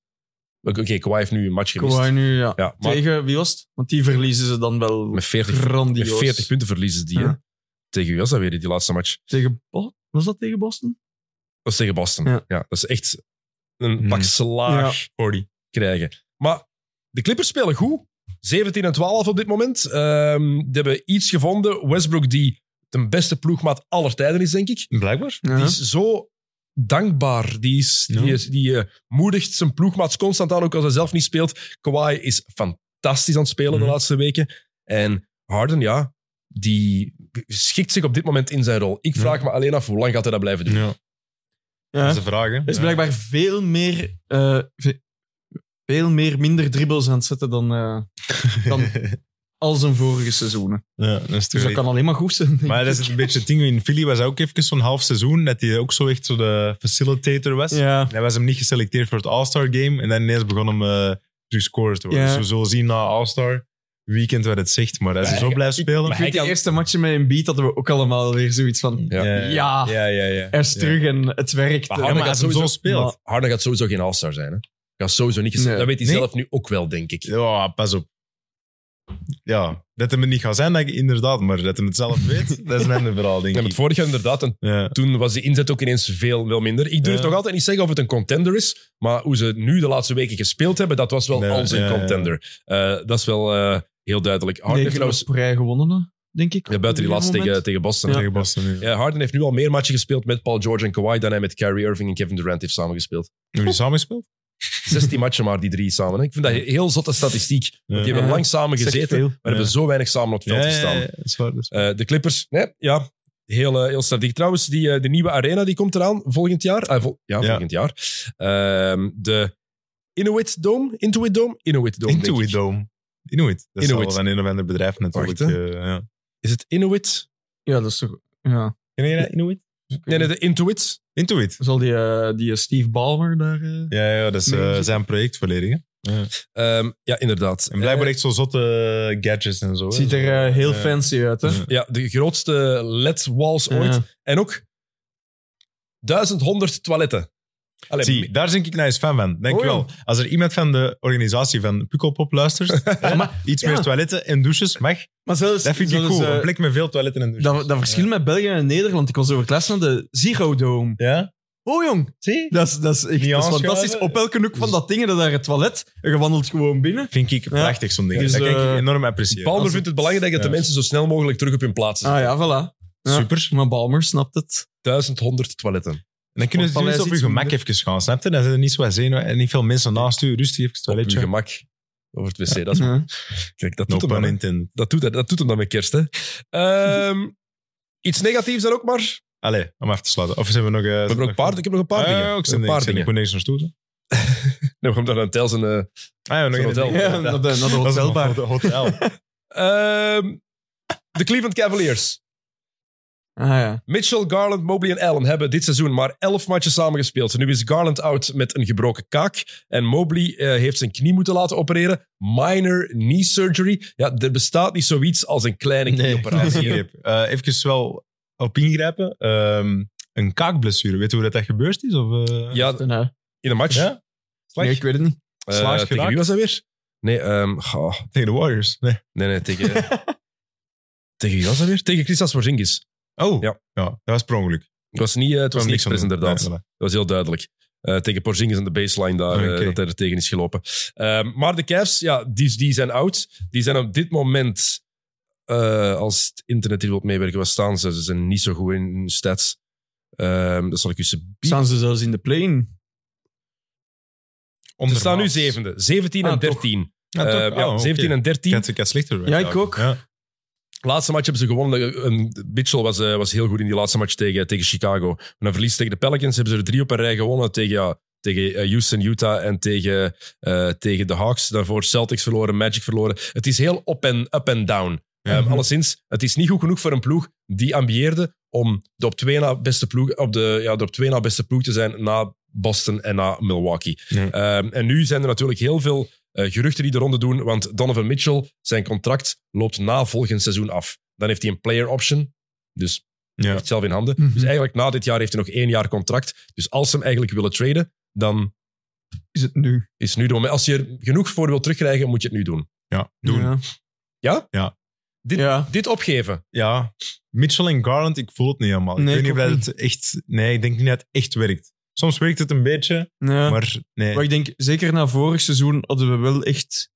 A: Oké, Kawhi heeft nu een match gemist.
B: Kawhi nu, ja.
A: Ja, maar
B: Tegen wie was het? Want die verliezen ze dan wel
A: met 40, met
B: grandioos.
A: 40 punten verliezen die. hè.
B: Ja.
A: Tegen wie was dat weer, die laatste match?
B: Tegen Bo- was dat tegen Boston?
A: Dat is tegen Boston. Ja.
B: Ja.
A: dat is echt een
D: Hmm.
A: pak slaag
B: Ja.
A: krijgen. Maar de Clippers spelen goed. 17 en 12 op dit moment. Ehm die hebben iets gevonden. Westbrook, die de beste ploegmaat aller tijden is, denk ik.
D: Blijkbaar.
B: Ja.
A: Die is zo dankbaar. Die, is, die,
D: Ja.
A: is- die eh, moedigt zijn ploegmaats constant aan, ook als hij zelf niet speelt. Kawhi is fantastisch aan het spelen
D: Mhm.
A: de laatste weken. En Harden, ja, die schikt zich op dit moment in zijn rol. Ik
D: Ja.
A: vraag me alleen af, hoe lang gaat hij dat blijven doen?
D: Ja.
B: Ja.
D: Dat is de
B: Er
D: vraag, hè.
B: is
D: Ja.
B: blijkbaar veel meer, eh, ve- veel meer minder dribbles aan het zetten dan, eh, dan al zijn vorige seizoenen.
D: Ja, dat is
B: Dus dat
D: toch
B: kan alleen maar goed zijn. denk
D: maar
B: ik.
D: dat is een beetje het ding. In Philly was hij ook even zo'n half seizoen dat hij ook zo echt zo de facilitator was.
B: Ja.
D: Hij was hem niet geselecteerd voor het All-Star game. En dan ineens begon hem eh terug scoren te worden.
B: Ja.
D: Dus we zullen zien na All-Star weekend wat het zegt, maar als hij
A: Maar
D: zo
A: hij-
D: blijft spelen...
A: maar
B: Ik weet,
A: hij
B: die
A: kan-
B: eerste matchen met een beat hadden we ook allemaal weer zoiets van...
A: Ja.
B: Ja.
D: ja, ja. ja.
B: Er is terug en het werkt.
A: Maar
D: Ja, maar
A: Harden
D: als
A: gaat
D: hij
A: sowieso...
D: zo speelt...
A: Harden gaat sowieso geen all-star zijn. Hè? Gaat sowieso niet gespeeld.
B: Nee.
A: Dat weet hij
D: Nee.
A: zelf nu ook wel, denk ik.
D: Ja, pas op. Ja, dat hem het niet gaat zijn, dat ik, inderdaad, maar dat hem het zelf [laughs] weet, dat is een ander verhaal, denk
A: Ja,
D: ik.
A: het vorig jaar inderdaad, en
D: Ja.
A: toen was de inzet ook ineens veel, veel minder. Ik durf
D: Ja.
A: toch altijd niet zeggen of het een contender is, maar hoe ze nu de laatste weken gespeeld hebben, dat was wel
D: Nee,
A: als een
D: ja, ja.
A: contender. Eh, dat is wel eh, heel duidelijk. Harden heeft
B: Negen
A: trouwens
B: op rij gewonnen, hè, denk ik.
A: Ja, buiten die
B: op
A: laatste
B: dit
A: tegen,
B: moment.
A: tegen Boston.
D: Tegen Boston nu.
A: Ja, Harden heeft nu al meer matchen gespeeld met Paul George en Kawhi dan hij met Kyrie Irving en Kevin Durant heeft samengespeeld.
D: Hebben jullie samen gespeeld?
A: 16 matchen maar, die drie samen. hè. Ik vind dat een heel zotte statistiek. Want die
D: Ja.
A: hebben lang samen
B: Dat zegt
A: gezeten,
B: veel.
A: maar hebben zo weinig samen op het veld gestaan.
D: dat is waar, dat is waar.
A: Eh, de Clippers, nee, ja, heel, eh, heel sterk. Trouwens, die, eh, de nieuwe arena die komt eraan volgend jaar. Ah, vol- ja,
D: Ja.
A: volgend jaar. Ehm, de Inuit Dome, Intuit Dome, Inuit Dome. denk ik.
D: Intuit Dome. Inuit. Dat is
A: Inuit.
D: wel van een of ander bedrijf natuurlijk.
A: Wacht,
D: eh, ja.
A: Is het Inuit?
B: Ja, dat is toch... Ja.
D: Ken je dat, Inuit?
A: Nee, nee, de Intuit.
D: Intuit.
B: Zal die, eh, die Steve Ballmer daar... eh,
D: Ja, ja, dat is eh,
B: Nee.
D: zijn project volledig. hè.
A: Ehm, ja, inderdaad.
D: En blijkbaar
A: Eh,
D: echt zo zotte gadgets en zo. hè.
B: Het ziet er eh, heel
D: Ja.
B: fancy uit, hè?
D: Ja.
A: Eh, ja, de grootste LED-walls ooit.
B: Ja.
A: En ook 1100 toiletten. Allee,
D: Zie, daar ben ik nou eens fan van. Denk
A: Oh,
D: je wel. Als er iemand van de organisatie van Pukkelpop luistert,
B: [laughs]
D: hè, iets
B: ja.
D: meer toiletten en douches mag.
B: Maar zelfs...
D: Dat vind ik
B: zelfs,
D: cool.
B: eh,
D: Een plek met veel toiletten en douches.
B: dat, dat verschil met België en Nederland. Ik was overklassen naar de Zero Dome.
D: Ja?
B: Oh jong,
D: Zie?
B: dat is, dat is echt dat is
D: Nuance
B: fantastisch.
D: schuiven.
B: Op elke hoek van dat ding, dat daar het toilet, en je wandelt gewoon binnen.
D: Vind ik prachtig, zo'n ding.
B: Dus,
D: dat kan
B: eh,
D: ik enorm appreciëren.
A: Palmer vindt het belangrijk dat de
D: Ja.
A: mensen zo snel mogelijk terug op hun plaats zijn.
B: Ah ja, voilà. ja.
D: Super.
B: Maar Balmer snapt het.
A: 1100 toiletten.
D: En dan kunnen ze
B: Op
D: dus
B: Paleis
D: op je
B: iets
D: gemak
B: minder.
D: even gaan, snap je? Dan zijn er niet zo zenuwen en niet veel mensen naast u. Rustig even het
A: Op uw
D: toiletje.
A: gemak. Over het wc. Dat, is,
B: Ja.
A: kijk, dat,
D: No
A: doet hem dan,
D: pun
A: hè.
D: intended.
A: dat, doet, dat doet hem dan met kerst. Hè. Ehm, [laughs] iets negatiefs dan ook maar. We
D: Allee, om af te sluiten. Of zijn we nog... eh, zijn
A: hebben ook
D: nog-
A: een paar, ik heb nog een paar
D: Ah,
A: dingen.
D: ja,
A: Ik
D: ook
A: heb
D: zijn
A: een paar
D: ding. Ik
A: dingen.
D: moet niks naartoe. hè.
A: Nee, we gaan daar naar Tels en... eh,
D: Ah ja, nog
A: Zo'n
D: een
A: hotel.
D: ding.
B: Ja, naar de, naar de
D: Dat is een
B: hotelbar.
D: hotel- [laughs] hotel.
A: ehm, de Cleveland Cavaliers.
B: Ah ja.
A: Mitchell, Garland, Mobley en Allen hebben dit seizoen maar elf matchen samengespeeld. Nu is Garland out met een gebroken kaak. En Mobley eh, heeft zijn knie moeten laten opereren. Minor knee surgery. Ja, er bestaat niet zoiets als een kleine knieoperatie.
D: [laughs] Nee, ingreep. Eh, even wel op ingrijpen. Ehm, een kaakblessure. Weet je hoe dat, dat gebeurd is? Of, eh?
A: ja,
B: Nou,
A: in een match.
D: Ja? Slag?
B: nee, ik weet het niet.
A: Eh,
D: Slaag
A: tegen
D: geraakt?
A: wie was dat weer? Nee, ehm, goh,
D: [laughs] Tegen de Warriors. Nee.
A: nee, nee
D: [laughs]
A: tegen... tegen wie was dat weer? Tegen Christas Porzingis.
D: Oh,
A: Ja.
D: ja. dat was per ongeluk.
A: Het was niet, eh, het was niet expres,
D: aan doen.
A: inderdaad.
D: Nee, voilà.
A: Dat was heel duidelijk. Eh, tegen Porzingis en de baseline daar, eh,
D: Oké.
A: dat hij er tegen is gelopen. Ehm, maar de Cavs, ja, die, die zijn oud. Die zijn op dit moment, eh, als het internet hier wilt meewerken, waar staan ze? Ze zijn niet zo goed in hun stats. Ehm, dat zal ik u ze bieden.
B: Staan ze zelfs in de plane?
A: Ze
D: Ondermaats.
A: staan nu zevende. 17 en
B: Ah, toch.
A: 13.
D: Ja,
A: Eh,
D: toch?
A: ja,
D: Oh, oké.
A: 17 en 13.
D: Ik had- ik had slechter.
B: Ja, ik ook.
D: Ja.
A: Laatste match hebben ze gewonnen. En Mitchell was, eh, was heel goed in die laatste match tegen, tegen Chicago. Maar dan verlies tegen de Pelicans. Hebben ze er drie op een rij gewonnen. Tegen, ja, tegen eh, Houston, Utah en tegen, eh, tegen de Hawks. Daarvoor Celtics verloren, Magic verloren. Het is heel up en up en down. Eh,
D: Mhm.
A: alleszins, het is niet goed genoeg voor een ploeg die ambieerde om de op twee na beste ploeg, op de, ja, de op twee na beste ploeg te zijn na Boston en na Milwaukee.
D: Ja.
A: Ehm, en nu zijn er natuurlijk heel veel eh, geruchten die de ronde doen, want Donovan Mitchell, zijn contract loopt na volgend seizoen af. Dan heeft hij een player option, dus hij
D: Ja.
A: heeft het zelf in handen.
B: Mhm.
A: Dus eigenlijk na dit jaar heeft hij nog één jaar contract. Dus als ze hem eigenlijk willen traden, dan
B: Is het nu?
A: is nu de moment. Als je er genoeg voor wil terugkrijgen, moet je het nu doen.
D: Ja, doen. Ja.
B: Ja.
A: Ja?
D: Ja.
A: Dit,
B: Ja.
A: dit opgeven.
D: Mitchell en Garland, ik voel het niet helemaal.
B: Nee,
D: ik weet
B: ik
D: niet
B: ook
D: of dat het echt... Nee, ik denk niet dat het echt werkt. Soms werkt het een beetje,
B: Ja. Maar, eh,
D: maar nee.
B: ik denk, zeker na vorig seizoen hadden we wel echt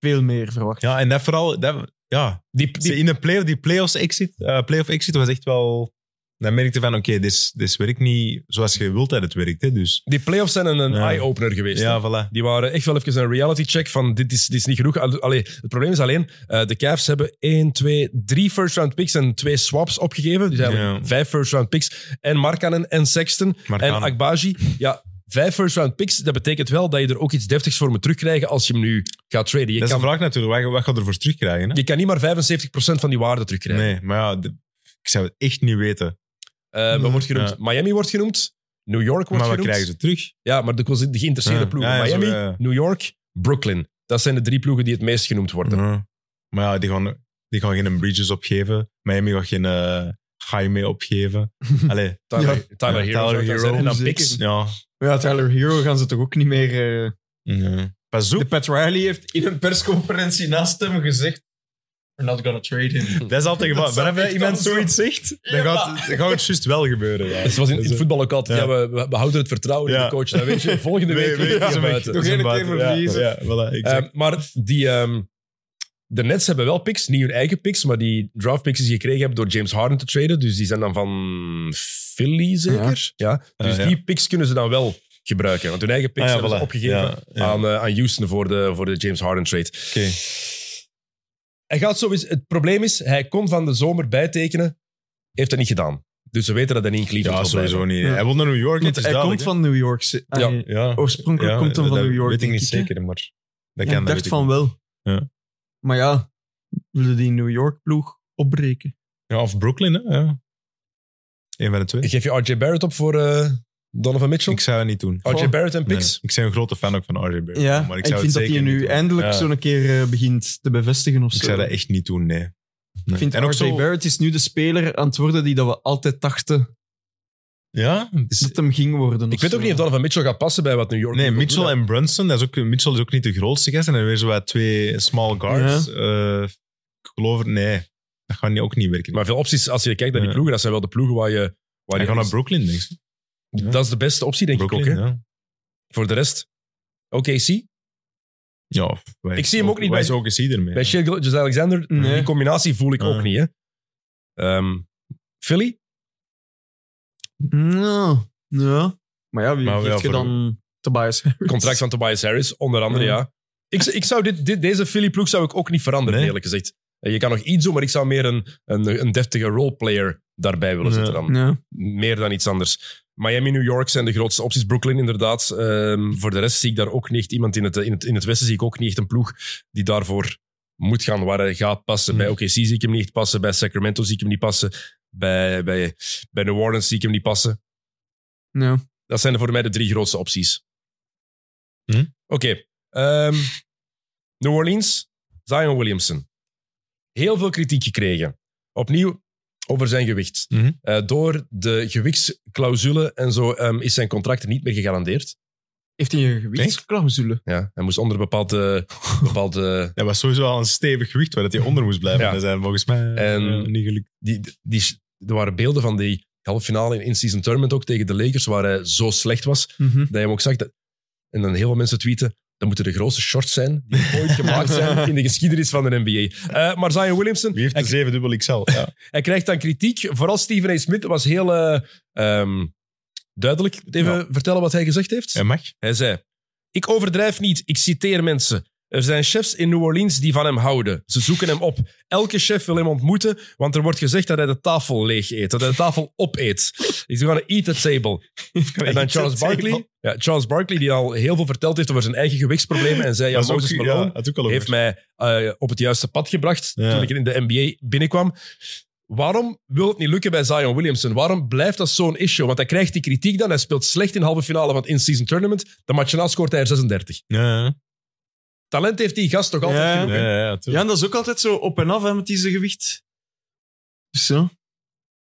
B: veel meer verwacht.
D: Ja, en dat vooral... Dat, ja,
A: Die, die,
D: Ze in de play die playoffs exit, eh, playoff exit was echt wel... Dan merkte van, oké, dit dit werkt niet zoals je wilt dat het werkt. Hè, dus
A: die playoffs zijn een, een
D: Ja.
A: eye-opener geweest. hè.
D: ja, voilà.
A: Die waren echt wel even een reality check van dit is, dit is niet genoeg. Al- Allee, het probleem is alleen, eh, de Cavs hebben 1, 2, 3 first round picks en twee swaps opgegeven. Dus eigenlijk
D: Ja.
A: vijf first round picks. En Markkanen en Sexton
D: Maar
A: en
D: kan-
A: Akbaji. Ja, vijf first round picks, dat betekent wel dat je er ook iets deftigs voor moet terugkrijgen als je hem nu gaat traden. Je,
D: dat is de
A: kan,
D: vraag natuurlijk. Wat, wat gaat er voor terugkrijgen? Hè?
A: je kan niet maar 75% van die waarde terugkrijgen.
D: Nee, maar ja, de- ik zou het echt niet weten.
A: Eh, wat wordt genoemd?
D: Ja.
A: Miami wordt genoemd. New York wordt
D: maar wat
A: genoemd.
D: krijgen ze terug?
A: Ja, maar de, de geïnteresseerde
D: Ja.
A: ploegen.
D: Ja, ja, zo,
A: Miami,
D: ja, ja.
A: New York, Brooklyn. Dat zijn de drie ploegen die het meest genoemd worden.
D: Ja. Maar ja, die gaan, die gaan geen Bridges opgeven. Miami gaat geen eh
A: [laughs]
D: Jaime opgeven. Allee,
A: Tyler,
B: Ja.
A: Tyler
D: Ja,
A: Hero.
D: Tyler
A: zou ik dan
D: Hero.
A: zeggen. En dan
B: Zeker.
A: Bix.
D: ja.
B: Maar ja, Tyler Hero gaan ze toch ook niet meer... eh,
D: ja. Pas op.
B: De Pat Riley heeft in een persconferentie naast hem gezegd... We're not gonna trade him.
D: Dat is altijd gevaarlijk.
B: zou
D: Maar als
B: echt
D: iemand
B: wel zo-
D: zoiets zegt, dan
B: Ja.
D: gaat, dan gaat het juist wel gebeuren.
B: [laughs]
D: Ja.
A: Het was in, in het voetbal ook altijd. Ja. we,
D: Ja.
A: we- we houden het vertrouwen in
D: Ja.
A: de coach. Dat weet je. Volgende
D: [laughs] Nee,
A: week
D: nee,
A: ligt hij
D: is een
A: buiten.
D: weg- is
B: Nog
D: een
B: één
D: buiten.
B: keer
D: Ja,
B: verliezen.
D: Ja, voilà, exact.
A: Ehm, maar die, ehm, de Nets hebben wel picks, niet hun eigen picks, maar die draft picks die ze gekregen hebben door James Harden te traden. Dus die zijn dan van Philly zeker. Ja. Dus
D: Ah, ja.
A: die picks kunnen ze dan wel gebruiken. Want hun eigen picks
D: Ah, ja,
A: hebben
D: voilà.
A: ze opgegeven
D: Ja, ja.
A: Aan, eh, aan Houston voor de, voor de James Harden trade.
D: Oké.
A: Hij gaat sowieso, het probleem is, hij kon van de zomer bijtekenen, heeft dat niet gedaan. Dus ze weten dat hij niet in Cleveland
D: Ja,
A: wil blijven.
D: sowieso niet.
B: Ja.
D: Hij wil naar New York,
B: Want
D: het is
B: hij komt
D: duidelijk,
B: van New York. Ci- Ah,
A: Ja.
B: nee.
D: hè. Ja.
B: Oorspronkelijk komt hij van
D: dat
B: New York.
D: weet ik
B: denk
D: niet
B: hè?
D: zeker, maar... Dat
B: Ja,
D: kan, dat
B: ik dacht
D: weet
B: van
D: niet.
B: wel.
D: Ja.
B: Maar ja, willen die New York-ploeg opbreken?
D: Ja, of Brooklyn, hè. Ja. Eén van de twee.
A: Geef je RJ Barrett op voor eh, Donovan Mitchell?
D: Ik zou het niet doen.
A: RJ
B: Goh.
A: Barrett en
D: Nee.
A: picks?
D: Ik ben een grote fan ook van RJ Barrett.
B: Ja,
D: maar
B: en
D: ik
B: ik,
D: zou
B: vind
D: het
B: dat
D: zeker
B: hij nu
D: niet doen.
B: eindelijk
D: Ja.
B: zo'n keer eh, begint te bevestigen of zo.
D: Ik zou dat echt niet doen, nee. nee.
B: Ik vind
D: en ook
B: RJ
D: zo...
B: Barrett is nu de speler aan het worden die dat we altijd dachten
D: Ja?
B: dat hem ging worden.
A: Ik weet ook niet of Donovan Mitchell gaat passen bij wat New York
D: Nee,
A: wil
D: Mitchell
A: doen, hè.
D: en Brunson. Dat is ook, Mitchell is ook niet de grootste gast. En dan weer zo wat twee small guards. Eh, ik geloof het, nee. Dat gaat niet, ook niet werken.
A: Maar veel opties, als je kijkt naar die
D: Ja.
A: ploegen, dat zijn wel de ploegen waar je... Waar
D: hij
A: je
D: gaat naar Brooklyn, denk ik.
A: Dat is de beste optie, denk ik
D: Brooklyn,
A: ook. Hè?
D: ja.
A: Voor de rest, OKC.
D: Ja, of wij-
A: Ik zie hem ook niet
D: wij
A: bij-
D: zijn ook eens hiermee.
A: Bij Shea Gilgeous Alexander,
B: Nee.
A: die combinatie voel ik ook
D: Ah.
A: niet. Hè? Ehm, Philly?
B: Nou, ja. Maar ja, wie
D: Maar ja,
B: geeft je
D: voor-
B: dan Tobias Harris?
A: Contract van Tobias Harris, onder andere,
B: Ja.
A: ja. Ik, ik zou dit, dit, deze Philly-ploeg zou ik ook niet veranderen,
D: Nee.
A: eerlijk gezegd. Eh, Je kan nog iets doen, maar ik zou meer een, een, een deftige roleplayer daarbij willen
D: Ja.
A: zetten dan.
B: Ja.
A: Meer dan iets anders. Miami, New York zijn de grootste opties. Brooklyn inderdaad. Ehm, voor de rest zie ik daar ook niet echt iemand in het, eh, in het, in het westen. Zie ik ook niet echt een ploeg die daarvoor moet gaan, waar hij gaat passen.
D: Hmm.
A: Bij OKC zie ik hem niet echt passen. Bij Sacramento zie ik hem niet passen. Bij, bij, bij New Orleans zie ik hem niet passen.
B: Ja.
A: Dat zijn voor mij de drie grootste opties.
D: Hmm.
A: Oké. ehm, New Orleans, Zion Williamson. Heel veel kritiek gekregen. Opnieuw over zijn gewicht.
D: Mhm.
A: Eh, door de gewichtsclausule en zo ehm, is zijn contract niet meer gegarandeerd.
B: Heeft hij een gewichtsclausule?
A: Ja, hij moest onder bepaalde... bepaalde
D: Dat was sowieso al een stevig gewicht waar dat hij onder moest blijven.
A: Ja.
D: Dat zijn volgens mij eh,
A: En-
D: niet gelukt.
A: die, die, er waren beelden van die halve finale in in-season tournament ook tegen de Lakers, waar hij zo slecht was
B: Mhm.
A: dat je hem ook zag. Dat, en dan heel veel mensen tweeten, dat moeten de grootste shorts zijn die ooit gemaakt zijn in de geschiedenis van de NBA. Eh, maar Zion Williamson,
D: Wie heeft de
A: hij,
D: zeven dubbel XL? Ja.
A: hij krijgt dan kritiek. Vooral Steven A. Smith was heel eh, ehm, duidelijk. Even vertellen wat hij gezegd heeft.
D: [laughs] Hij mag.
A: Hij zei: Ik overdrijf niet, ik citeer mensen. Er zijn chefs in New Orleans die van hem houden. Ze zoeken hem op. Elke chef wil hem ontmoeten, want er wordt gezegd dat hij de tafel leeg eet. Dat hij de tafel opeet. He's gonna eat the
D: [laughs]
A: table. En dan Charles Barkley. Ja, Charles Barkley, die al heel veel verteld heeft over zijn eigen gewichtsproblemen. En zei, ja,
D: Dat is ook-
A: Moses Malone
D: ja, had ook al over.
A: heeft mij eh, op het juiste pad gebracht
D: Ja.
A: toen ik in de NBA binnenkwam. Waarom wil het niet lukken bij Zion Williamson? Waarom blijft dat zo'n issue? Want hij krijgt die kritiek dan. Hij speelt slecht in de halve finale van het in-season tournament. De match na scoort hij er 36.
D: Ja, ja.
A: Talent heeft die gast toch altijd
B: Ja.
A: genoeg.
D: ja,
A: hè?
D: ja, ja,
B: Ja,
D: tuurlijk.
B: en dat is ook altijd zo op en af hè, met die gewicht. Dus ja,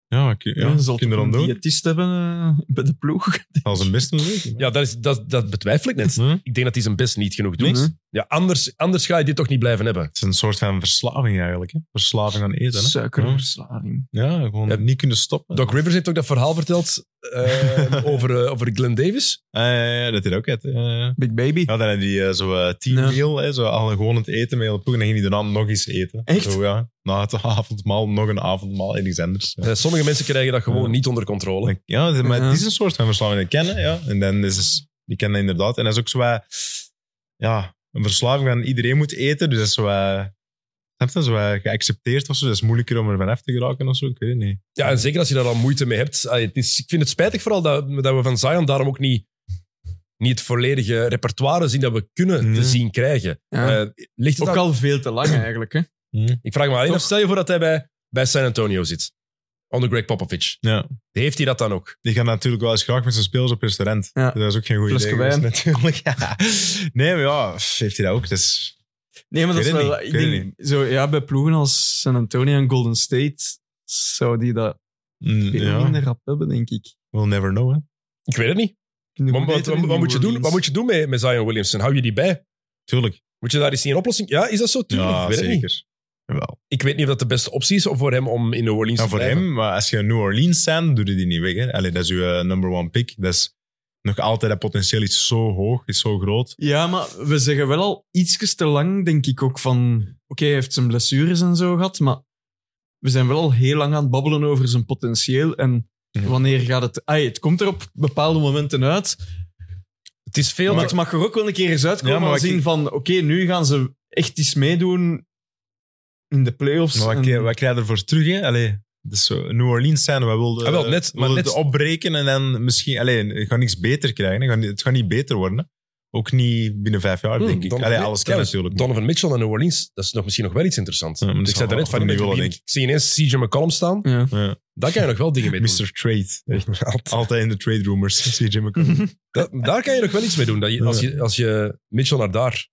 D: ja, maar kun- ja,
B: ja, zal
D: kun je
B: toch
D: dan
B: een
D: doen.
B: diëtist hebben eh, bij de ploeg.
D: Als een best doen. zeker.
A: Ja, dat, is, dat, dat betwijfel ik net.
D: Hm?
A: Ik denk dat hij zijn best niet genoeg doet.
D: Mhm.
B: Niks?
A: Ja, anders, anders ga je dit toch niet blijven hebben.
D: Het is een soort van verslaving eigenlijk. Hè? Verslaving aan eten. Hè?
B: Suikerverslaving.
D: Ja, gewoon
A: Ja.
D: niet kunnen stoppen.
A: Doc Rivers heeft ook dat verhaal verteld eh, [laughs] over, eh, over Glenn Davis.
D: Ah, ja, ja, ja, dat deed hij ook uit. hè. Ja, ja.
B: Big Baby.
D: Ja, dan had hij eh, zo eh, teammeal, hè, zo al gewoon het eten met heel ploeg, en dan ging hij daarna nog eens eten.
B: Echt?
D: Zo, ja. Na het [laughs] avondmaal, nog een avondmaal en iets anders. Ja,
A: Eh, sommige mensen krijgen dat gewoon
D: Ja.
A: niet onder controle.
D: Dan- ja maar
B: Ja.
D: het is een soort van verslaving. Dat kennen, ja. En dan is het, die kennen dat inderdaad. En dat is ook zo wat, ja, een verslaving van iedereen moet eten. Dus dat is zo wat, heb je dat zo wat geaccepteerd of zo? Dat is moeilijker om er van af te geraken of zo. Ik weet het niet.
A: Ja, en zeker als je daar al moeite mee hebt. Allee, het is, ik vind het spijtig vooral dat, dat we van Zion daarom ook niet, niet het volledige repertoire zien dat we kunnen
D: Nee.
A: te zien krijgen.
B: Ja.
A: Eh, ligt het
B: ook
A: aan-
B: al veel
D: [clears throat]
B: te lang eigenlijk. Hè?
D: Mhm.
A: Ik vraag me alleen
B: Toch?
A: af, stel je voor dat hij bij, bij San Antonio zit. Onder Greg Popovich.
D: Ja.
A: Heeft hij dat dan ook?
D: Die gaan natuurlijk wel eens graag met zijn spelers op restaurant.
B: Ja.
D: Dat is ook geen goed
B: Flesje
D: [laughs] idee. geweest, natuurlijk. Ja. Nee, maar ja, pff, heeft hij dat ook? Dat is,
B: Nee, maar dat
D: Ik
B: is
D: weet het
B: wel...
D: niet,
B: Ik
D: ik weet het
B: denk, zo, ja, bij ploegen als San Antonio en Golden State zou die dat
D: Mm,
B: veel
D: ja.
B: minder rap hebben, denk ik.
D: We'll never know, hè.
A: Ik weet het niet.
B: Kunnen
A: Wat,
B: goed
A: wat-
B: eten in
A: wat- wat
B: New
A: moet, je doen,
B: Orleans.
A: wat moet je doen met, met Zion Williamson? Hou je die bij?
D: Tuurlijk.
A: Moet je daar eens niet een oplossing... Ja, is dat zo? Tuurlijk, ik
D: Ja,
A: weet het niet.
D: zeker. Jawel.
A: Ik weet niet of dat de beste optie is voor hem om in New Orleans
D: En
A: te
D: Nou, voor
A: blijven.
D: hem, maar als je New Orleans zijn, doe je die niet weg. Hè. Allee, dat is je eh, number one pick. Dat is nog altijd, dat potentieel is zo hoog, is zo groot.
B: Ja, maar we zeggen wel al ietsjes te lang, denk ik ook, van... Oké, hij heeft zijn blessures en zo gehad, maar we zijn wel al heel lang aan het babbelen over zijn potentieel en
D: Mhm.
B: wanneer gaat het... Ah, het komt er op bepaalde momenten uit,
A: Het is veel...
B: maar
A: Maar,
B: het mag er ook wel een keer eens uitkomen
D: Ja, maar
B: en
D: wat
B: zien
D: ik-
B: van... Oké, nu gaan ze echt iets meedoen in de playoffs.
D: Maar wat,
B: en-
D: krijg- wat krijg je ervoor terug? Hè? Allee, dus New Orleans zijn, we wilden,
A: Ah, wel, net-
D: we
A: maar
D: wilden
A: net-
D: het opbreken en dan misschien... Allee, je gaat niks beter krijgen. hè. Je gaat niet- Het gaat niet beter worden. hè. Ook niet binnen vijf
A: Hm,
D: jaar,
A: Hmm,
D: denk ik. Allee, alles kan natuurlijk.
A: Donovan Mitchell naar New Orleans, dat is nog misschien nog wel iets interessants.
D: Ja, maar dat
A: ik
D: is
A: zei
D: wel
A: daarnet van, ik,
D: wat
A: ben
D: we nu willen,
A: verliefd. ik zie ineens CJ McCollum staan.
B: Ja.
A: Daar kan je nog wel dingen
D: [laughs]
A: mee doen.
D: Mr. Trade.
A: [laughs]
D: Echt.
A: Altijd.
D: Altijd in de trade rumors. CJ McCollum.
A: Da- daar kan je nog wel iets mee doen, dat je, als, je, als je Mitchell naar daar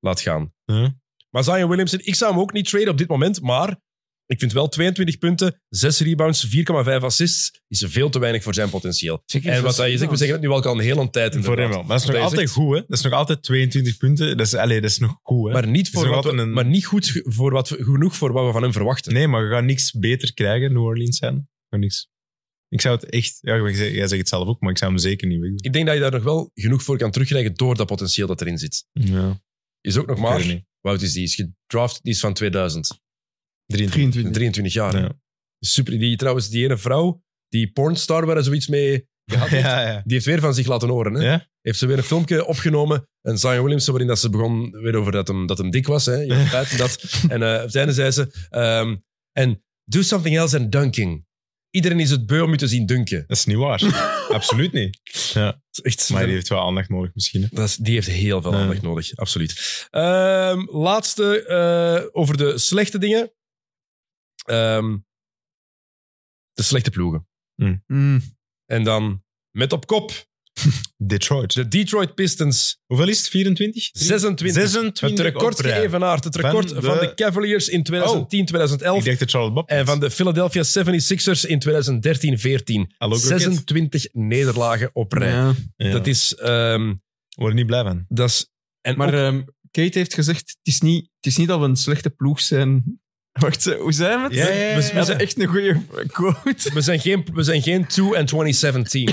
A: laat gaan.
D: Ja.
A: Maar Zion Williamson, ik zou hem ook niet traden op dit moment, maar ik vind wel 22 punten, 6 rebounds, 4,5 assists, is veel te weinig voor zijn potentieel. En wat je zegt, we zeggen het nu al al een hele tijd.
D: Voor hem
A: inderdaad.
D: wel. Maar dat is
A: Wat
D: nog
A: hij
D: altijd
A: zegt.
D: goed, hè? Dat is nog altijd 22 punten. Dat is, allee, dat is nog goed, hè?
A: Maar niet, voor
D: nog
A: wat we-
D: altijd een-
A: maar niet goed ge- voor wat, we- genoeg voor wat we van hem verwachten.
D: Nee, maar je gaat niks beter krijgen, New Orleans zijn. Je gaat niks. Ik zou het echt... Ja, jij zegt jij zegt het zelf ook, maar ik zou hem zeker niet wegdoen.
A: Ik denk dat je daar nog wel genoeg voor kan terugkrijgen door dat potentieel dat erin zit.
D: Ja.
A: Is ook nog
D: Ik weet het
A: maar...
D: niet.
A: Wout is die, is gedraft, die is van 2000.
B: 23.
A: 23 jaar. hè.
D: Ja.
A: Super, die, trouwens, die ene vrouw, die pornstar waar hij zoiets mee gehad heeft,
D: [laughs] [laughs] Ja, ja.
A: die heeft weer van zich laten horen. Hè?
D: Ja?
A: Heeft ze weer een filmpje opgenomen, en Zion Williamson, waarin dat ze begon weer over dat hem, dat hem dik was. Hè? Ja, het feit
D: [laughs]
A: dat. En eh, op het einde zei ze, ehm, en do something else than dunking. Iedereen is het beu om je te zien dunken.
D: Dat is niet waar. Absoluut niet.
A: Dat is Echt,
D: Maar die heeft wel aandacht nodig misschien. hè.
A: dat is- die heeft heel veel
D: Ja.
A: aandacht nodig, absoluut. Ehm, laatste eh, over de slechte dingen. Ehm, de slechte ploegen.
B: Mm.
A: En dan met op kop
D: Detroit.
A: de Detroit Pistons
D: Hoeveel is het? 24?
A: 26.
D: 26
A: Het record
D: op rij.
A: geëvenaard. Het record van
D: Van
A: de,
D: de-
A: Cavaliers in 2010-2011.
D: Ik dacht dat Charles Bob.
A: En van de Philadelphia 76ers in 2013-14.
D: Hallo, Crockett.
A: 26 nederlagen op rij.
B: Ja.
D: Ja.
A: Dat is... ehm,
D: Word er niet blij van.
A: dat is en
B: Maar
A: ook-
B: ehm, Kate heeft gezegd, het is, niet, het is niet dat we een slechte ploeg zijn. [laughs] Wacht, eh, hoe zijn we het?
D: Ja, ja, ja,
B: We- we
D: ja.
B: zijn echt een goede quote.
A: we, zijn geen, we zijn geen 2 en 2017.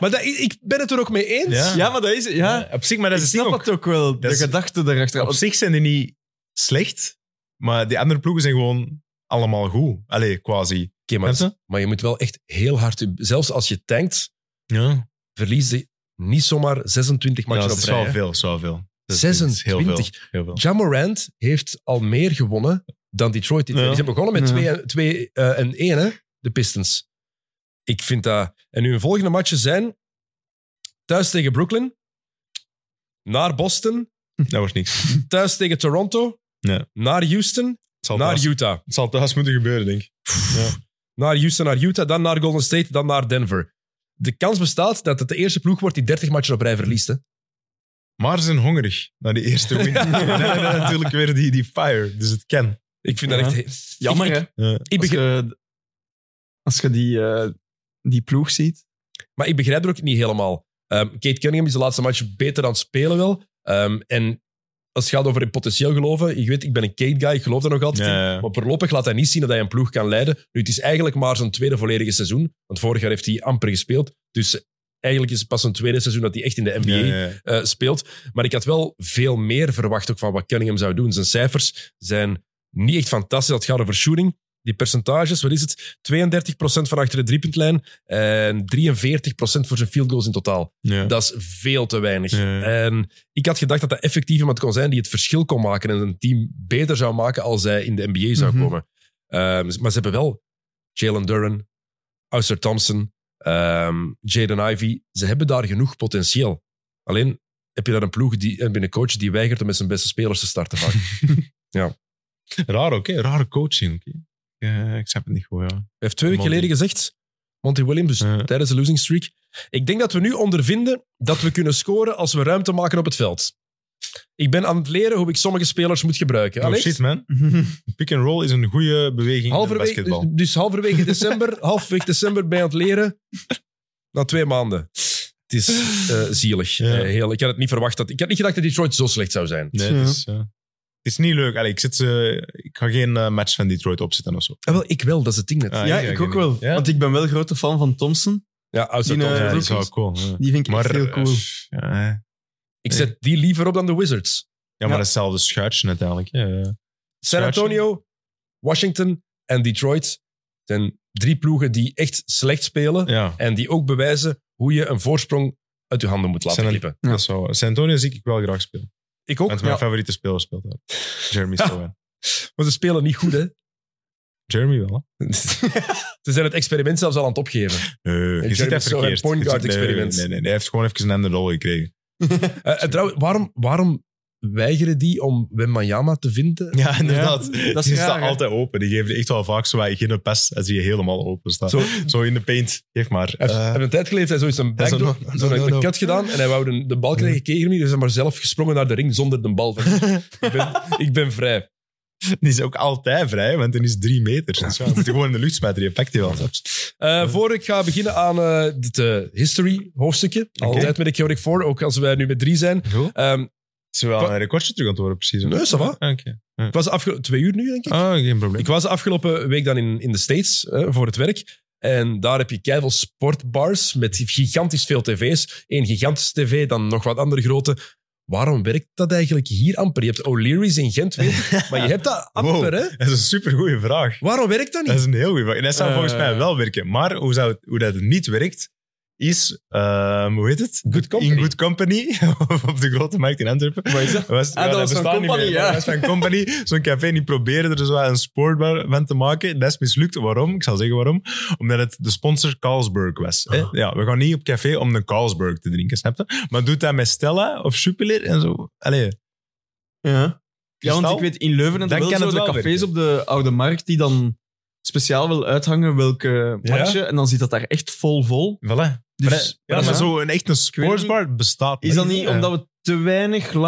A: maar dat, ik- ik ben het er ook mee eens.
D: Ja.
B: Ja, maar dat is... Ja,
D: Op zich, maar dat
B: ik
D: is het
B: snap
D: ding ook.
B: het ook wel, de
D: is-
B: gedachte daarachter.
D: Op zich zijn die niet slecht, maar die andere ploegen zijn gewoon allemaal goed. Allee, quasi.
A: Oké, maar,
D: Mensen?
A: maar je moet wel echt heel hard... je- Zelfs als je tankt,
D: Ja,
A: verlies je niet zomaar 26
D: maar
A: matchen
D: dat
A: op
D: is
A: rij.
D: wel
A: hè.
D: veel, dat is wel veel. Dat is-
A: 26.
D: heel veel. Heel veel.
A: Ja Morant heeft al meer gewonnen dan Detroit. dit jaar.
D: Ja.
A: Ze hebben begonnen met
B: Ja.
A: 2 en 2 eh, en 1, hè, de Pistons. Ik vind dat... En hun volgende matchen zijn thuis tegen Brooklyn, naar Boston,
D: [laughs] Dat wordt niks. Het
A: thuis tegen Toronto,
D: Ja.
A: naar Houston,
D: zal,
A: naar
D: thuis,
A: Utah.
D: het zal thuis moeten gebeuren, denk ik.
A: Naar Houston, naar Utah, dan naar Golden State, dan naar Denver. De kans bestaat dat het de eerste ploeg wordt die 30 matchen op rij verliest. Hè.
D: Maar ze zijn hongerig naar die eerste [laughs] win. en dan hebben we natuurlijk weer die, die fire, dus het kan.
A: Ik vind dat
B: Ja.
A: echt... he-
B: Jammer,
A: Ik-
B: hè?
D: Ja.
A: ik
B: Als
A: begrijp-
B: je, als je die, eh, die ploeg ziet.
A: Maar ik begrijp er ook niet helemaal. Ehm, Kate Cunningham is de laatste match beter aan het spelen wel. Ehm, en als het gaat over in potentieel geloven, ik weet, ik ben een Kate-guy, ik geloof daar nog altijd
D: Ja,
A: in.
D: ja, ja.
A: Maar voorlopig laat hij niet zien dat hij een ploeg kan leiden. Nu, het is eigenlijk maar zijn tweede volledige seizoen, want vorig jaar heeft hij amper gespeeld. Dus eigenlijk is het pas zijn tweede seizoen dat hij echt in de NBA
D: Ja, ja, ja.
A: eh, speelt. Maar ik had wel veel meer verwacht ook van wat Cunningham zou doen. Zijn cijfers zijn niet echt fantastisch. Dat gaat over shooting. Die percentages, wat is het? 32% van achter de driepuntlijn en 43% voor zijn field goals in totaal.
D: Ja.
A: Dat is veel te weinig.
D: Ja, ja.
A: En ik had gedacht dat dat effectief iemand kon zijn die het verschil kon maken en een team beter zou maken als hij in de NBA zou
B: Mhm.
A: komen. Ehm, maar ze hebben wel Jalen Duran, Auster Thompson, ehm, Jaden Ivey. Ze hebben daar genoeg potentieel. Alleen heb je daar een ploeg die, en binnen coach die weigert om met zijn beste spelers te starten. Vaak. Hij
D: Raar ook, hè? Rare coaching. ook, hè. Ja, ik snap het niet goed, ja.
A: heeft twee weken
D: Monty.
A: geleden gezegd, Monty Williams, dus
D: Ja.
A: tijdens de losing streak. Ik denk dat we nu ondervinden dat we kunnen scoren als we ruimte maken op het veld. Ik ben aan het leren hoe ik sommige spelers moet gebruiken.
D: Oh
A: Alex?
D: shit, man. Pick and roll is een goede beweging in
A: Halverwege-
D: basketbal.
A: dus, dus halverwege
D: [laughs]
A: december, halfweg december ben je aan het leren. Na twee maanden. Het is eh, zielig.
D: Ja.
A: Eh, heel, ik had het niet verwacht. Dat, ik had niet gedacht dat Detroit zo slecht zou zijn.
D: Nee,
B: Ja.
D: het, is, eh, het is niet leuk. Allee, ik, zit, eh, ik ga geen eh, match van Detroit opzetten of zo.
A: Ah, wel, ik wel, dat is het ding net.
D: Ah,
B: ja,
D: ja,
B: ik
D: ik
B: ook
D: weet
B: wel.
D: niet. Ja?
B: Want ik ben wel grote fan van Thompson.
A: ja, outside
B: Die, eh,
A: conference.
D: ja, dat is wel
B: Brookings.
D: cool. Ja,
B: Die vind ik
D: maar,
B: echt heel
D: eh,
B: cool.
D: ja, hè. ja,
A: ik zet die liever op dan de Wizards.
D: maar
B: Ja.
D: hetzelfde schuitje uiteindelijk. Ja, ja.
A: San Antonio, Washington en Detroit zijn drie ploegen die echt slecht spelen.
D: ja.
A: En die ook bewijzen hoe je een voorsprong uit je handen moet laten
D: San-
A: glippen.
B: Ja.
D: Dat is wel. San Antonio zie ik wel graag spelen.
A: Ik ook.
D: Want mijn
A: Ja.
D: favoriete speler speelt daar. Jeremy
A: Ja.
D: Sohan.
A: Maar ze spelen niet
D: [laughs]
A: goed, hè?
D: Jeremy wel, hè?
A: ze zijn het experiment zelfs al aan het opgeven.
D: Nee, je
A: Jeremy
D: ziet dat
A: Sohan,
D: verkeerd.
A: point
D: Je
A: guard
D: ziet- nee,
A: experiment.
D: Nee, nee, nee, hij heeft gewoon even een andere rol gekregen.
A: Eh, eh, trouwens, waarom, waarom weigeren die om Wembanyama te vinden?
D: Ja,
B: inderdaad.
D: Dat
B: Die
D: is
B: staat
D: staat altijd open. Die geven echt wel vaak zo geen pas als je helemaal open staat.
A: Zo,
D: Zo,
A: hij heeft-
D: in de paint. Geef maar.
A: hij heeft een tijd geleden heeft hij zoiets een
D: Eh. hij zo,
A: backdoor,
D: no,
A: zo'n
D: no, no, no.
A: cut gedaan en hij wou de, de bal krijgen, kreeg hem niet, dus hij is maar zelf gesprongen naar de ring zonder de
D: [laughs]
A: bal. Van, ik, ben, ik ben vrij.
D: Die is ook altijd vrij, want die is drie meter. Dus ja, je moet gewoon in de lucht smijten. Je pakt die wel.
A: Eh, voor ik ga beginnen aan eh het eh, history hoofdstukje, altijd ben ik Jorik voor, ook als wij nu met drie zijn.
D: Goed.
A: Ehm,
D: Is er wel een recordje terug aan het horen, precies?
A: Nee, ça va.
D: Ah, Oké.
A: ik was afge- twee uur nu, denk ik.
D: Ah, geen probleem.
A: Ik was de afgelopen week dan in, in de States eh, voor het werk. En daar heb je keiveel sportbars met gigantisch veel tv's. Eén gigantische tv, dan nog wat andere grote. Waarom werkt dat eigenlijk hier amper? Je hebt O'Leary's in Gent, weet
D: [laughs]
A: ik, maar je hebt dat amper,
D: Wow.
A: hè?
D: [laughs] Dat is een supergoeie vraag.
A: Waarom werkt dat
D: Dat
A: niet?
D: is een heel goede vraag. En dat zou
B: Eh.
D: volgens mij wel werken. Maar hoe, zou het- hoe dat het niet werkt, is, ehm, hoe heet het?
A: Good company.
D: In Good Company, [laughs] op de grote markt in Antwerpen.
B: Wat is dat?
D: Was,
B: Ah, dat was van
D: bestaat
B: Company,
D: niet meer.
B: ja.
D: Dat was van Company. Zo'n café die probeerde er zo een sportbar van te maken. Dat is mislukt. Waarom? Ik zal zeggen waarom. Omdat het de sponsor Carlsberg was.
B: Ah.
D: Hè? Ja, we gaan niet op café om een Carlsberg te drinken, snap je? Maar doet dat met Stella of Jupiler en zo. Allee,
B: Ja. ja, want
D: Kristal?
B: ik weet in Leuven en
D: Dan
B: wel
D: kan
B: zo
D: het
B: de
D: wel
B: cafés
D: werken.
B: op de Oude Markt die dan speciaal wil uithangen welke
A: Ja.
B: matchen. En dan zit dat daar echt vol vol.
D: voilà. Maar dat-
B: Dus,
D: ja, maar zo een echte sportsbar bestaat
B: Is dat niet
D: Ja.
B: omdat we te weinig live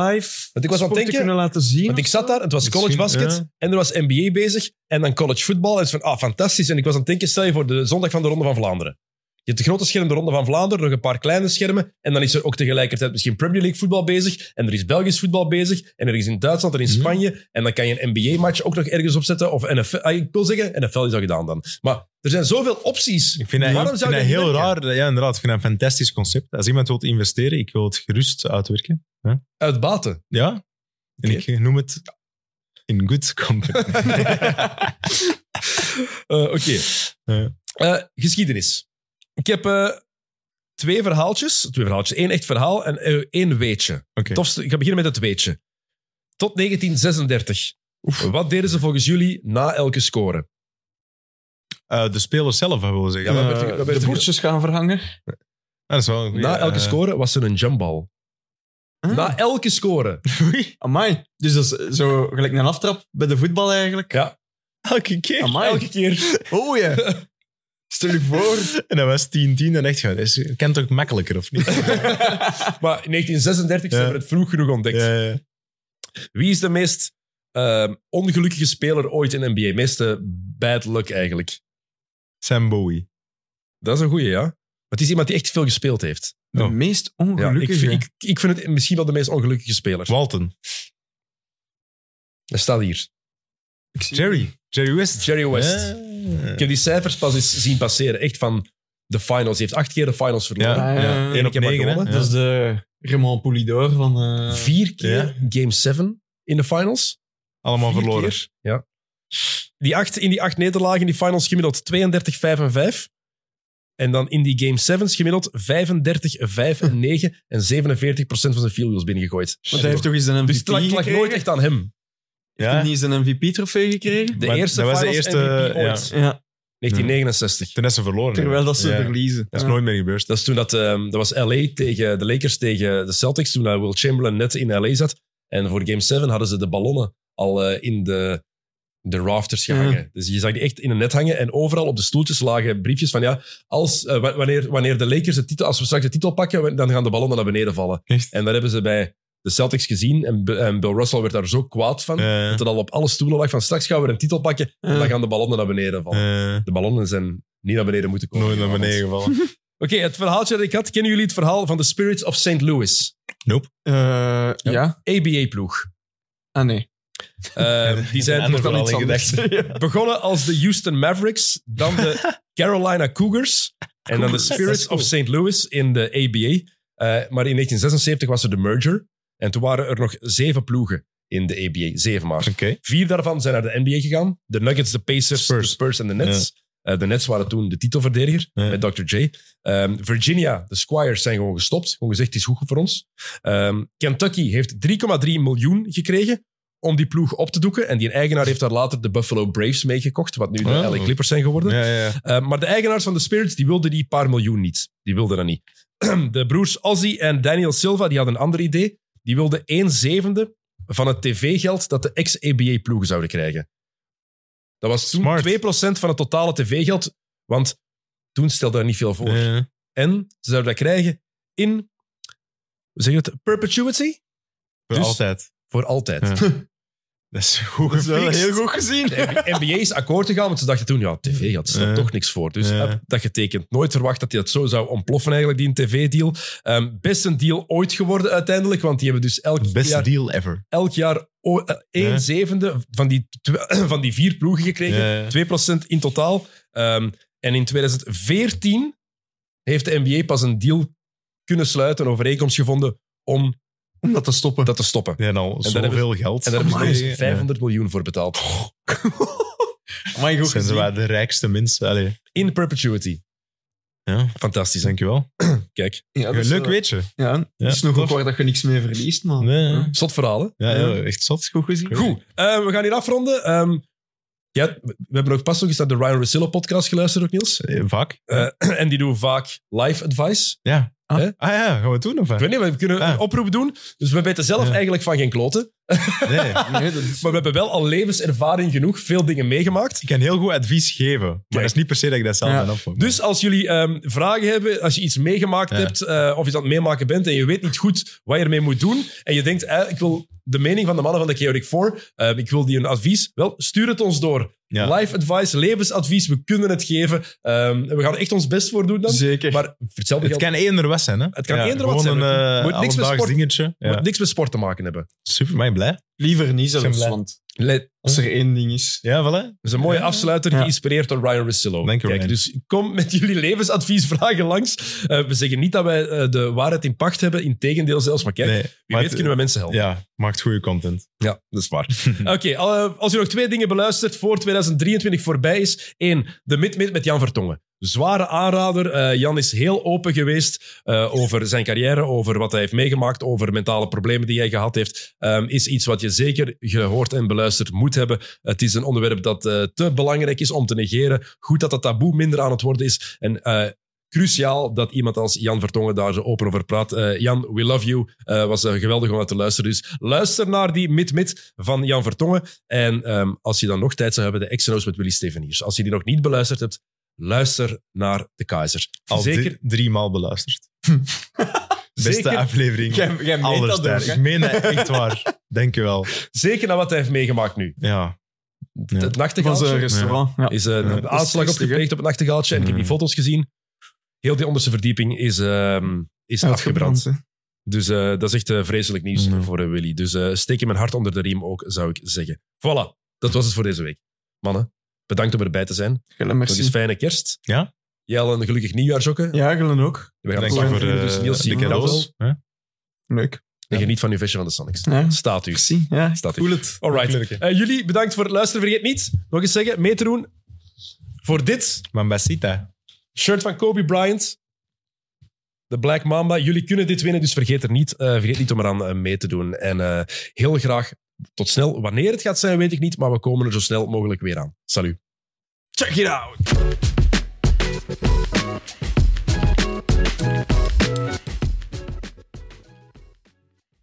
A: Want ik was aan het
B: sporten
A: denken-
B: kunnen laten zien?
A: Want ik zat daar, het was college
D: Misschien,
A: basket en er was NBA bezig en dan college voetbal. En het is van, ah, fantastisch. En ik was aan het denken, stel je voor de zondag van de Ronde van Vlaanderen. Je hebt de grote scherm, de Ronde van Vlaanderen, nog een paar kleine schermen. En dan is er ook tegelijkertijd misschien Premier League voetbal bezig. En er is Belgisch voetbal bezig. En er is in Duitsland en in
D: Mhm.
A: Spanje. En dan kan je een NBA-match ook nog ergens opzetten. Of NFL. Ah, Ik wil zeggen, NFL is al gedaan dan. Maar er zijn zoveel opties.
D: Ik vind dat,
A: Waarom
D: ik
A: zou
D: vind dat
A: dat
D: heel
A: niet werken?
D: raar. Ja, inderdaad. Ik vind dat een fantastisch concept. Als iemand wilt investeren, ik wil het gerust uitwerken.
A: Uitbaten.
D: Ja. En ik noem het in good company.
A: Eh, Oké.
D: Ja.
A: Eh, geschiedenis. Ik heb eh, twee verhaaltjes. Twee verhaaltjes. Eén echt verhaal en eh, één weetje.
D: Oké.
A: Tofste- ik ga beginnen met het weetje. Tot 1936. Wat deden ze volgens jullie na elke score?
D: Eh, de spelers zelf, wil ik zeggen.
A: Ja, maar-
D: Ah,
A: dat werd- dat werd-
B: Eh, de bordjes gaan verhangen.
D: dat is wel een goeie.
A: na elke
D: Eh,
A: score was er een jumpbal.
B: Ah.
A: Na elke score.
B: Amai. Dus dat is zo gelijk een aftrap bij de voetbal eigenlijk.
A: Ja.
D: [laughs] Elke keer.
B: Amai.
A: Elke keer.
B: Oh ja. Stel je voor.
D: [laughs] En dat was 10-10 en echt, ja, dat is, je kent het ook makkelijker, of niet?
A: Maar in 1936 ze
D: Ja.
A: hebben we het vroeg genoeg ontdekt.
D: Ja, ja.
A: Wie is de meest ehm, ongelukkige speler ooit in de NBA? Meeste bad luck eigenlijk.
D: Sam Bowie.
A: Dat is een goeie, ja. Maar het is iemand die echt veel gespeeld heeft.
B: De
D: Oh.
B: meest
A: Ja, ik,
B: ongelukkige.
A: vind- ik, ik vind het misschien wel de meest ongelukkige speler.
D: Walton.
A: Dat staat hier.
D: Jerry. Jerry West.
A: Jerry West.
D: Ja.
A: Ik heb die cijfers pas eens zien passeren. Echt van de finals. Die heeft acht keer de finals verloren.
D: Ja. Ja.
B: Ah, ja.
D: Eén op
A: Ik heb maar
D: negen, hè?
A: gewonnen.
B: Dat is de Raymond Poulidor van... eh,
A: Vier keer
D: Ja.
A: game seven in de finals.
D: Allemaal
A: Vier
D: verloren.
A: keer. Ja. Die acht, in die acht nederlagen in die finals gemiddeld 32, 5 en 5. En dan in die game sevens gemiddeld 35, 5 en 9. En 47% van zijn field goals binnengegooid.
B: Want hij heeft toch eens een MVP
A: dus het lag, het lag
B: gekregen?
A: nooit echt aan hem.
B: Heeft hij niet eens een MVP-trofee gekregen?
A: De
D: Maar
A: eerste
D: dat was de
A: finals
D: eerste,
A: MVP ooit.
B: Ja,
A: 1969.
D: Toen is ze verloren.
B: terwijl dat ze
D: Ja.
B: verliezen.
D: Dat is
B: Ja.
D: nooit meer gebeurd.
A: Dat, is toen dat, ehm, dat was LA tegen de Lakers tegen de Celtics. Toen eh, Will Chamberlain net in LA zat. En voor Game 7 hadden ze de ballonnen al eh, in de, de rafters gehangen. Dus je zag die echt in een net hangen. En overal op de stoeltjes lagen briefjes van ja. Als, eh, wa- wanneer, wanneer de Lakers de titel, als we straks de titel pakken, dan gaan de ballonnen naar beneden vallen.
D: Echt?
A: En daar hebben ze bij de Celtics gezien. En, B- en Bill Russell werd daar zo kwaad van.
D: Eh,
A: Dat er al op alle stoelen lag van straks gaan we een titel pakken. En dan
B: Ja.
A: gaan de ballonnen naar beneden vallen.
D: eh,
A: De ballonnen zijn niet naar beneden moeten komen.
D: nooit naar beneden gevallen.
A: Oké, het verhaaltje dat ik had. Kennen jullie het verhaal van de Spirits of St. Louis?
B: Eh, ja.
A: ABA-ploeg.
B: Ah, nee.
A: Eh, die [laughs] zijn
D: Een ander
A: begonnen-
D: verhaal in gedachten.
A: [laughs] begonnen als de Houston Mavericks, dan
D: [laughs]
A: de Carolina Cougars en dan de
B: Cougars,
D: dat
A: Spirits
D: is cool.
A: of St. Louis in de ABA. Eh, maar in 1976 was er de merger en toen waren er nog zeven ploegen in de ABA, zeven maar.
D: Oké.
A: Vier daarvan zijn naar de NBA gegaan. De Nuggets, de Pacers,
D: Spurs.
A: de Spurs en de Nets. Eh, de Nets waren toen de titelverdediger
D: Ja.
A: met Dr. J. Ehm, Virginia, de Squires, zijn gewoon gestopt. Gewoon gezegd, het is goed voor ons. Ehm, Kentucky heeft 3,3 miljoen gekregen om die ploeg op te doeken. En die eigenaar heeft daar later de Buffalo Braves meegekocht, wat nu de
D: Oh.
A: LA Clippers zijn geworden.
D: Ja, ja, ja.
A: Ehm, maar de eigenaars van de Spirits, die wilden die paar miljoen niet. Die wilden dat niet. [clears throat] De broers Ozzy en Daniel Silva, die hadden een ander idee. Die wilden 1 zevende van het tv-geld dat de ex-EBA-ploegen zouden krijgen. Dat was toen
D: Smart.
A: 2% van het totale tv-geld, want toen stelde dat niet veel voor.
D: Eh,
A: En ze zouden dat krijgen in, we zeggen het, perpetuity?
D: voor
A: Dus-
D: altijd.
A: Voor altijd.
D: Ja. Dat is goed
B: Dat is wel
D: gefixt.
B: heel goed gezien.
A: De NBA is akkoord gegaan, want ze dachten toen, ja, tv gaat stelt
D: Ja.
A: toch niks voor. Dus
D: Ja.
A: heb dat getekend. Nooit verwacht dat hij dat zo zou ontploffen eigenlijk, die tv-deal. Ehm, best een deal ooit geworden uiteindelijk, want die hebben dus elk
D: Beste
A: jaar,
D: deal ever.
A: elk jaar o- eh, één
D: Ja.
A: zevende van die, tw- [clears throat] van die vier ploegen gekregen.
D: Ja, ja.
A: 2% in totaal. Ehm, en in 2014 heeft de NBA pas een deal kunnen sluiten, een overeenkomst gevonden om
B: Om dat te stoppen.
A: dat te stoppen.
D: Die hebben al
A: daar hebben
D: zoveel geld. Oh
A: En daar hebben ze
D: Amai.
A: dus 500 miljoen voor betaald.
B: Maar
D: Ja.
B: goed
D: Zijn ze
B: gezien.
D: wel de rijkste mensen. Allee.
A: In perpetuity.
D: Ja,
A: Fantastisch. hè?
D: dankjewel.
A: Kijk.
B: Ja, dat is,
D: Leuk
B: eh,
D: weet je.
B: Ja,
D: Ja,
B: is nog
D: tof.
B: ook waar dat je niks mee verliest, man.
D: Nee, ja.
A: Zot verhaal, hè?
D: Ja,
B: Ja.
D: ja, echt zot. Goed gezien.
A: Goed, eh, we gaan hier afronden. Ehm, ja, we hebben ook pas nog eens naar de Ryan Rosillo podcast geluisterd, ook Niels.
D: Vak.
A: Eh, [clears throat] en die doen vaak live advice.
D: Ja.
A: Ah.
D: Ah. ja, gaan we het doen of
A: Ik
D: wat?
A: weet niet, we kunnen een
D: Ah.
A: oproep doen. Dus we weten zelf
D: Ja.
A: eigenlijk van geen kloten.
D: Nee.
B: Nee, dat is...
A: Maar we hebben wel al levenservaring genoeg, veel dingen meegemaakt.
D: Ik kan heel goed advies geven, maar dat is niet per se dat ik dat zelf
B: Ja.
D: ben opvangen.
A: Dus als jullie ehm, vragen hebben, als je iets meegemaakt
D: Ja.
A: hebt eh, of iets aan het meemaken bent en je weet niet goed wat je ermee moet doen en je denkt, eh, ik wil de mening van de mannen van de Chaotic 4, eh, ik wil die een advies, wel, stuur het ons door.
D: ja.
A: Life advice, levensadvies, we kunnen het geven. Ehm, we gaan er echt ons best voor doen dan.
B: Zeker.
A: Maar voor hetzelfde
D: Het
A: geld
D: kan eender was zijn, hè?
A: Het kan
D: ja,
A: eender wat
D: gewoon
A: zijn.
D: een eh,
A: Moet niks met
D: alledaags
A: sport-
D: dingetje. Ja.
A: moet niks met sport te maken hebben.
D: Super, mij blij.
B: Liever niet
D: Ik
B: zelfs,
D: ben blij.
B: want
A: Le-
B: als er één ding is...
D: Ja, voilà.
A: Dat is een mooie
D: Ja.
A: afsluiter,
B: Ja.
A: geïnspireerd door Ryan Russillo.
D: Dank je,
A: Kijk,
D: Ryan.
A: dus kom met jullie levensadvies, vragen langs. Eh, we zeggen niet dat wij eh, de waarheid in pacht hebben, integendeel zelfs. Maar kijk,
D: Nee,
A: wie
D: maar
A: weet
D: het-
A: kunnen we mensen helpen.
D: Ja, maakt goede content.
A: Ja, dat is waar.
D: [laughs]
A: Oké, al- als u nog twee dingen beluistert voor 2023 voorbij is. Eén, de mid-mid met Jan Vertongen. Zware aanrader. Eh, Jan is heel open geweest eh, over zijn carrière, over wat hij heeft meegemaakt, over mentale problemen die hij gehad heeft. Ehm, is iets wat je zeker gehoord en beluisterd moet hebben. Het is een onderwerp dat eh, te belangrijk is om te negeren. Goed dat dat taboe minder aan het worden is. En eh, cruciaal dat iemand als Jan Vertongen daar zo open over praat. Eh, Jan, we love you. Eh, was eh, geweldig om naar te luisteren. Dus luister naar die mid-mid van Jan Vertongen. En ehm, als je dan nog tijd zou hebben, de X&O's met Willy Steveniers. Als je die nog niet beluisterd hebt, luister naar de Keizer.
D: Al
A: zeker,
D: drie, drie maal beluisterd. Beste
A: zeker,
D: aflevering.
B: Jij, jij meent
D: Aller
B: dat ook,
D: sterren.
B: hè?
D: Ik meen dat echt waar. Dank je wel.
A: zeker naar wat hij heeft meegemaakt nu.
D: Ja. Ja.
A: Het
B: Van
A: nachtegaaltje
B: zijn restaurant. Ja.
A: is eh,
D: Ja.
A: een aanslag
B: Dat is
A: opgepleegd op het nachtegaaltje. En ik heb die
D: Ja.
A: foto's gezien. Heel die onderste verdieping is, ehm, is afgebrand. Dus eh, dat is echt eh, vreselijk nieuws
D: Ja.
A: voor eh, Willy. Dus eh, steek hem een hart onder de riem ook, zou ik zeggen. Voilà, dat was het voor deze week. Mannen, bedankt om erbij te zijn.
B: Gillen,
A: Nog eens
B: merci.
A: fijne kerst.
D: Ja.
A: Jij al een gelukkig nieuwjaar, Jokke.
B: Ja, Gillen ook.
A: We gaan
D: Dank
A: het
D: je
B: Gewoon
D: voor
B: vrienden,
D: eh,
B: dus Niels
D: de
B: zien we dat
D: cadeaus. hè?
B: Leuk.
A: En geniet van uw visje van de Sonics.
B: Ja.
A: Staat u.
B: Merci. Ja, ik
A: Staat u.
B: voel het.
A: Alright.
D: Gelukkig.
A: Eh, jullie, bedankt voor het luisteren. Vergeet niet, nog eens zeggen, mee te doen voor dit
D: Mambasita.
A: shirt van Kobe Bryant. De Black Mamba. Jullie kunnen dit winnen, dus vergeet er niet. eh, vergeet niet om eraan eh, mee te doen. En eh, heel graag tot snel. Wanneer het gaat zijn, weet ik niet. Maar we komen er zo snel mogelijk weer aan. Salut.
B: Check it out.